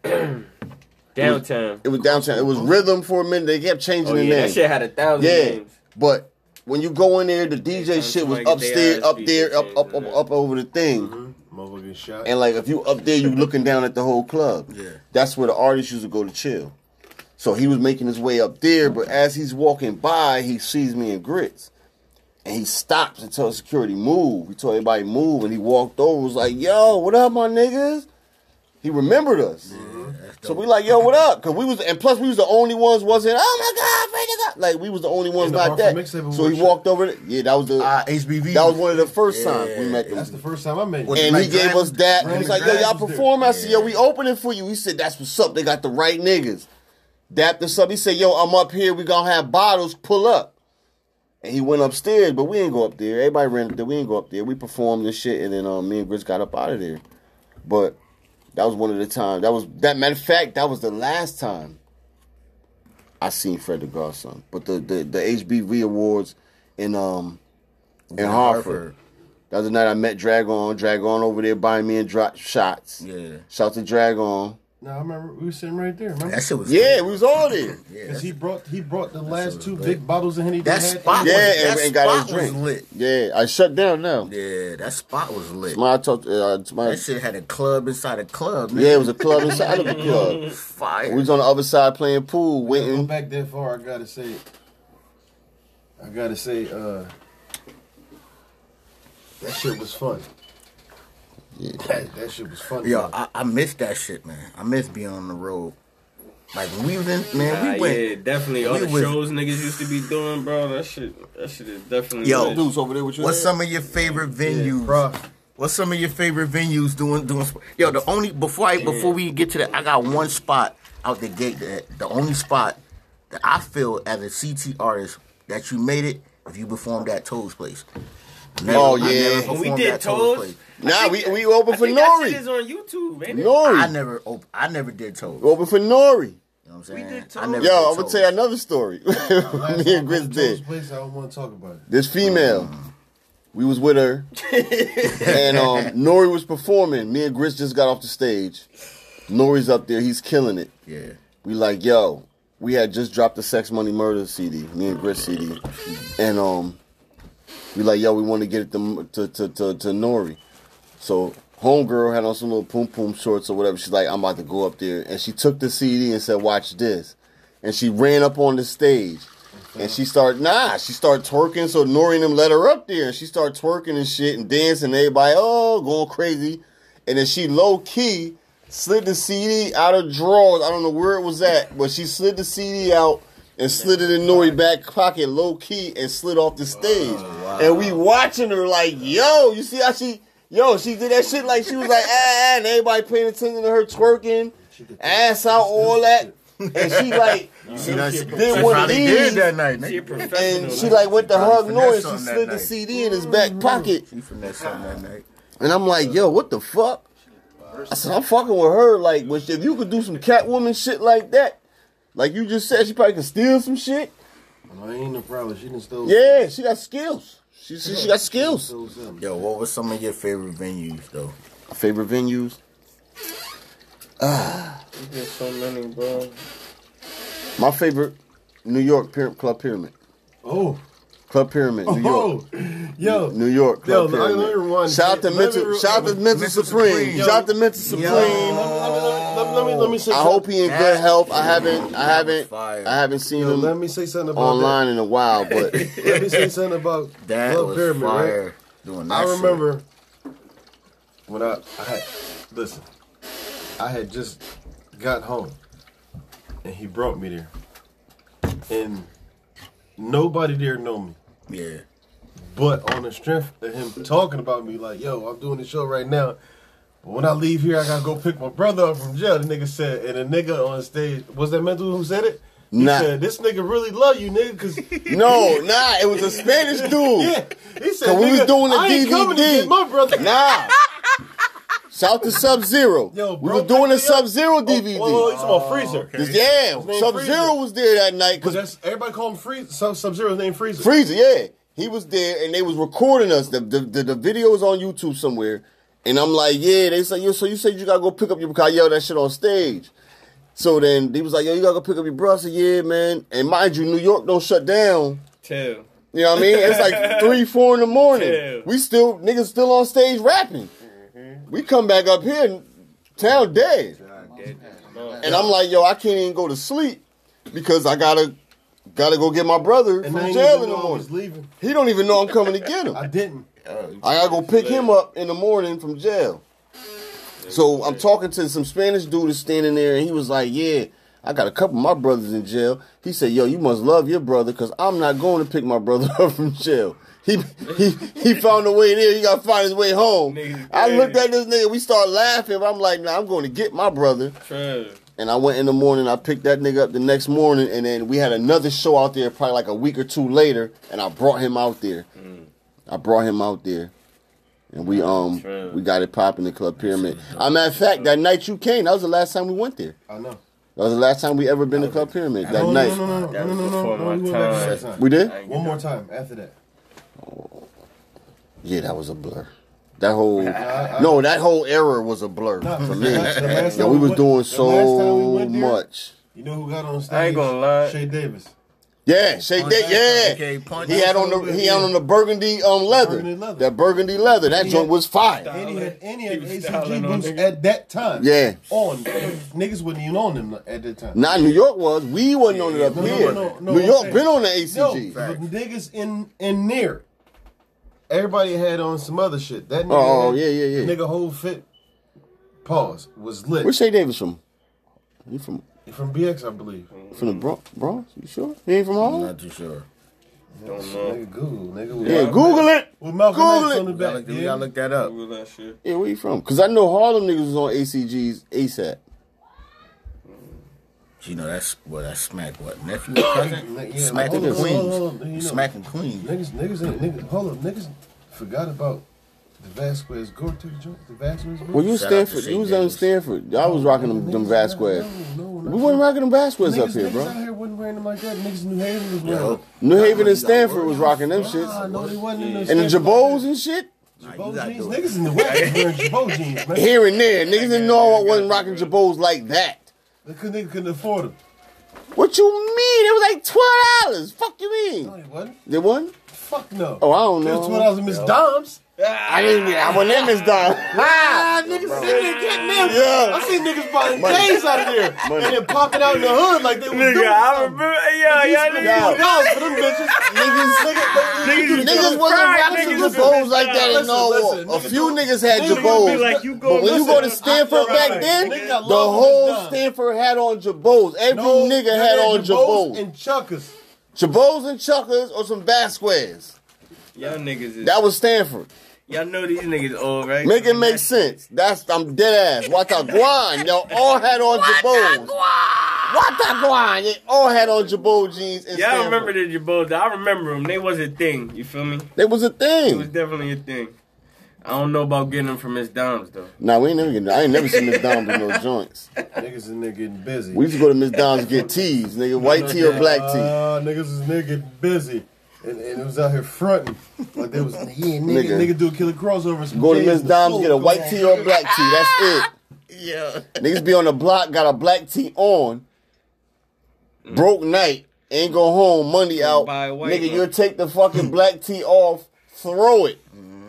Downtown. it was downtown. It was Rhythm for a minute. They kept changing Oh the yeah, name. that shit had a thousand Yeah, names. but when you go in there, the DJ shit was somebody get their upstairs, ass up beat there, these up days, up up, yeah. up over the thing, Motherfucker get shot. Mm-hmm. and like if you up there, you looking down at the whole club. Yeah. that's where the artists used to go to chill. So he was making his way up there, but as he's walking by, he sees me in grits, and he stops and tells security move. He told everybody move, and he walked over. Was like, "Yo, what up, my niggas?" He remembered us. So we like, yo, what up? Cause we was, and plus we was the only ones wasn't. Oh my god, Freddy God!" like we was the only ones And the not Hartford that. mixtape was So he one walked over. to- Yeah, that was the Ah, HBV. that was one of the first times we met That's the them. first time I met you. What- And Like he gave Grand- us that. He Grand was like, yo, Grand y'all was there. perform. I said, yo, we opening for you. He said, that's what's up. They got the right niggas. Dapped us up. He said, yo, I'm up here. We gonna have bottles. Pull up. And he went upstairs, but we didn't go up there. Everybody ran up there. We didn't go up there. We performed this shit, and then um, me and Grizz got up out of there. But that was one of the times. That was that matter of fact. That was the last time I seen Fred the Garson. But the the, the HBV awards in um in Hartford. That was the night I met Dragon. Dragon over there buying me and drop shots. Yeah. Shout to Dragon. No, I remember we were sitting right there. Remember? That shit was. Yeah, we was all there. Yeah. Because That's, he brought he brought the last was two great. big bottles of Henny. they that had. spot. Yeah, was, and- that and got his spot was drink. lit. Yeah, I shut down now. Yeah, that spot was lit. My I talked. Uh, to my, That shit had a club inside a club. Man. yeah, it was a club inside of a club. Fire. We was on the other side playing pool, Go waiting. back that far, I gotta say. I gotta say, uh, that shit was fun. That, that shit was fun. Yo, I, I miss that shit, man. I miss being on the road. Like when we was in, man, Nah, we went. yeah, definitely. All we the went- shows niggas used to be doing, bro. That shit, that shit is definitely. Yo, lit. Dudes over there with you. What's some of your favorite venues? bro. What's some of your favorite venues doing doing? sp- Yo, the only before I before we get to that, I got one spot out the gate. That the only spot that I feel as a CT artist that you made it if you performed at Toad's place. Never- Oh, I yeah. never When we performed did at Toad's Toad's, place. Nah, we we open I for think that shit is Nori. on YouTube, ain't it? I Nori. never op- I never did Toad's. We open for Nori. You know what I'm saying? did I never Toad's. Yo, did I'm gonna Toad's. tell you another story. Last Me time I and Grizz went to this did. Place, I don't want to talk about it. This female, we was with her, and um, Nori was performing. Me and Grizz just got off the stage. Nori's up there, he's killing it. Yeah. We like, yo, we had just dropped the Sex Money Murder CD, me and Grizz CD, and um, we like, yo, we want to get it to to to, to, to Nori. So homegirl had on some little poom poom shorts or whatever. She's like, I'm about to go up there, and she took the CD and said, watch this, and she ran up on the stage. And she started nah, she started twerking. So Nori and them let her up there, and she started twerking and shit and dancing. And everybody oh going crazy, and then she low key slid the CD out of drawers. I don't know where it was at, but she slid the CD out and slid it in Nori back pocket low key and slid off the stage. Oh, And we watching her like yo, you see how she yo she did that shit like she was like ah, ah and everybody paying attention to her twerking ass out all that. And she like See, that's- did that's one how of they these did that night, She a nigga. professional. and she like went to hug Probably Nori finessed and she something that slid the night. CD in his back pocket. She finessed something that night. And I'm like, yo, what the fuck? I said, I'm fucking with her. Like, which if you could do some Catwoman shit like that, like you just said, she probably could steal some shit. I ain't no problem. She done stole. Yeah, she got skills. She, she, she got skills. stole something. Yo, what were some of your favorite venues though? Favorite venues? There's so many, bro. My favorite, New York Pyra- Club Pyramid. Oh, Club Pyramid, New York. oh, yo, New York Yo, Club let me- let me Pyramid. rewind. Shout out to Let me Mental, re- shout out to Mental Mental Supreme. Supreme. Shout out to Mental Supreme. Let me, let me, let me, let me say. I something. hope he in That- good health. I haven't, I That was haven't, fire. I haven't seen Yo, let him me say something about online in a while. But That. Let me say something about That Love was Pyramid. Right? fire. Doing that I shit. remember when I, I had, listen, I had just got home and he brought me there. And nobody there know me. Yeah. But on the strength of him talking about me, like, yo, I'm doing this show right now. But when I leave here, I gotta go pick my brother up from jail. The nigga said, and the nigga on stage, was that mental who said it? He Nah. said, this nigga really love you, nigga, because No, nah, it was a Spanish dude. yeah, he said, So we was "Nigga, doing a I ain't coming to DVD. get my brother. Nah. Shout to Sub Zero. Yo, We bro, were doing yo. a Sub Zero Oh, DVD. oh, he's talking about Freezer. Yeah, name Sub Zero Freezer. was there that night But because that's everybody call him Freezer. Sub Sub Zero's name Freezer. Freezer, yeah. He was there and they was recording us. The the, the, the video is on YouTube somewhere. And I'm like, yeah, they said, yo, so you said you gotta go pick up your car, yo, that shit on stage. So then he was like, yo, you gotta go pick up your bro. I said, yeah, man. And mind you, New York don't shut down. Tell. You know what I mean? It's like three, four in the morning. Yeah. We still niggas still on stage rapping. Mm-hmm. We come back up here, town dead. And I'm like, yo, I can't even go to sleep because I gotta gotta go get my brother And I from ain't jail even in the know I morning. was leaving. He don't even know I'm coming to get him. I didn't. I gotta go pick him up in the morning from jail. So I'm talking to some Spanish dude that's standing there, and he was like, "Yeah, I got a couple of my brothers in jail." He said, "Yo, you must love your brother, cause I'm not going to pick my brother up from jail." He he he found a way there. He gotta find his way home. Nigga, I looked yeah. at this nigga. We start laughing. But I'm like, "Nah, I'm going to get my brother." True. And I went in the morning, I picked that nigga up the next morning, and then we had another show out there probably like a week or two later, and I brought him out there. I brought him out there. And we um True. we got it popping in Club Pyramid. I matter of fact, that night you came, that was the last time we went there. I know. That was the last time we ever been to Club Pyramid. That Oh, no, night. No, no, no, no, no, That was no, no, before no. my we went back time. the second We did? time. One more time after that. Yeah, that was a blur. That whole no, that whole era was a blur for me. The last Yo, time we was went- doing the last time we so went there, much. You know who got on stage? I ain't gonna lie. Shay Davis. Yeah, Shay Dick, yeah. He had on the he had on the burgundy um leather. Burgundy leather. That burgundy leather. That He joint had- was fire. And he had, and he had He was ACG styling on boots niggas. at that time. Yeah. On. Niggas wasn't even on them at that time. Not New York was. We wasn't on it up No, no, here. no, no, no, New I'm York saying- been on the No, ACG. but niggas in in near. Everybody had on some other shit. That nigga Oh, had- yeah, yeah, yeah. Nigga whole fit pause was lit. Where's Shay Davis from? You from From BX, I believe. from the Bronx? Bronx? You sure? He ain't from Harlem? Not too sure. Don't know. Nigga Google, nigga. With Yeah, Malcolm Google X- it. With Malcolm Google X it. on the We gotta, back. look, we yeah. gotta look that up. Google that shit. Yeah, where you from? Cause I know Harlem niggas was on ACG's ASAP. You know that's what that's smack what nephew or cousin Yeah, smacking hold on, hold on, hold on, you know. Queens smacking Queens. Niggas, niggas, ain't- niggas, hold up, niggas forgot about the Vasquez Gore-Tex joint, the Vasquez. joint. Well, you was Shout out to Stanford. Shay You was on Davis. Stanford. I was rocking them, Niggas them not- Vasquez. No, no, no. We wasn't rocking them Vasquez niggas, up here, niggas Out bro. here wasn't wearing them like that. Niggas in New Haven was wearing. Yo, them. New Haven You and got Stanford work. was rocking them Nah, shits. no, they wasn't in those And the Stanford Jabos like and shit. that. Nah, you Jabot gotta jeans. do it. Niggas in the West was wearing Jabot jeans, man. Here and there. Niggas didn't know I wasn't rocking Jabos like that. They couldn't, they couldn't afford them. What you mean? It was like twelve dollars. Fuck you No, mean? they wasn't. They won? Fuck no. Oh, I don't It know. was two thousand Miss Dom's. I didn't. mean- I wasn't in this dime. Ah, niggas sitting there getting them. Yeah. I seen niggas buying J's out of there and then popping out in the hood like they was doing something. Yeah, Spent $200 for them bitches. Niggas, nigga, nigga, Niggas Niggas wasn't rocking niggas Jabos like that in Listen, Norwalk. listen, A niggas few go- niggas had niggas Jabos. be like, you go- But when you listen, go to I- Stanford right, back right. then, Nigga the got love on whole his dime. Stanford had on Jabos. Every no, nigga they had on Jabos Jabos. and Chuckers. Jabos and Chuckers or some Vasquez. Y'all niggas is. That was Stanford. Y'all know these niggas old, right? Make it make sense. That's I'm dead ass. Wataguan, y'all all had on Jabos. Wataguan, they all had on Jabot jeans. And Y'all Stanford. remember the Jabota? I remember them. They was a thing. You feel me? They was a It was thing. definitely a thing. I don't know about getting them from Miss Dom's though. Nah, we ain't never getting. I ain't never seen Miss Dom do no joints. Niggas in there getting busy. We used to go to Miss Dom's to get teas, nigga. White tea or black tea. Ah, niggas is nigga getting busy. And, and it was out here fronting. Like they was, yeah, nigga, Nigga. nigga, do a killer crossover. Some Go to J's Miss in the Dom's floor. get a Come white on. tea or black tea. That's it. Yeah. Niggas be on the block, got a black tee on. Broke night, ain't go home. Money out, buy a white nigga. one. You'll take the fucking black tee off, throw it. Mm-hmm.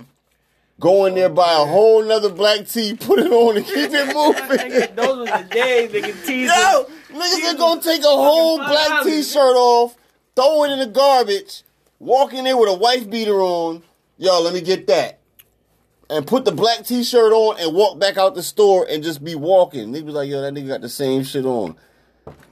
Go in there, buy a whole nother black tee, put it on, and keep it moving. Nigga, Those was the days, nigga. Teasing. Yo, niggas are gonna take a whole fucking $5. black t-shirt off, throw it in the garbage, walk in there with a wife beater on. Yo, let me get that. And put the black t-shirt on and walk back out the store and just be walking. Niggas be like, yo, that nigga got the same shit on.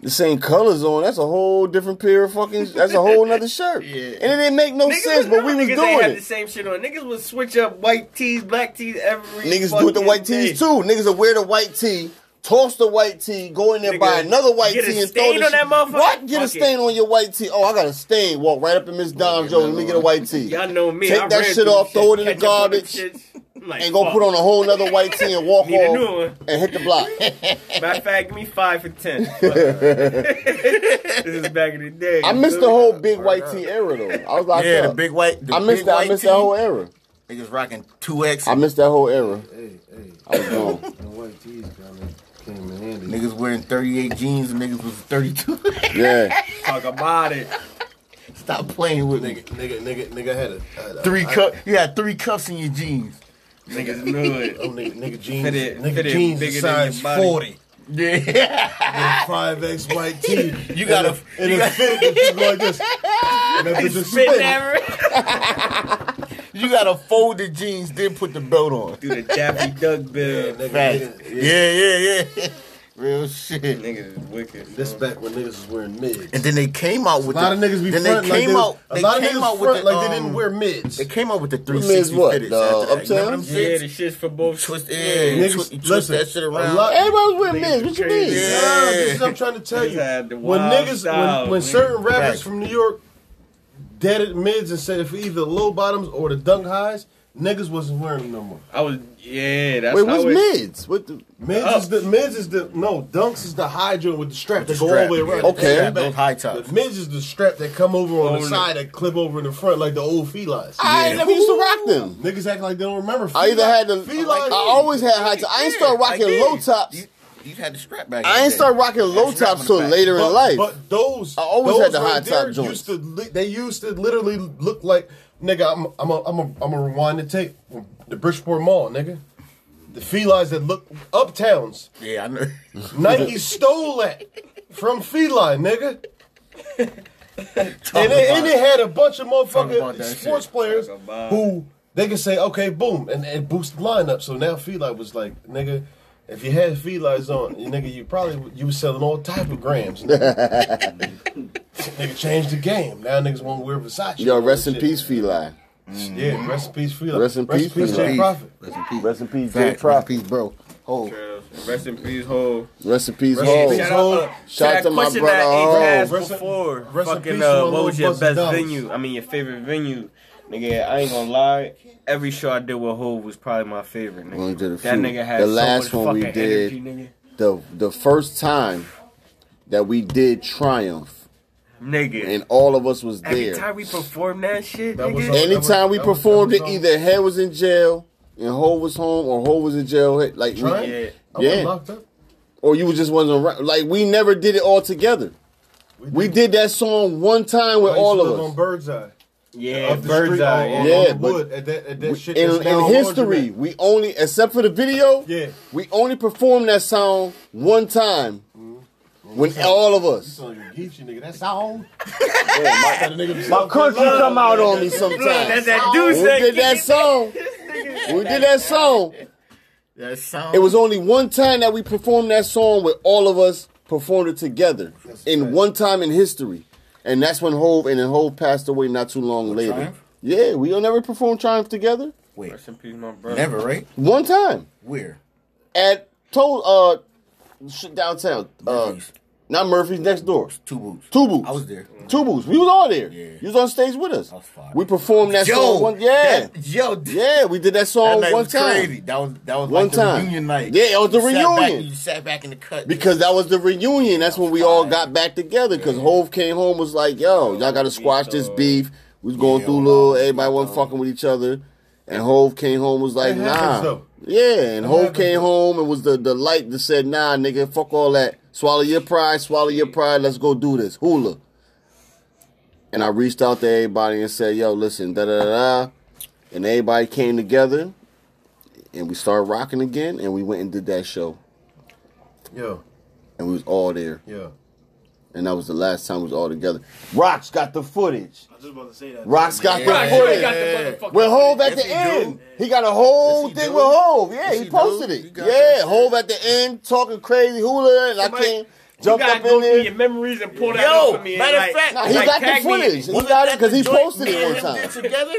the same colors on. That's a whole different pair of fucking. That's a whole nother shirt. Yeah. And it didn't make no sense, but we was niggas doing ain't had the it. same shit on. Niggas would switch up white tees, black tees every. Niggas do it the fucking white day. tees too. Niggas will wear the white tee, toss the white tee, go in there Nigga, buy another white get a tee and throw stain the on shit- that motherfucker? What? Get a Fuck it. stain on your white tee. Oh, I got a stain. Walk right up in Miss Dom's yo, let me get a white tee. Y'all know me. Take I that ran shit through off, throw it in the catch up on them garbage, shits. I'm like, And go fuck. put on a whole nother white tee and walk Need a new off one. and hit the block. Matter of fact, give me five for ten. Fuck. this is back in the day. I you missed feel the me? whole big white tee era though. I was like, Yeah, the big white. The I missed big that. I white missed tee. that whole era. Niggas rocking two X. I missed that whole era. I was gone. The white tees kind of came in handy. Niggas wearing thirty eight jeans and niggas was thirty two. Yeah. Talk about it. Stop playing with me. Nigga, nigga, nigga, nigga had a, had a Three I- cup. You had three cuffs in your jeans. Niggas knew Oh, it. nigga, nigga jeans, Fit it- nigga fit it jeans bigger is than your size body. forty. Yeah. Five X white tee. You gotta. And it's fit if you go like this. And that bitch is Spit spinning. never. You gotta fold the jeans, then put the belt on. Do the Daffy Duck bill. Nigga, Facts. nigga, Yeah, yeah, yeah. Real shit. Niggas is wicked. This back when niggas was wearing mids. And then they came out with a lot the, of niggas be then front they came like out. They, They a lot came of niggas out with front the, like they didn't um, wear mids. They came out with the Miss 360 what, fitteds. uh, after that. Uptown? Remember them Yeah, shits? the shit's for both. Twist, yeah, Niggas- you twist, you twist listen, that shit a around. lot- Everybody was wearing mids. What you mean? Yeah. Nah, this is what I'm trying to tell Niggas you. had the When wild niggas, style, when, when nigga. certain rappers Facts. from New York deaded mids and said if either low bottoms or the dunk highs, niggas wasn't wearing them no more. I was, yeah, that's Wait, how what's it, mids? What the, Mids is the mids is the no dunks is the high joint with the strap that the go all strap, the way yeah, around. the Okay. strap, Back. those high tops. The mids is the strap that come over on Oh, the no. side that clip over in the front like the old felines. I ain't never used to rock them. Niggas act like they don't remember. I either had the, felines. I always had high tops. I ain't start rocking low tops. You, you had the strap back. in I ain't the start day. rocking low That's right tops on the till back. later in but, life. But those, I always those had the right high there top joints. Used to, li- they used to literally look like nigga. I'm I'm a, I'm a, I'm a rewind the tape. The Bridgeport Mall, nigga. The felines that look uptowns. Yeah, I know. Nike stole that from feline, nigga. and, it, and it had a bunch of about motherfucking that sports shit. players Talk about who they could say, okay, boom, and, and boost the lineup. So now Feline was like, nigga, if you had felines on, you nigga, you probably you was selling all type of grams. Nigga, nigga changed the game. Now niggas want to wear Versace. Yo, rest in Shit. peace, Feline. Yeah, rest in peace, Feline. Rest in peace, Jay Feline. Prophet. Rest in peace. Rest in peace, Jay Facts, Rest Prop. in peace, bro. Hold. Rest in peace, ho. Rest in peace, Rest in peace, Hov. Shout Shout out, uh, Shout that to my question brother, that Hov. Ace Rest asked in- before. rest in Fucking, peace, uh, Lil what was your Buster best Dollars. venue? I mean, your favorite venue. Nigga, I ain't gonna lie. Every show I did with Hov was probably my favorite. Nigga. We did a that few. nigga had The so last much one we fucking did- energy, the the first time that we did Triumph, nigga. Nigga, and all of us was every there. time we performed that shit, That was nigga, all- Anytime we That was- performed that it, was on- either Head was in jail and Ho was home, or Ho was in jail. Head- Like, Trying? we, Yeah. I Yeah. was locked up. or you was just wasn't around. Like, we never did it all together. We did that song one time with I used to all live of on us. Bird's Eye. yeah, Up the street bird's eye. on- yeah. on- Yeah, on the but- wood at that, at that shit. that's In, now in a history, laundromat. we only, except for the video, Yeah. we only performed that song one time. When Mm-hmm. all of us, So you Geechee nigga, that's all. my country come out on me sometimes. That's that When dude we said, did that song. When we did that song. That sound. It was only one time that we performed that song where all of us performed it together in one time in history, and that's when Hove and then Hove passed away not too long later. Triumph? Yeah, we all never performed Triumph together. Wait, Rest in peace, my brother. never right? One time Where? at told uh shit downtown, uh, Murphy's. not Murphy's next door. Two boots. Two boots. I was there. Two boots. We was all there. Yeah. You was on stage with us. I was fine. We performed that song. One, yeah, that- yo, that yeah. We did that song night Oh, one was time. crazy. That was that was One like time. the reunion night. Yeah, it was the You sat back- reunion. you sat back in the cut Because that was the reunion. That's when we all got back together. Because Hove came home was like, "Yo, y'all got to squash this beef." We was going Yeah, through hold little. on, Everybody wasn't fucking with each other. And Hove came home was like, That happens, "Nah." though. Yeah, and Hove happens, came though. home and was the the light that said, "Nah, nigga, fuck all that. Swallow your pride. Swallow your pride. Let's go do this." Hula. And I reached out to everybody and said, "Yo, listen, da da da." da." And everybody came together, and we started rocking again. And we went and did that show, Yo, and we was all there yo. and that was the last time we was all together. Rocks got the footage. I was just about to say that. Rocks got Yeah. the footage. Got with Hove at Yes, the he end, he got a Yes, whole he thing do. with Hove. Yeah, Yes, he he posted do. He it. got that Yeah, shit. Hove at the end talking crazy hula, and I Somebody- can't. jumped gotta up go through in there. your memories and pull that Yo, out for me. and matter of like, fact, Nah, he like, got the tag me. footage. He got it because he Joint posted me and it him one did time. together.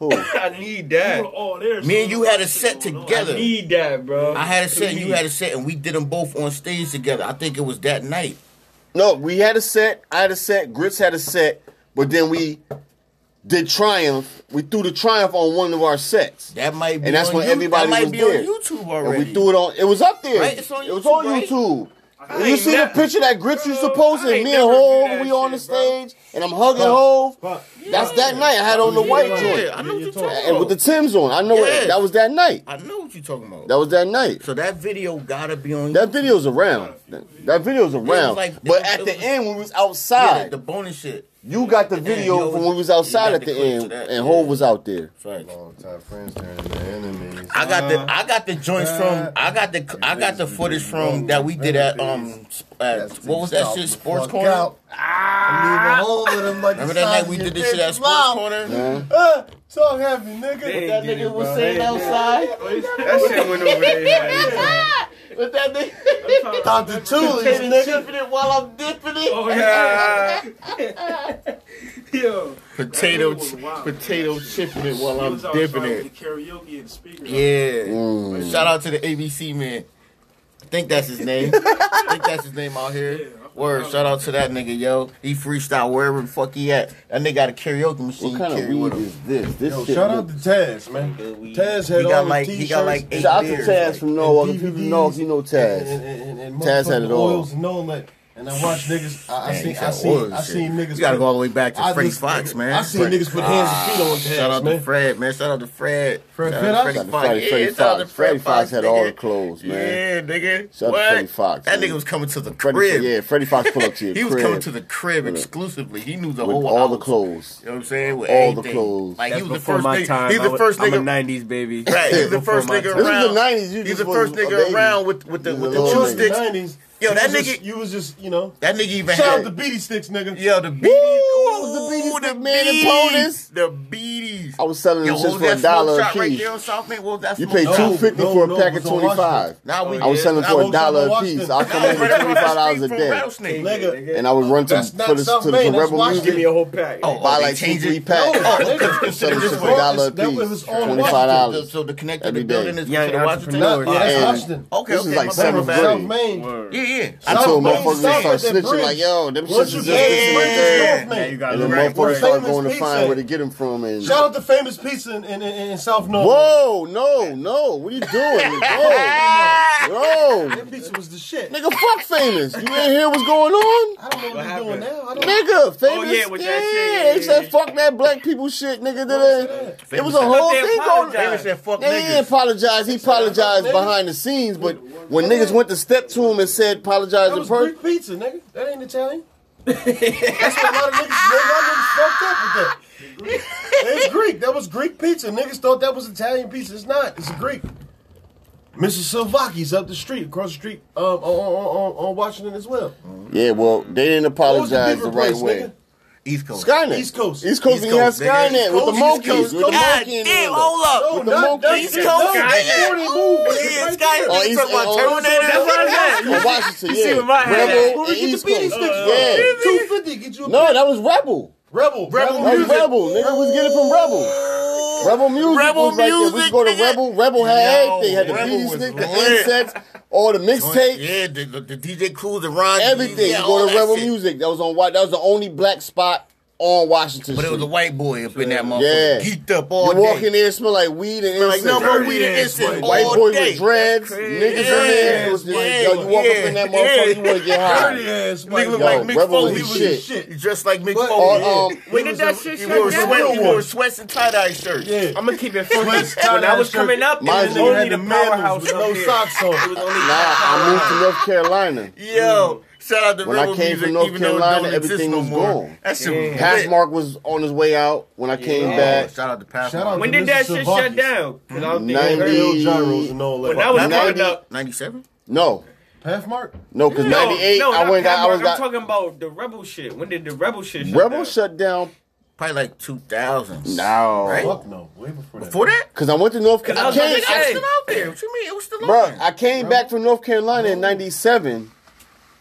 I need that. Oh, there's Me and you had a set together. I need that, bro. I had a set, and you had a set, and we did them both on stage together. I think it was that night. No, we had a set. I had a set. Grits had a set. But then we did Triumph. We threw the Triumph on one of our sets. That might be. And that's on when you- everybody that might was be there. on YouTube And already. we threw it on. It was up there. Right? It's on it was YouTube, on right? YouTube. And you ain't see never- the picture that Grits you Bro, supposed I and ain't me and never do Hove, that we on the shit, bro. stage, and I'm hugging Hove. Fuck. That's that night I had on the white Yeah, joint. Yeah, I know what you're talking yeah, And about. with the Tim's on. I know Yeah. it. That was that night. I know what you're talking about. That was that night. So that video gotta be on. That video's around. That, that video's around. like- but it at was- the end, when we was yeah, outside, the bonus shit. you got the video yo, from when we was you outside got at the the clip end, to that, and yeah. Hove was out there. Facts. Longtime friends turning into enemies. I got Uh-huh. the I got the joints from I got the I got the footage from that we did at um at, what was that shit Sports Corner. Ah! I'm leaving home with them like Remember that night we did this shit at Sports Corner? Uh, talk heavy, nigga. that nigga was saying outside. that shit went over there. With that nigga Dr. Tully's nigga. dipping it while I'm dipping it. Oh yeah. Yo, Potato That nigga was wild. potato chipping it while I'm was outside dipping with it. the Karaoke and speakers. Yeah. Mm. Shout out to the ABC man. I think that's his name. I think that's his name out here. Word. Shout out to that nigga, yo. He freestyle wherever the fuck he at. That nigga got a karaoke machine. What kind carry of with weed him. is this? This Yo, shit. shout out look- to Taz, man. Taz had He all got the like- t-shirts. he got like eight Shout out to beers, Taz like, from Norwalk. If and people from DVDs. Norwalk, you know and, Taz. and, and, and Taz had it motherfucking all. Oils and all that. And I watched niggas. I, I Man, seen. he I got seen. oils I and seen shit. niggas. You gotta put- go all the way back to I Freddie just- Fox, man. I seen Freddie niggas put hands and feet on Taz, Shout out man. to Fred, man. Shout out to Fred. Fred- Shout Fred out to Freddie Ox? Shout out to Fox. Freddie Yeah, shout out Fox. to Freddie Fred Fox had all the nigga. clothes, man. Yeah, nigga. Shout out to What? Freddie Fox, That man. nigga was coming to the Freddie, crib. yeah, Freddie Fox pulled up to your He was crib coming to the crib With- exclusively. He knew the with whole all the house. clothes. You know what I'm saying? With All the everything. clothes. Like he that's was the before first my nigga. time. He was I the was- first I'm nigga. a '90s baby. Right, he was the Before first my nigga time. This is around. the '90s. You He's just the first was a nigga baby. around with with the You with was a the little two nigga. sticks. Yo, that nigga- you was just, you know. That nigga even Shout out had to Beatty Sticks, nigga. Yo, the beaties. Ooh, the beaties, Ooh, the man and beaties. ponies. The beaties. I was selling Yo, them what shit was for a that dollar smoke a shop right piece. there on South Main? What was that You smoke paid shop? two fifty no, for no, a pack of it's on twenty five. Now we I was selling now for we- a dollar now a we- piece. I come now in we for right twenty across the five dollars street a from day, Rattlesnake. Nigga. and I would run to That's not for the, to South the Main, that's rebel Washington. Give me music. a whole pack. Oh, Buy oh, like they two, changed three it. packs. No, nigga, and sell them it's shit for on- a dollar a it's- that was piece. on Twenty Washington, five So, dollars. so the connect of Every the day. building is Young to Washington. Not, yeah, that's And Washington. Okay, This okay, is like my bad, seventh my bad. South grade. Main. Word. Yeah, yeah. I know Until South Main, what motherfuckers you're saying. South start at that snitching bridge. like, yo, them shits Once is you just get this to and the like bridge, that. North Main. And then Right, motherfuckers right. start going to Famous find pizza. where to get them from. And Shout out to Famous Pizza in, in, in, in South North. whoa, no, no, what are you doing? Whoa, yo, That pizza was the shit. nigga, fuck famous. You ain't hear what's going on? I don't know what, they're doing happened? now. I don't Oh, Nigga, famous. yeah, with that shit, yeah, yeah, they yeah, yeah. said fuck that black people shit, nigga. That, ain't- it was a said- whole But they thing going. apologized. Famous said, fuck They didn't niggas. apologize. He apologized niggas. behind the scenes, but when niggas went to step to him and said apologize That in was person, Greek pizza, nigga. That ain't Italian. That's what a lot of niggas, a lot of niggas fucked up with that. It's Greek. That was Greek pizza. Niggas thought that was Italian pizza. It's not. It's Greek. Mrs. Silvaki's up the street, across the street, um, on, on, on, on Washington as well. yeah, well, they didn't What was apologize bigger the, right place, way. nigga? East Coast. Skynet, East Coast. East Coast, East and you have Coast, nigga. Skynet East with the Coast, East monkeys, Coast. with the God monkey in the damn, window. hold up. No, With Oh, the not, not monkey. East Coast. East Coast, nigga. No, they already moved. Yeah, It's Sky- right there. Oh, You East- talking about oh, Terminator? That's what That's Oh, Washington, see yeah, where my head at? Where we Rebel and get the East beanie Coast, sticks from? yeah. 250 get you a No, that was Rebel. Rebel Rebel. That was Music. Rebel. Nigga was getting it from Rebel. Rebel Music Rebel was right there. We Music, go to nigga. Rebel. Rebel had Yo, everything. Had the Rebel Beatles, was nigga, the lit. insets, all the mixtapes, Yeah, the, the, the DJ Cool, the Ron. everything. Yeah, you all go to that Rebel shit. Music. That was on White. That was the only black spot on Washington But it was a Street. white boy up in that Yeah. motherfucker. Geeked up all You walk day. in there, it smell like weed and like incense. number we the instant White all boy day. with dreads, That's niggas crazy. in there. It was just, Yeah, yo, you walk up yeah, in that motherfucker, you want to get Dirty high. ass. Nigga look Yo, like Mick Rebel was Foley. the was shit. He drdressed like Mick But- Foley. Or, um, When did that shit He shut wore down? sweat. He one. wore sweats and tie dye shirts. Yeah. I'm gonna keep it funny. Sweats, when I was tie-dye coming up, Mine's it was the one only had the the mammals powerhouse with no up there. socks on. It was only nah, I moved to North Carolina. Yo, shout out to When I Rebel came Music, from North even though it Carolina, don't exist everything no was more. gone. That shit was lit. Passmark was on his way out when I came Oh, back. Shout out to Passmark. Shout out When to did that Mr. shit Silvakis. shut down? 'Cause I don't think I heard Ninety- it. Aerial gyros and all that. When I was Ninety- growing up, 97? No, Pathmark? no, because No, '98 no, I not went. I Pathmark. was I'm got talking about the rebel shit. When did the rebel shit? Shut Rebel down? shut down. Probably like 2000. No, Right? Fuck no. Way before that. Before that? because I went to North. 'Cause I I was about came, It to was say, still out there. What you mean? It was still out bro. there. I came back from North Carolina in '97, and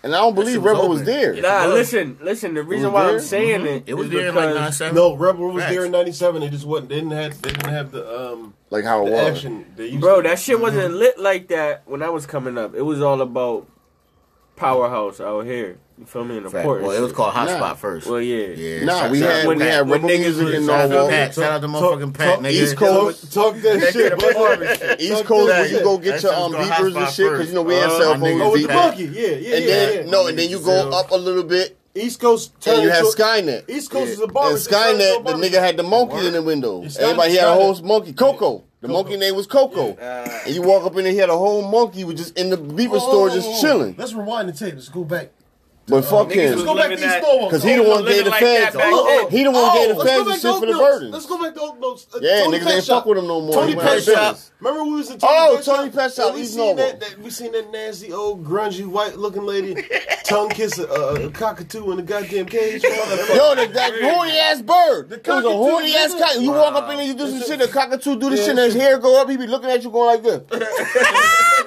And I don't believe was Rebel was open. there. Nah, listen, listen. The reason why I'm there? Mm-hmm. saying it, It was is there in like because- nine seven. No, Rebel was there Facts. in '97. They just wasn't. They didn't have. They didn't have the um Like how it the was. action. They used Bro, to- that Mm-hmm. shit wasn't lit like that when I was coming up. It was all about powerhouse out here. You feel me? In the port. Well, it was called Hotspot Nah. first. Well, yeah. Yeah. Nah, we had when we that- had when Rebel music in Shout out to Norwalk. Pat. Shout out to motherfucking Pat, nigga. East Coast. Talk that shit. East Coast, where you go get That your shit um was beepers and hotspot shit, because you know we had first. cell Uh, phones. my niggas Oh, with the beepers. Pat. monkey. Yeah, yeah, and yeah, then yeah. no, and then you go up a little bit, East Coast. and turned you had into- Skynet. East Coast Yeah. is a bar. And It's turned into a Skynet, the bar. nigga had the monkey in the window. It's Skynet, Everybody had a whole Skynet. monkey. Coco. The monkey name was Coco. And you walk up in there, he had a whole monkey was just in the beeper Oh. store, just chilling. Let's rewind the tape. Let's go back. But fuck Let's him, go back to living East that- Norwalk. cause he the Oh, one gave living the like that feds. back then. He the one gave the Oh, let's go feds back and to shit for the Oak Mills. burden. Let's go back to Uh, Oak Notes. Yeah, niggas ain't fuck with him no more. Tony He went Pet right Shop. business. Remember we was in Tony Oh, Pet Tony Pet Shop, And We East seen that, Norwalk. that we seen that nasty old grungy white looking lady tongue kiss a, a, a cockatoo in the goddamn cage. Yo, that, that horny ass bird. It was a cockatoo, horny ass nigga. cockatoo. You walk up in there, you do some shit. The cockatoo do this shit, and his hair go up. He be looking at you going like this. Turn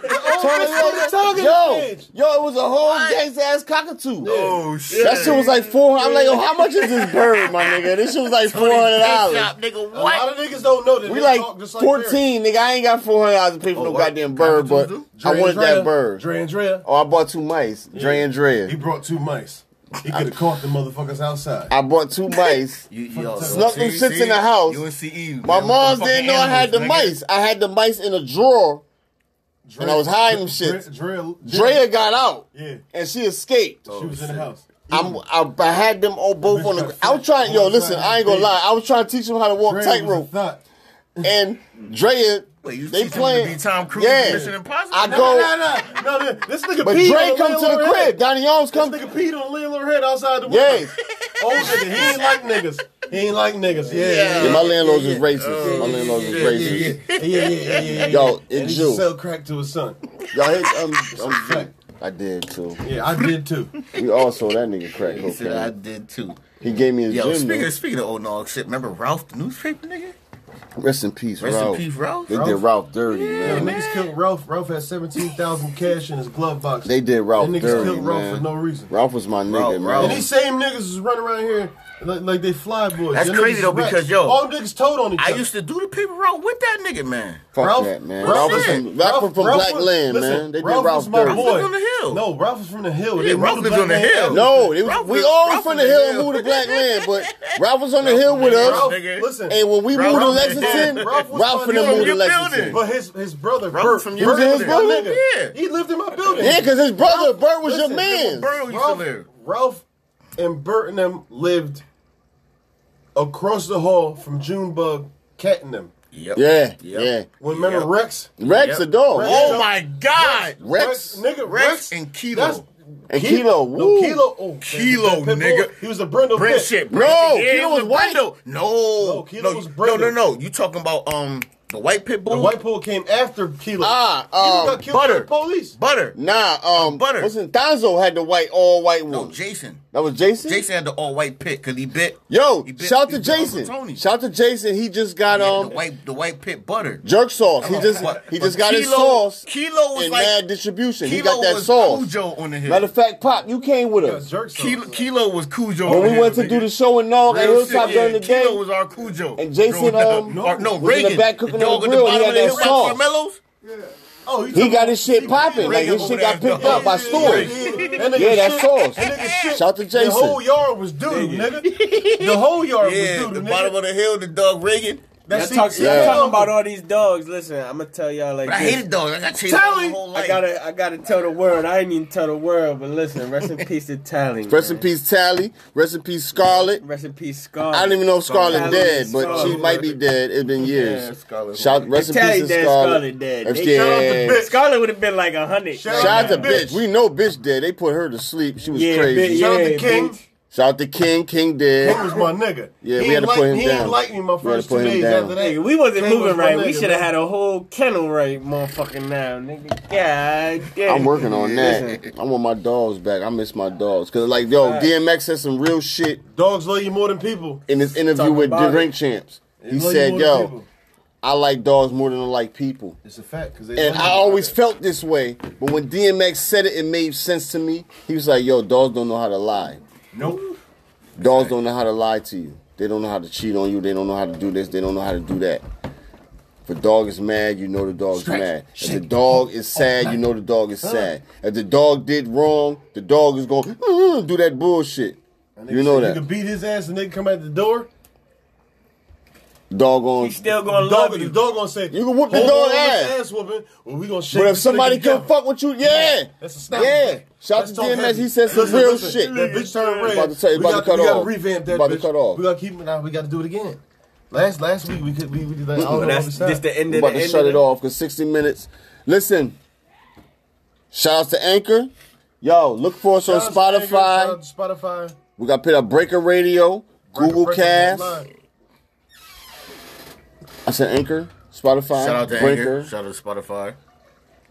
it tongue over. in Yo, his cage. yo, it was a whole gangsta ass cockatoo. Oh shit. That shit was like four hundred. I'm like, yo, how much is this bird, my nigga? This shit was like four hundred dollars. nigga. a lot of niggas don't know that. We they like talk just Barry. fourteen, nigga. I ain't got four hundred dollars to pay for no what? goddamn bird, but Cockatoos I wanted Andrea, that bird. Dre Andrea. Oh, I bought two mice, Dre and He Drea. brought two mice. He could have caught the motherfuckers outside. I bought two mice. You, yo, Snuck them see- shits see? in the house. You and E, CE. My man, mom motherfucking didn't know I had the animals, nigga. mice. I had the mice in a drawer. Dre, And I was hiding shit. Dre, Dre, Drea got out Yeah, and she escaped. she was in the house. I'm, I, I had them all both Bitch on the. got I was trying. Yo, fat. listen. I ain't gonna lie. I was trying to teach them how to walk Dre was a tightrope. thought. And Drea, Wait, you they teach them to playing. be Tom Cruise in Mission Yeah, Impossible? I Nah, go. No, no, no, no. This nigga But peed Dre on come to landlord the head. crib. Donnie Jones come. This nigga peed on landlord head outside the window. Yeah, Old nigga, he ain't like niggas. He ain't like niggas. Yeah, yeah. My landlords is Oh, racist. My yeah, landlords is yeah, yeah, racist. yeah, yeah, yeah, yeah. yeah, yeah. Yo, in and he used to Jew. sell crack to his son. Y'all hit um, um Jew. I did too. Yeah, I did too. We all saw that nigga crack He said I cocaine. did too. He gave me his Yo, gym. speaking though. of, speaking of old dog shit, remember Ralph the newspaper nigga? Rest in peace, Rest Ralph. in peace, Ralph. They did Ralph dirty, Yo, man. niggas killed Ralph. Ralph had seventeen thousand cash in his glove box. They did Ralph Them niggas dirty, killed Ralph man. for no reason. Ralph was my nigga, man. Ralph. And these same niggas is running around here like, like they fly boys. That's Your crazy niggas though, is rats. because, yo, all them niggas told on each I other. used to do the paper route with that nigga, man. Fuck Ralph- that, man. Ralph Ralph was was- from, Ralph was from Black was- Land, listen, man. They Ralph did Ralph was my dirty. boy. from the hill. No, Ralph was from the hill. Yeah, Ralph moved was on the Black hill. Land. No, they was, Ralph we was- all Ralph from was the hill the and moved to hill. Black Land, but Ralph was on the hill was with the hill, us. nigga. Listen, And when we Ralph moved to was the Lexington, hill. Ralph Ralph was from finna your- moved to your Lexington. building. But his his brother Ralph Bert from from your your building. nigga. Yeah. He lived in my building. Yeah, because his brother, Ralph- Bert, was your listen, man. Burrow used to Ralph, live. Ralph and Bert and them lived across the hall from Junebug Cat and them. Yep. Yeah, Yep. When remember Yep. Rex? yeah. Rex, Yep. a dog. Rex. Oh my God. Rex. Rex nigga, Rex and Kilo. that's- And Ki- Kilo, woo. no, Kilo, oh, Kilo, that- that pit bull, nigga. He was a Brindle Brent pit. shit. No, Kilo he was white. Brendo. No, No, Kilo was no, Brendo. no, no. You talking about um the white pit bull? The white bull came after Kilo. Ah, um, Kilo got killed by Butter. the police. butter. Nah, um, Butter. What's in Donzo had the white, all white one. No, Oh, Jason. that was Jason. Jason had the all white pit because he bit. Yo, He bit- shout he to bit Uncle Jason. Tony. Shout to Jason. He just got He had um the white the white pit butter. jerk sauce. He Oh, just but- he but just got his Kilo- sauce Kilo was in like mad distribution. Kilo he got that was sauce. Cujo on the hill. Matter of fact, Pop, you came with Got us jerk sauce. Kilo, Kilo was Cujo. on when we the went hill, to do nigga. the show in Nog at Real Hilltop shit, during yeah. the day. Kilo was our Cujo. And Jason, Growing um, up. Or- no, was in the Reagan, back cooking on dog the at grill, he bottom had of the that hill by sauce. Carmelo's. Oh, you He talking got his shit popping. Like Reagan his over shit got there, picked up by dog. stores. That nigga Yeah, that shit- sauce. That nigga shit. Shout to The whole Jason. yard was doo nigga. The whole yard Yeah, was the doo bottom of the hill, the dog Reagan. Y'all, That's talk, it. y'all Yeah. talking about all these dogs. Listen, I'm gonna tell y'all like But I this. hated dogs. I got chased Tally. my whole life. I gotta, I gotta tell the world. I ain't even tell the world, but listen. Rest in peace to Tally. Rest in man. peace, Tally. Rest in peace, Scarlet. Rest in peace, Scar. I don't even know if Scarlet Scarlet. dead, but she Scarlet. might be dead. It's been Yeah, years. Scarlet. Shout rest in Tally peace to dead. Scarlet. Scarlet dead. If They- she- Scarlet- Scarlet would have been like a hundred. Shout Shout out to Yeah. bitch. Bitch. We know bitch dead. They put her to sleep. She was Yeah, crazy. bitch, Shout out Yeah, to King. bitch. Shout out to King. King dead. King was my nigga. Yeah, we he ain't had to put like- him He down. ain't like me my We had to first put two him days down. after that. Nigga, we wasn't King was moving my right. we nigga, should have man. had a whole kennel right, motherfucking now, nigga. God damn. I'm working on that. I want my dogs back. I miss my dogs. Cause like yo, DMX said some real shit Dogs love you more than people. in his interview Talking with about Drink it. Champs. He love you said, more than yo, people. I like dogs more than I like people. It's a fact because And I always felt this way. But when DMX said it, it made sense to me. He was like, yo, dogs don't know how to lie. Nope. Dogs don't know how to lie to you. They don't know how to cheat on you. They don't know how to do this. They don't know how to do that. If a dog is mad, you know the dog's mad. If the dog Oh, is sad, you know the dog is sad. If the dog did wrong, the dog is going to do that bullshit. You know You that. can beat his ass and they can come out the door. Dog on. He's still gonna Dog, love the you. dog gonna say, You can whoop the "Hold on dog to this ass." ass whooping, or we gonna shake But if this somebody nigga can down." fuck with you, yeah. That's a snap. Yeah. Shout out to Let's talk DMX. heavy. He said some Listen, real listen, shit. That bitch turned red. About to tell you, we about to got, cut we off. gotta revamp that About to bitch. cut off. We gotta keep it now. We gotta do it again. Last last week we could we, we did like all But over that's the time. just the end I'm of about the to end shut of it the- off because 60 minutes. Listen, shout outs to Anchor. Yo, look for us on Shout out to Anchor, Spotify. shout out to Spotify. we got to put up Breaker Radio, Google Breaker Cast. Online. I said Anchor, Spotify, Shout out to Breaker, Anchor. Shout out to Spotify.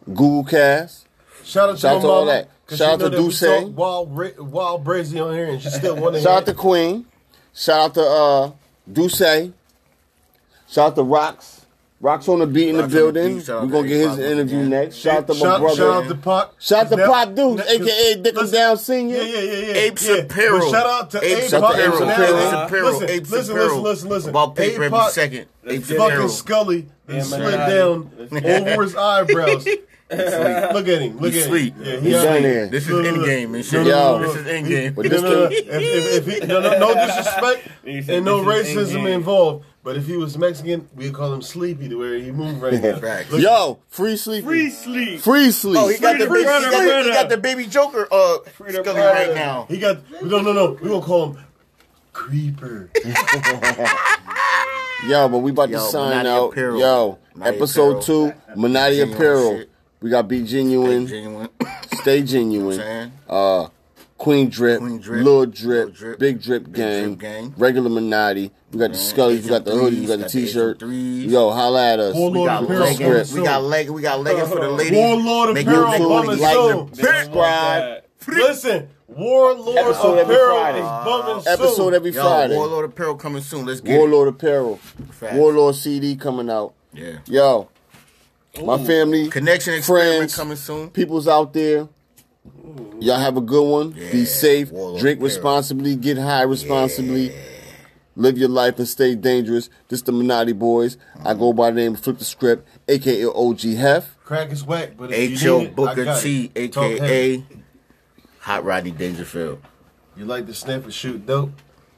Google Cast. Shout out to, Shout out my to all mama, that. 'cause Shout she out know to that we Duce. talk Wild, Ra- wild Brazy on here, and she still wanted. Shout out to Queen. Shout out to uh, Duce. Shout out to Rocks. Rocks on the beat in the Rocks on the building. beat. Shout out We're to going to get his everybody. interview Yeah. next. Shout out to my shout, brother. Shout out to Pac. Shout out to Now- Pop Dukes, now- aka Dickens listen, Down Senior. Yeah, yeah, yeah, yeah. Apes yeah. Apparel. But shout out to Apes Apes Apparel. Apparel. Apes Apes Apparel. Listen, Apes listen, Apparel. listen, listen, listen. About paper every Apac second. Apes Fucking Apparel. Scully and slid man. down over his eyebrows. Look at him. Look He's at sweet. him. Yeah, He's out done here. here. This is Look, look, endgame look. and shit. Yo. This is endgame. But this No, no, no. can, If, if, if he, no, no, no disrespect and no racism involved. But if he was Mexican, we'd call him Sleepy, the way he moved right now. Facts. Look, Yo, free sleep. Free sleep. Free sleep. Oh, he got the Free baby, the he got, he runner. got the baby Joker uh Scully right now. He got no, no, no. We gonna call him Creeper. Yo, but we about Yo, to sign Menotti out. Apparel. Yo, Menotti episode Apparel. two, Menotti Genuine Apparel. shit. We got be genuine, Genuine. stay genuine. Saying. Uh, Queen Drip, Queen Drip, Lil Drip, Lil Drip, Big Drip Gang, Drip Gang. regular Menotti. We got Man, the Scullies, we Uh, got the hoodies, we got got the the T-shirt. threes. Yo, holla at us. Hold We on, got Apparel script. leggings. We soon. Uh-huh. got leggings. We got leggings for the ladies. Warlord Make Apparel your YouTube, lady coming like, soon. the- subscribe. Listen, Warlord Episode every Apparel Friday. is bumming soon. Episode every Yo, Friday. Warlord Apparel coming soon. Let's get Warlord Apparel, it. Facts. Warlord CD coming out. Yeah. Yo, my family, Connection experiment Friends. coming soon. people's out there. Y'all have a good one. Be Yeah, safe. Warlord Drink Apparel. responsibly. Get high responsibly. Live your life and stay dangerous. This the Minotti Boys. I Mm. go by the name of Flip the Script, aka OG Hef. Crack is whack, but if you H.O. need it, I Booker got T, it. Talk heavy. a.k.a. Hot Rodney Dangerfield. You like to sniff and shoot dope?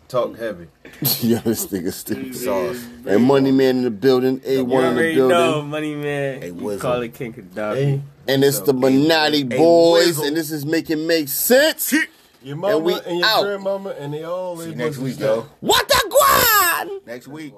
Talk heavy. Yo, this nigga stupid. Sauce. And Money Man in the building, You A1 in the already know, building. money man. Hey, You Wizard. call it King Kadar. Hey, And it's the Minotti Hey, Boys, Wizzle. and this is Making Make Sense. your mama we and, your out. grandmama and they all See they you next pussy week, stuff. yo. What the guan? Next week.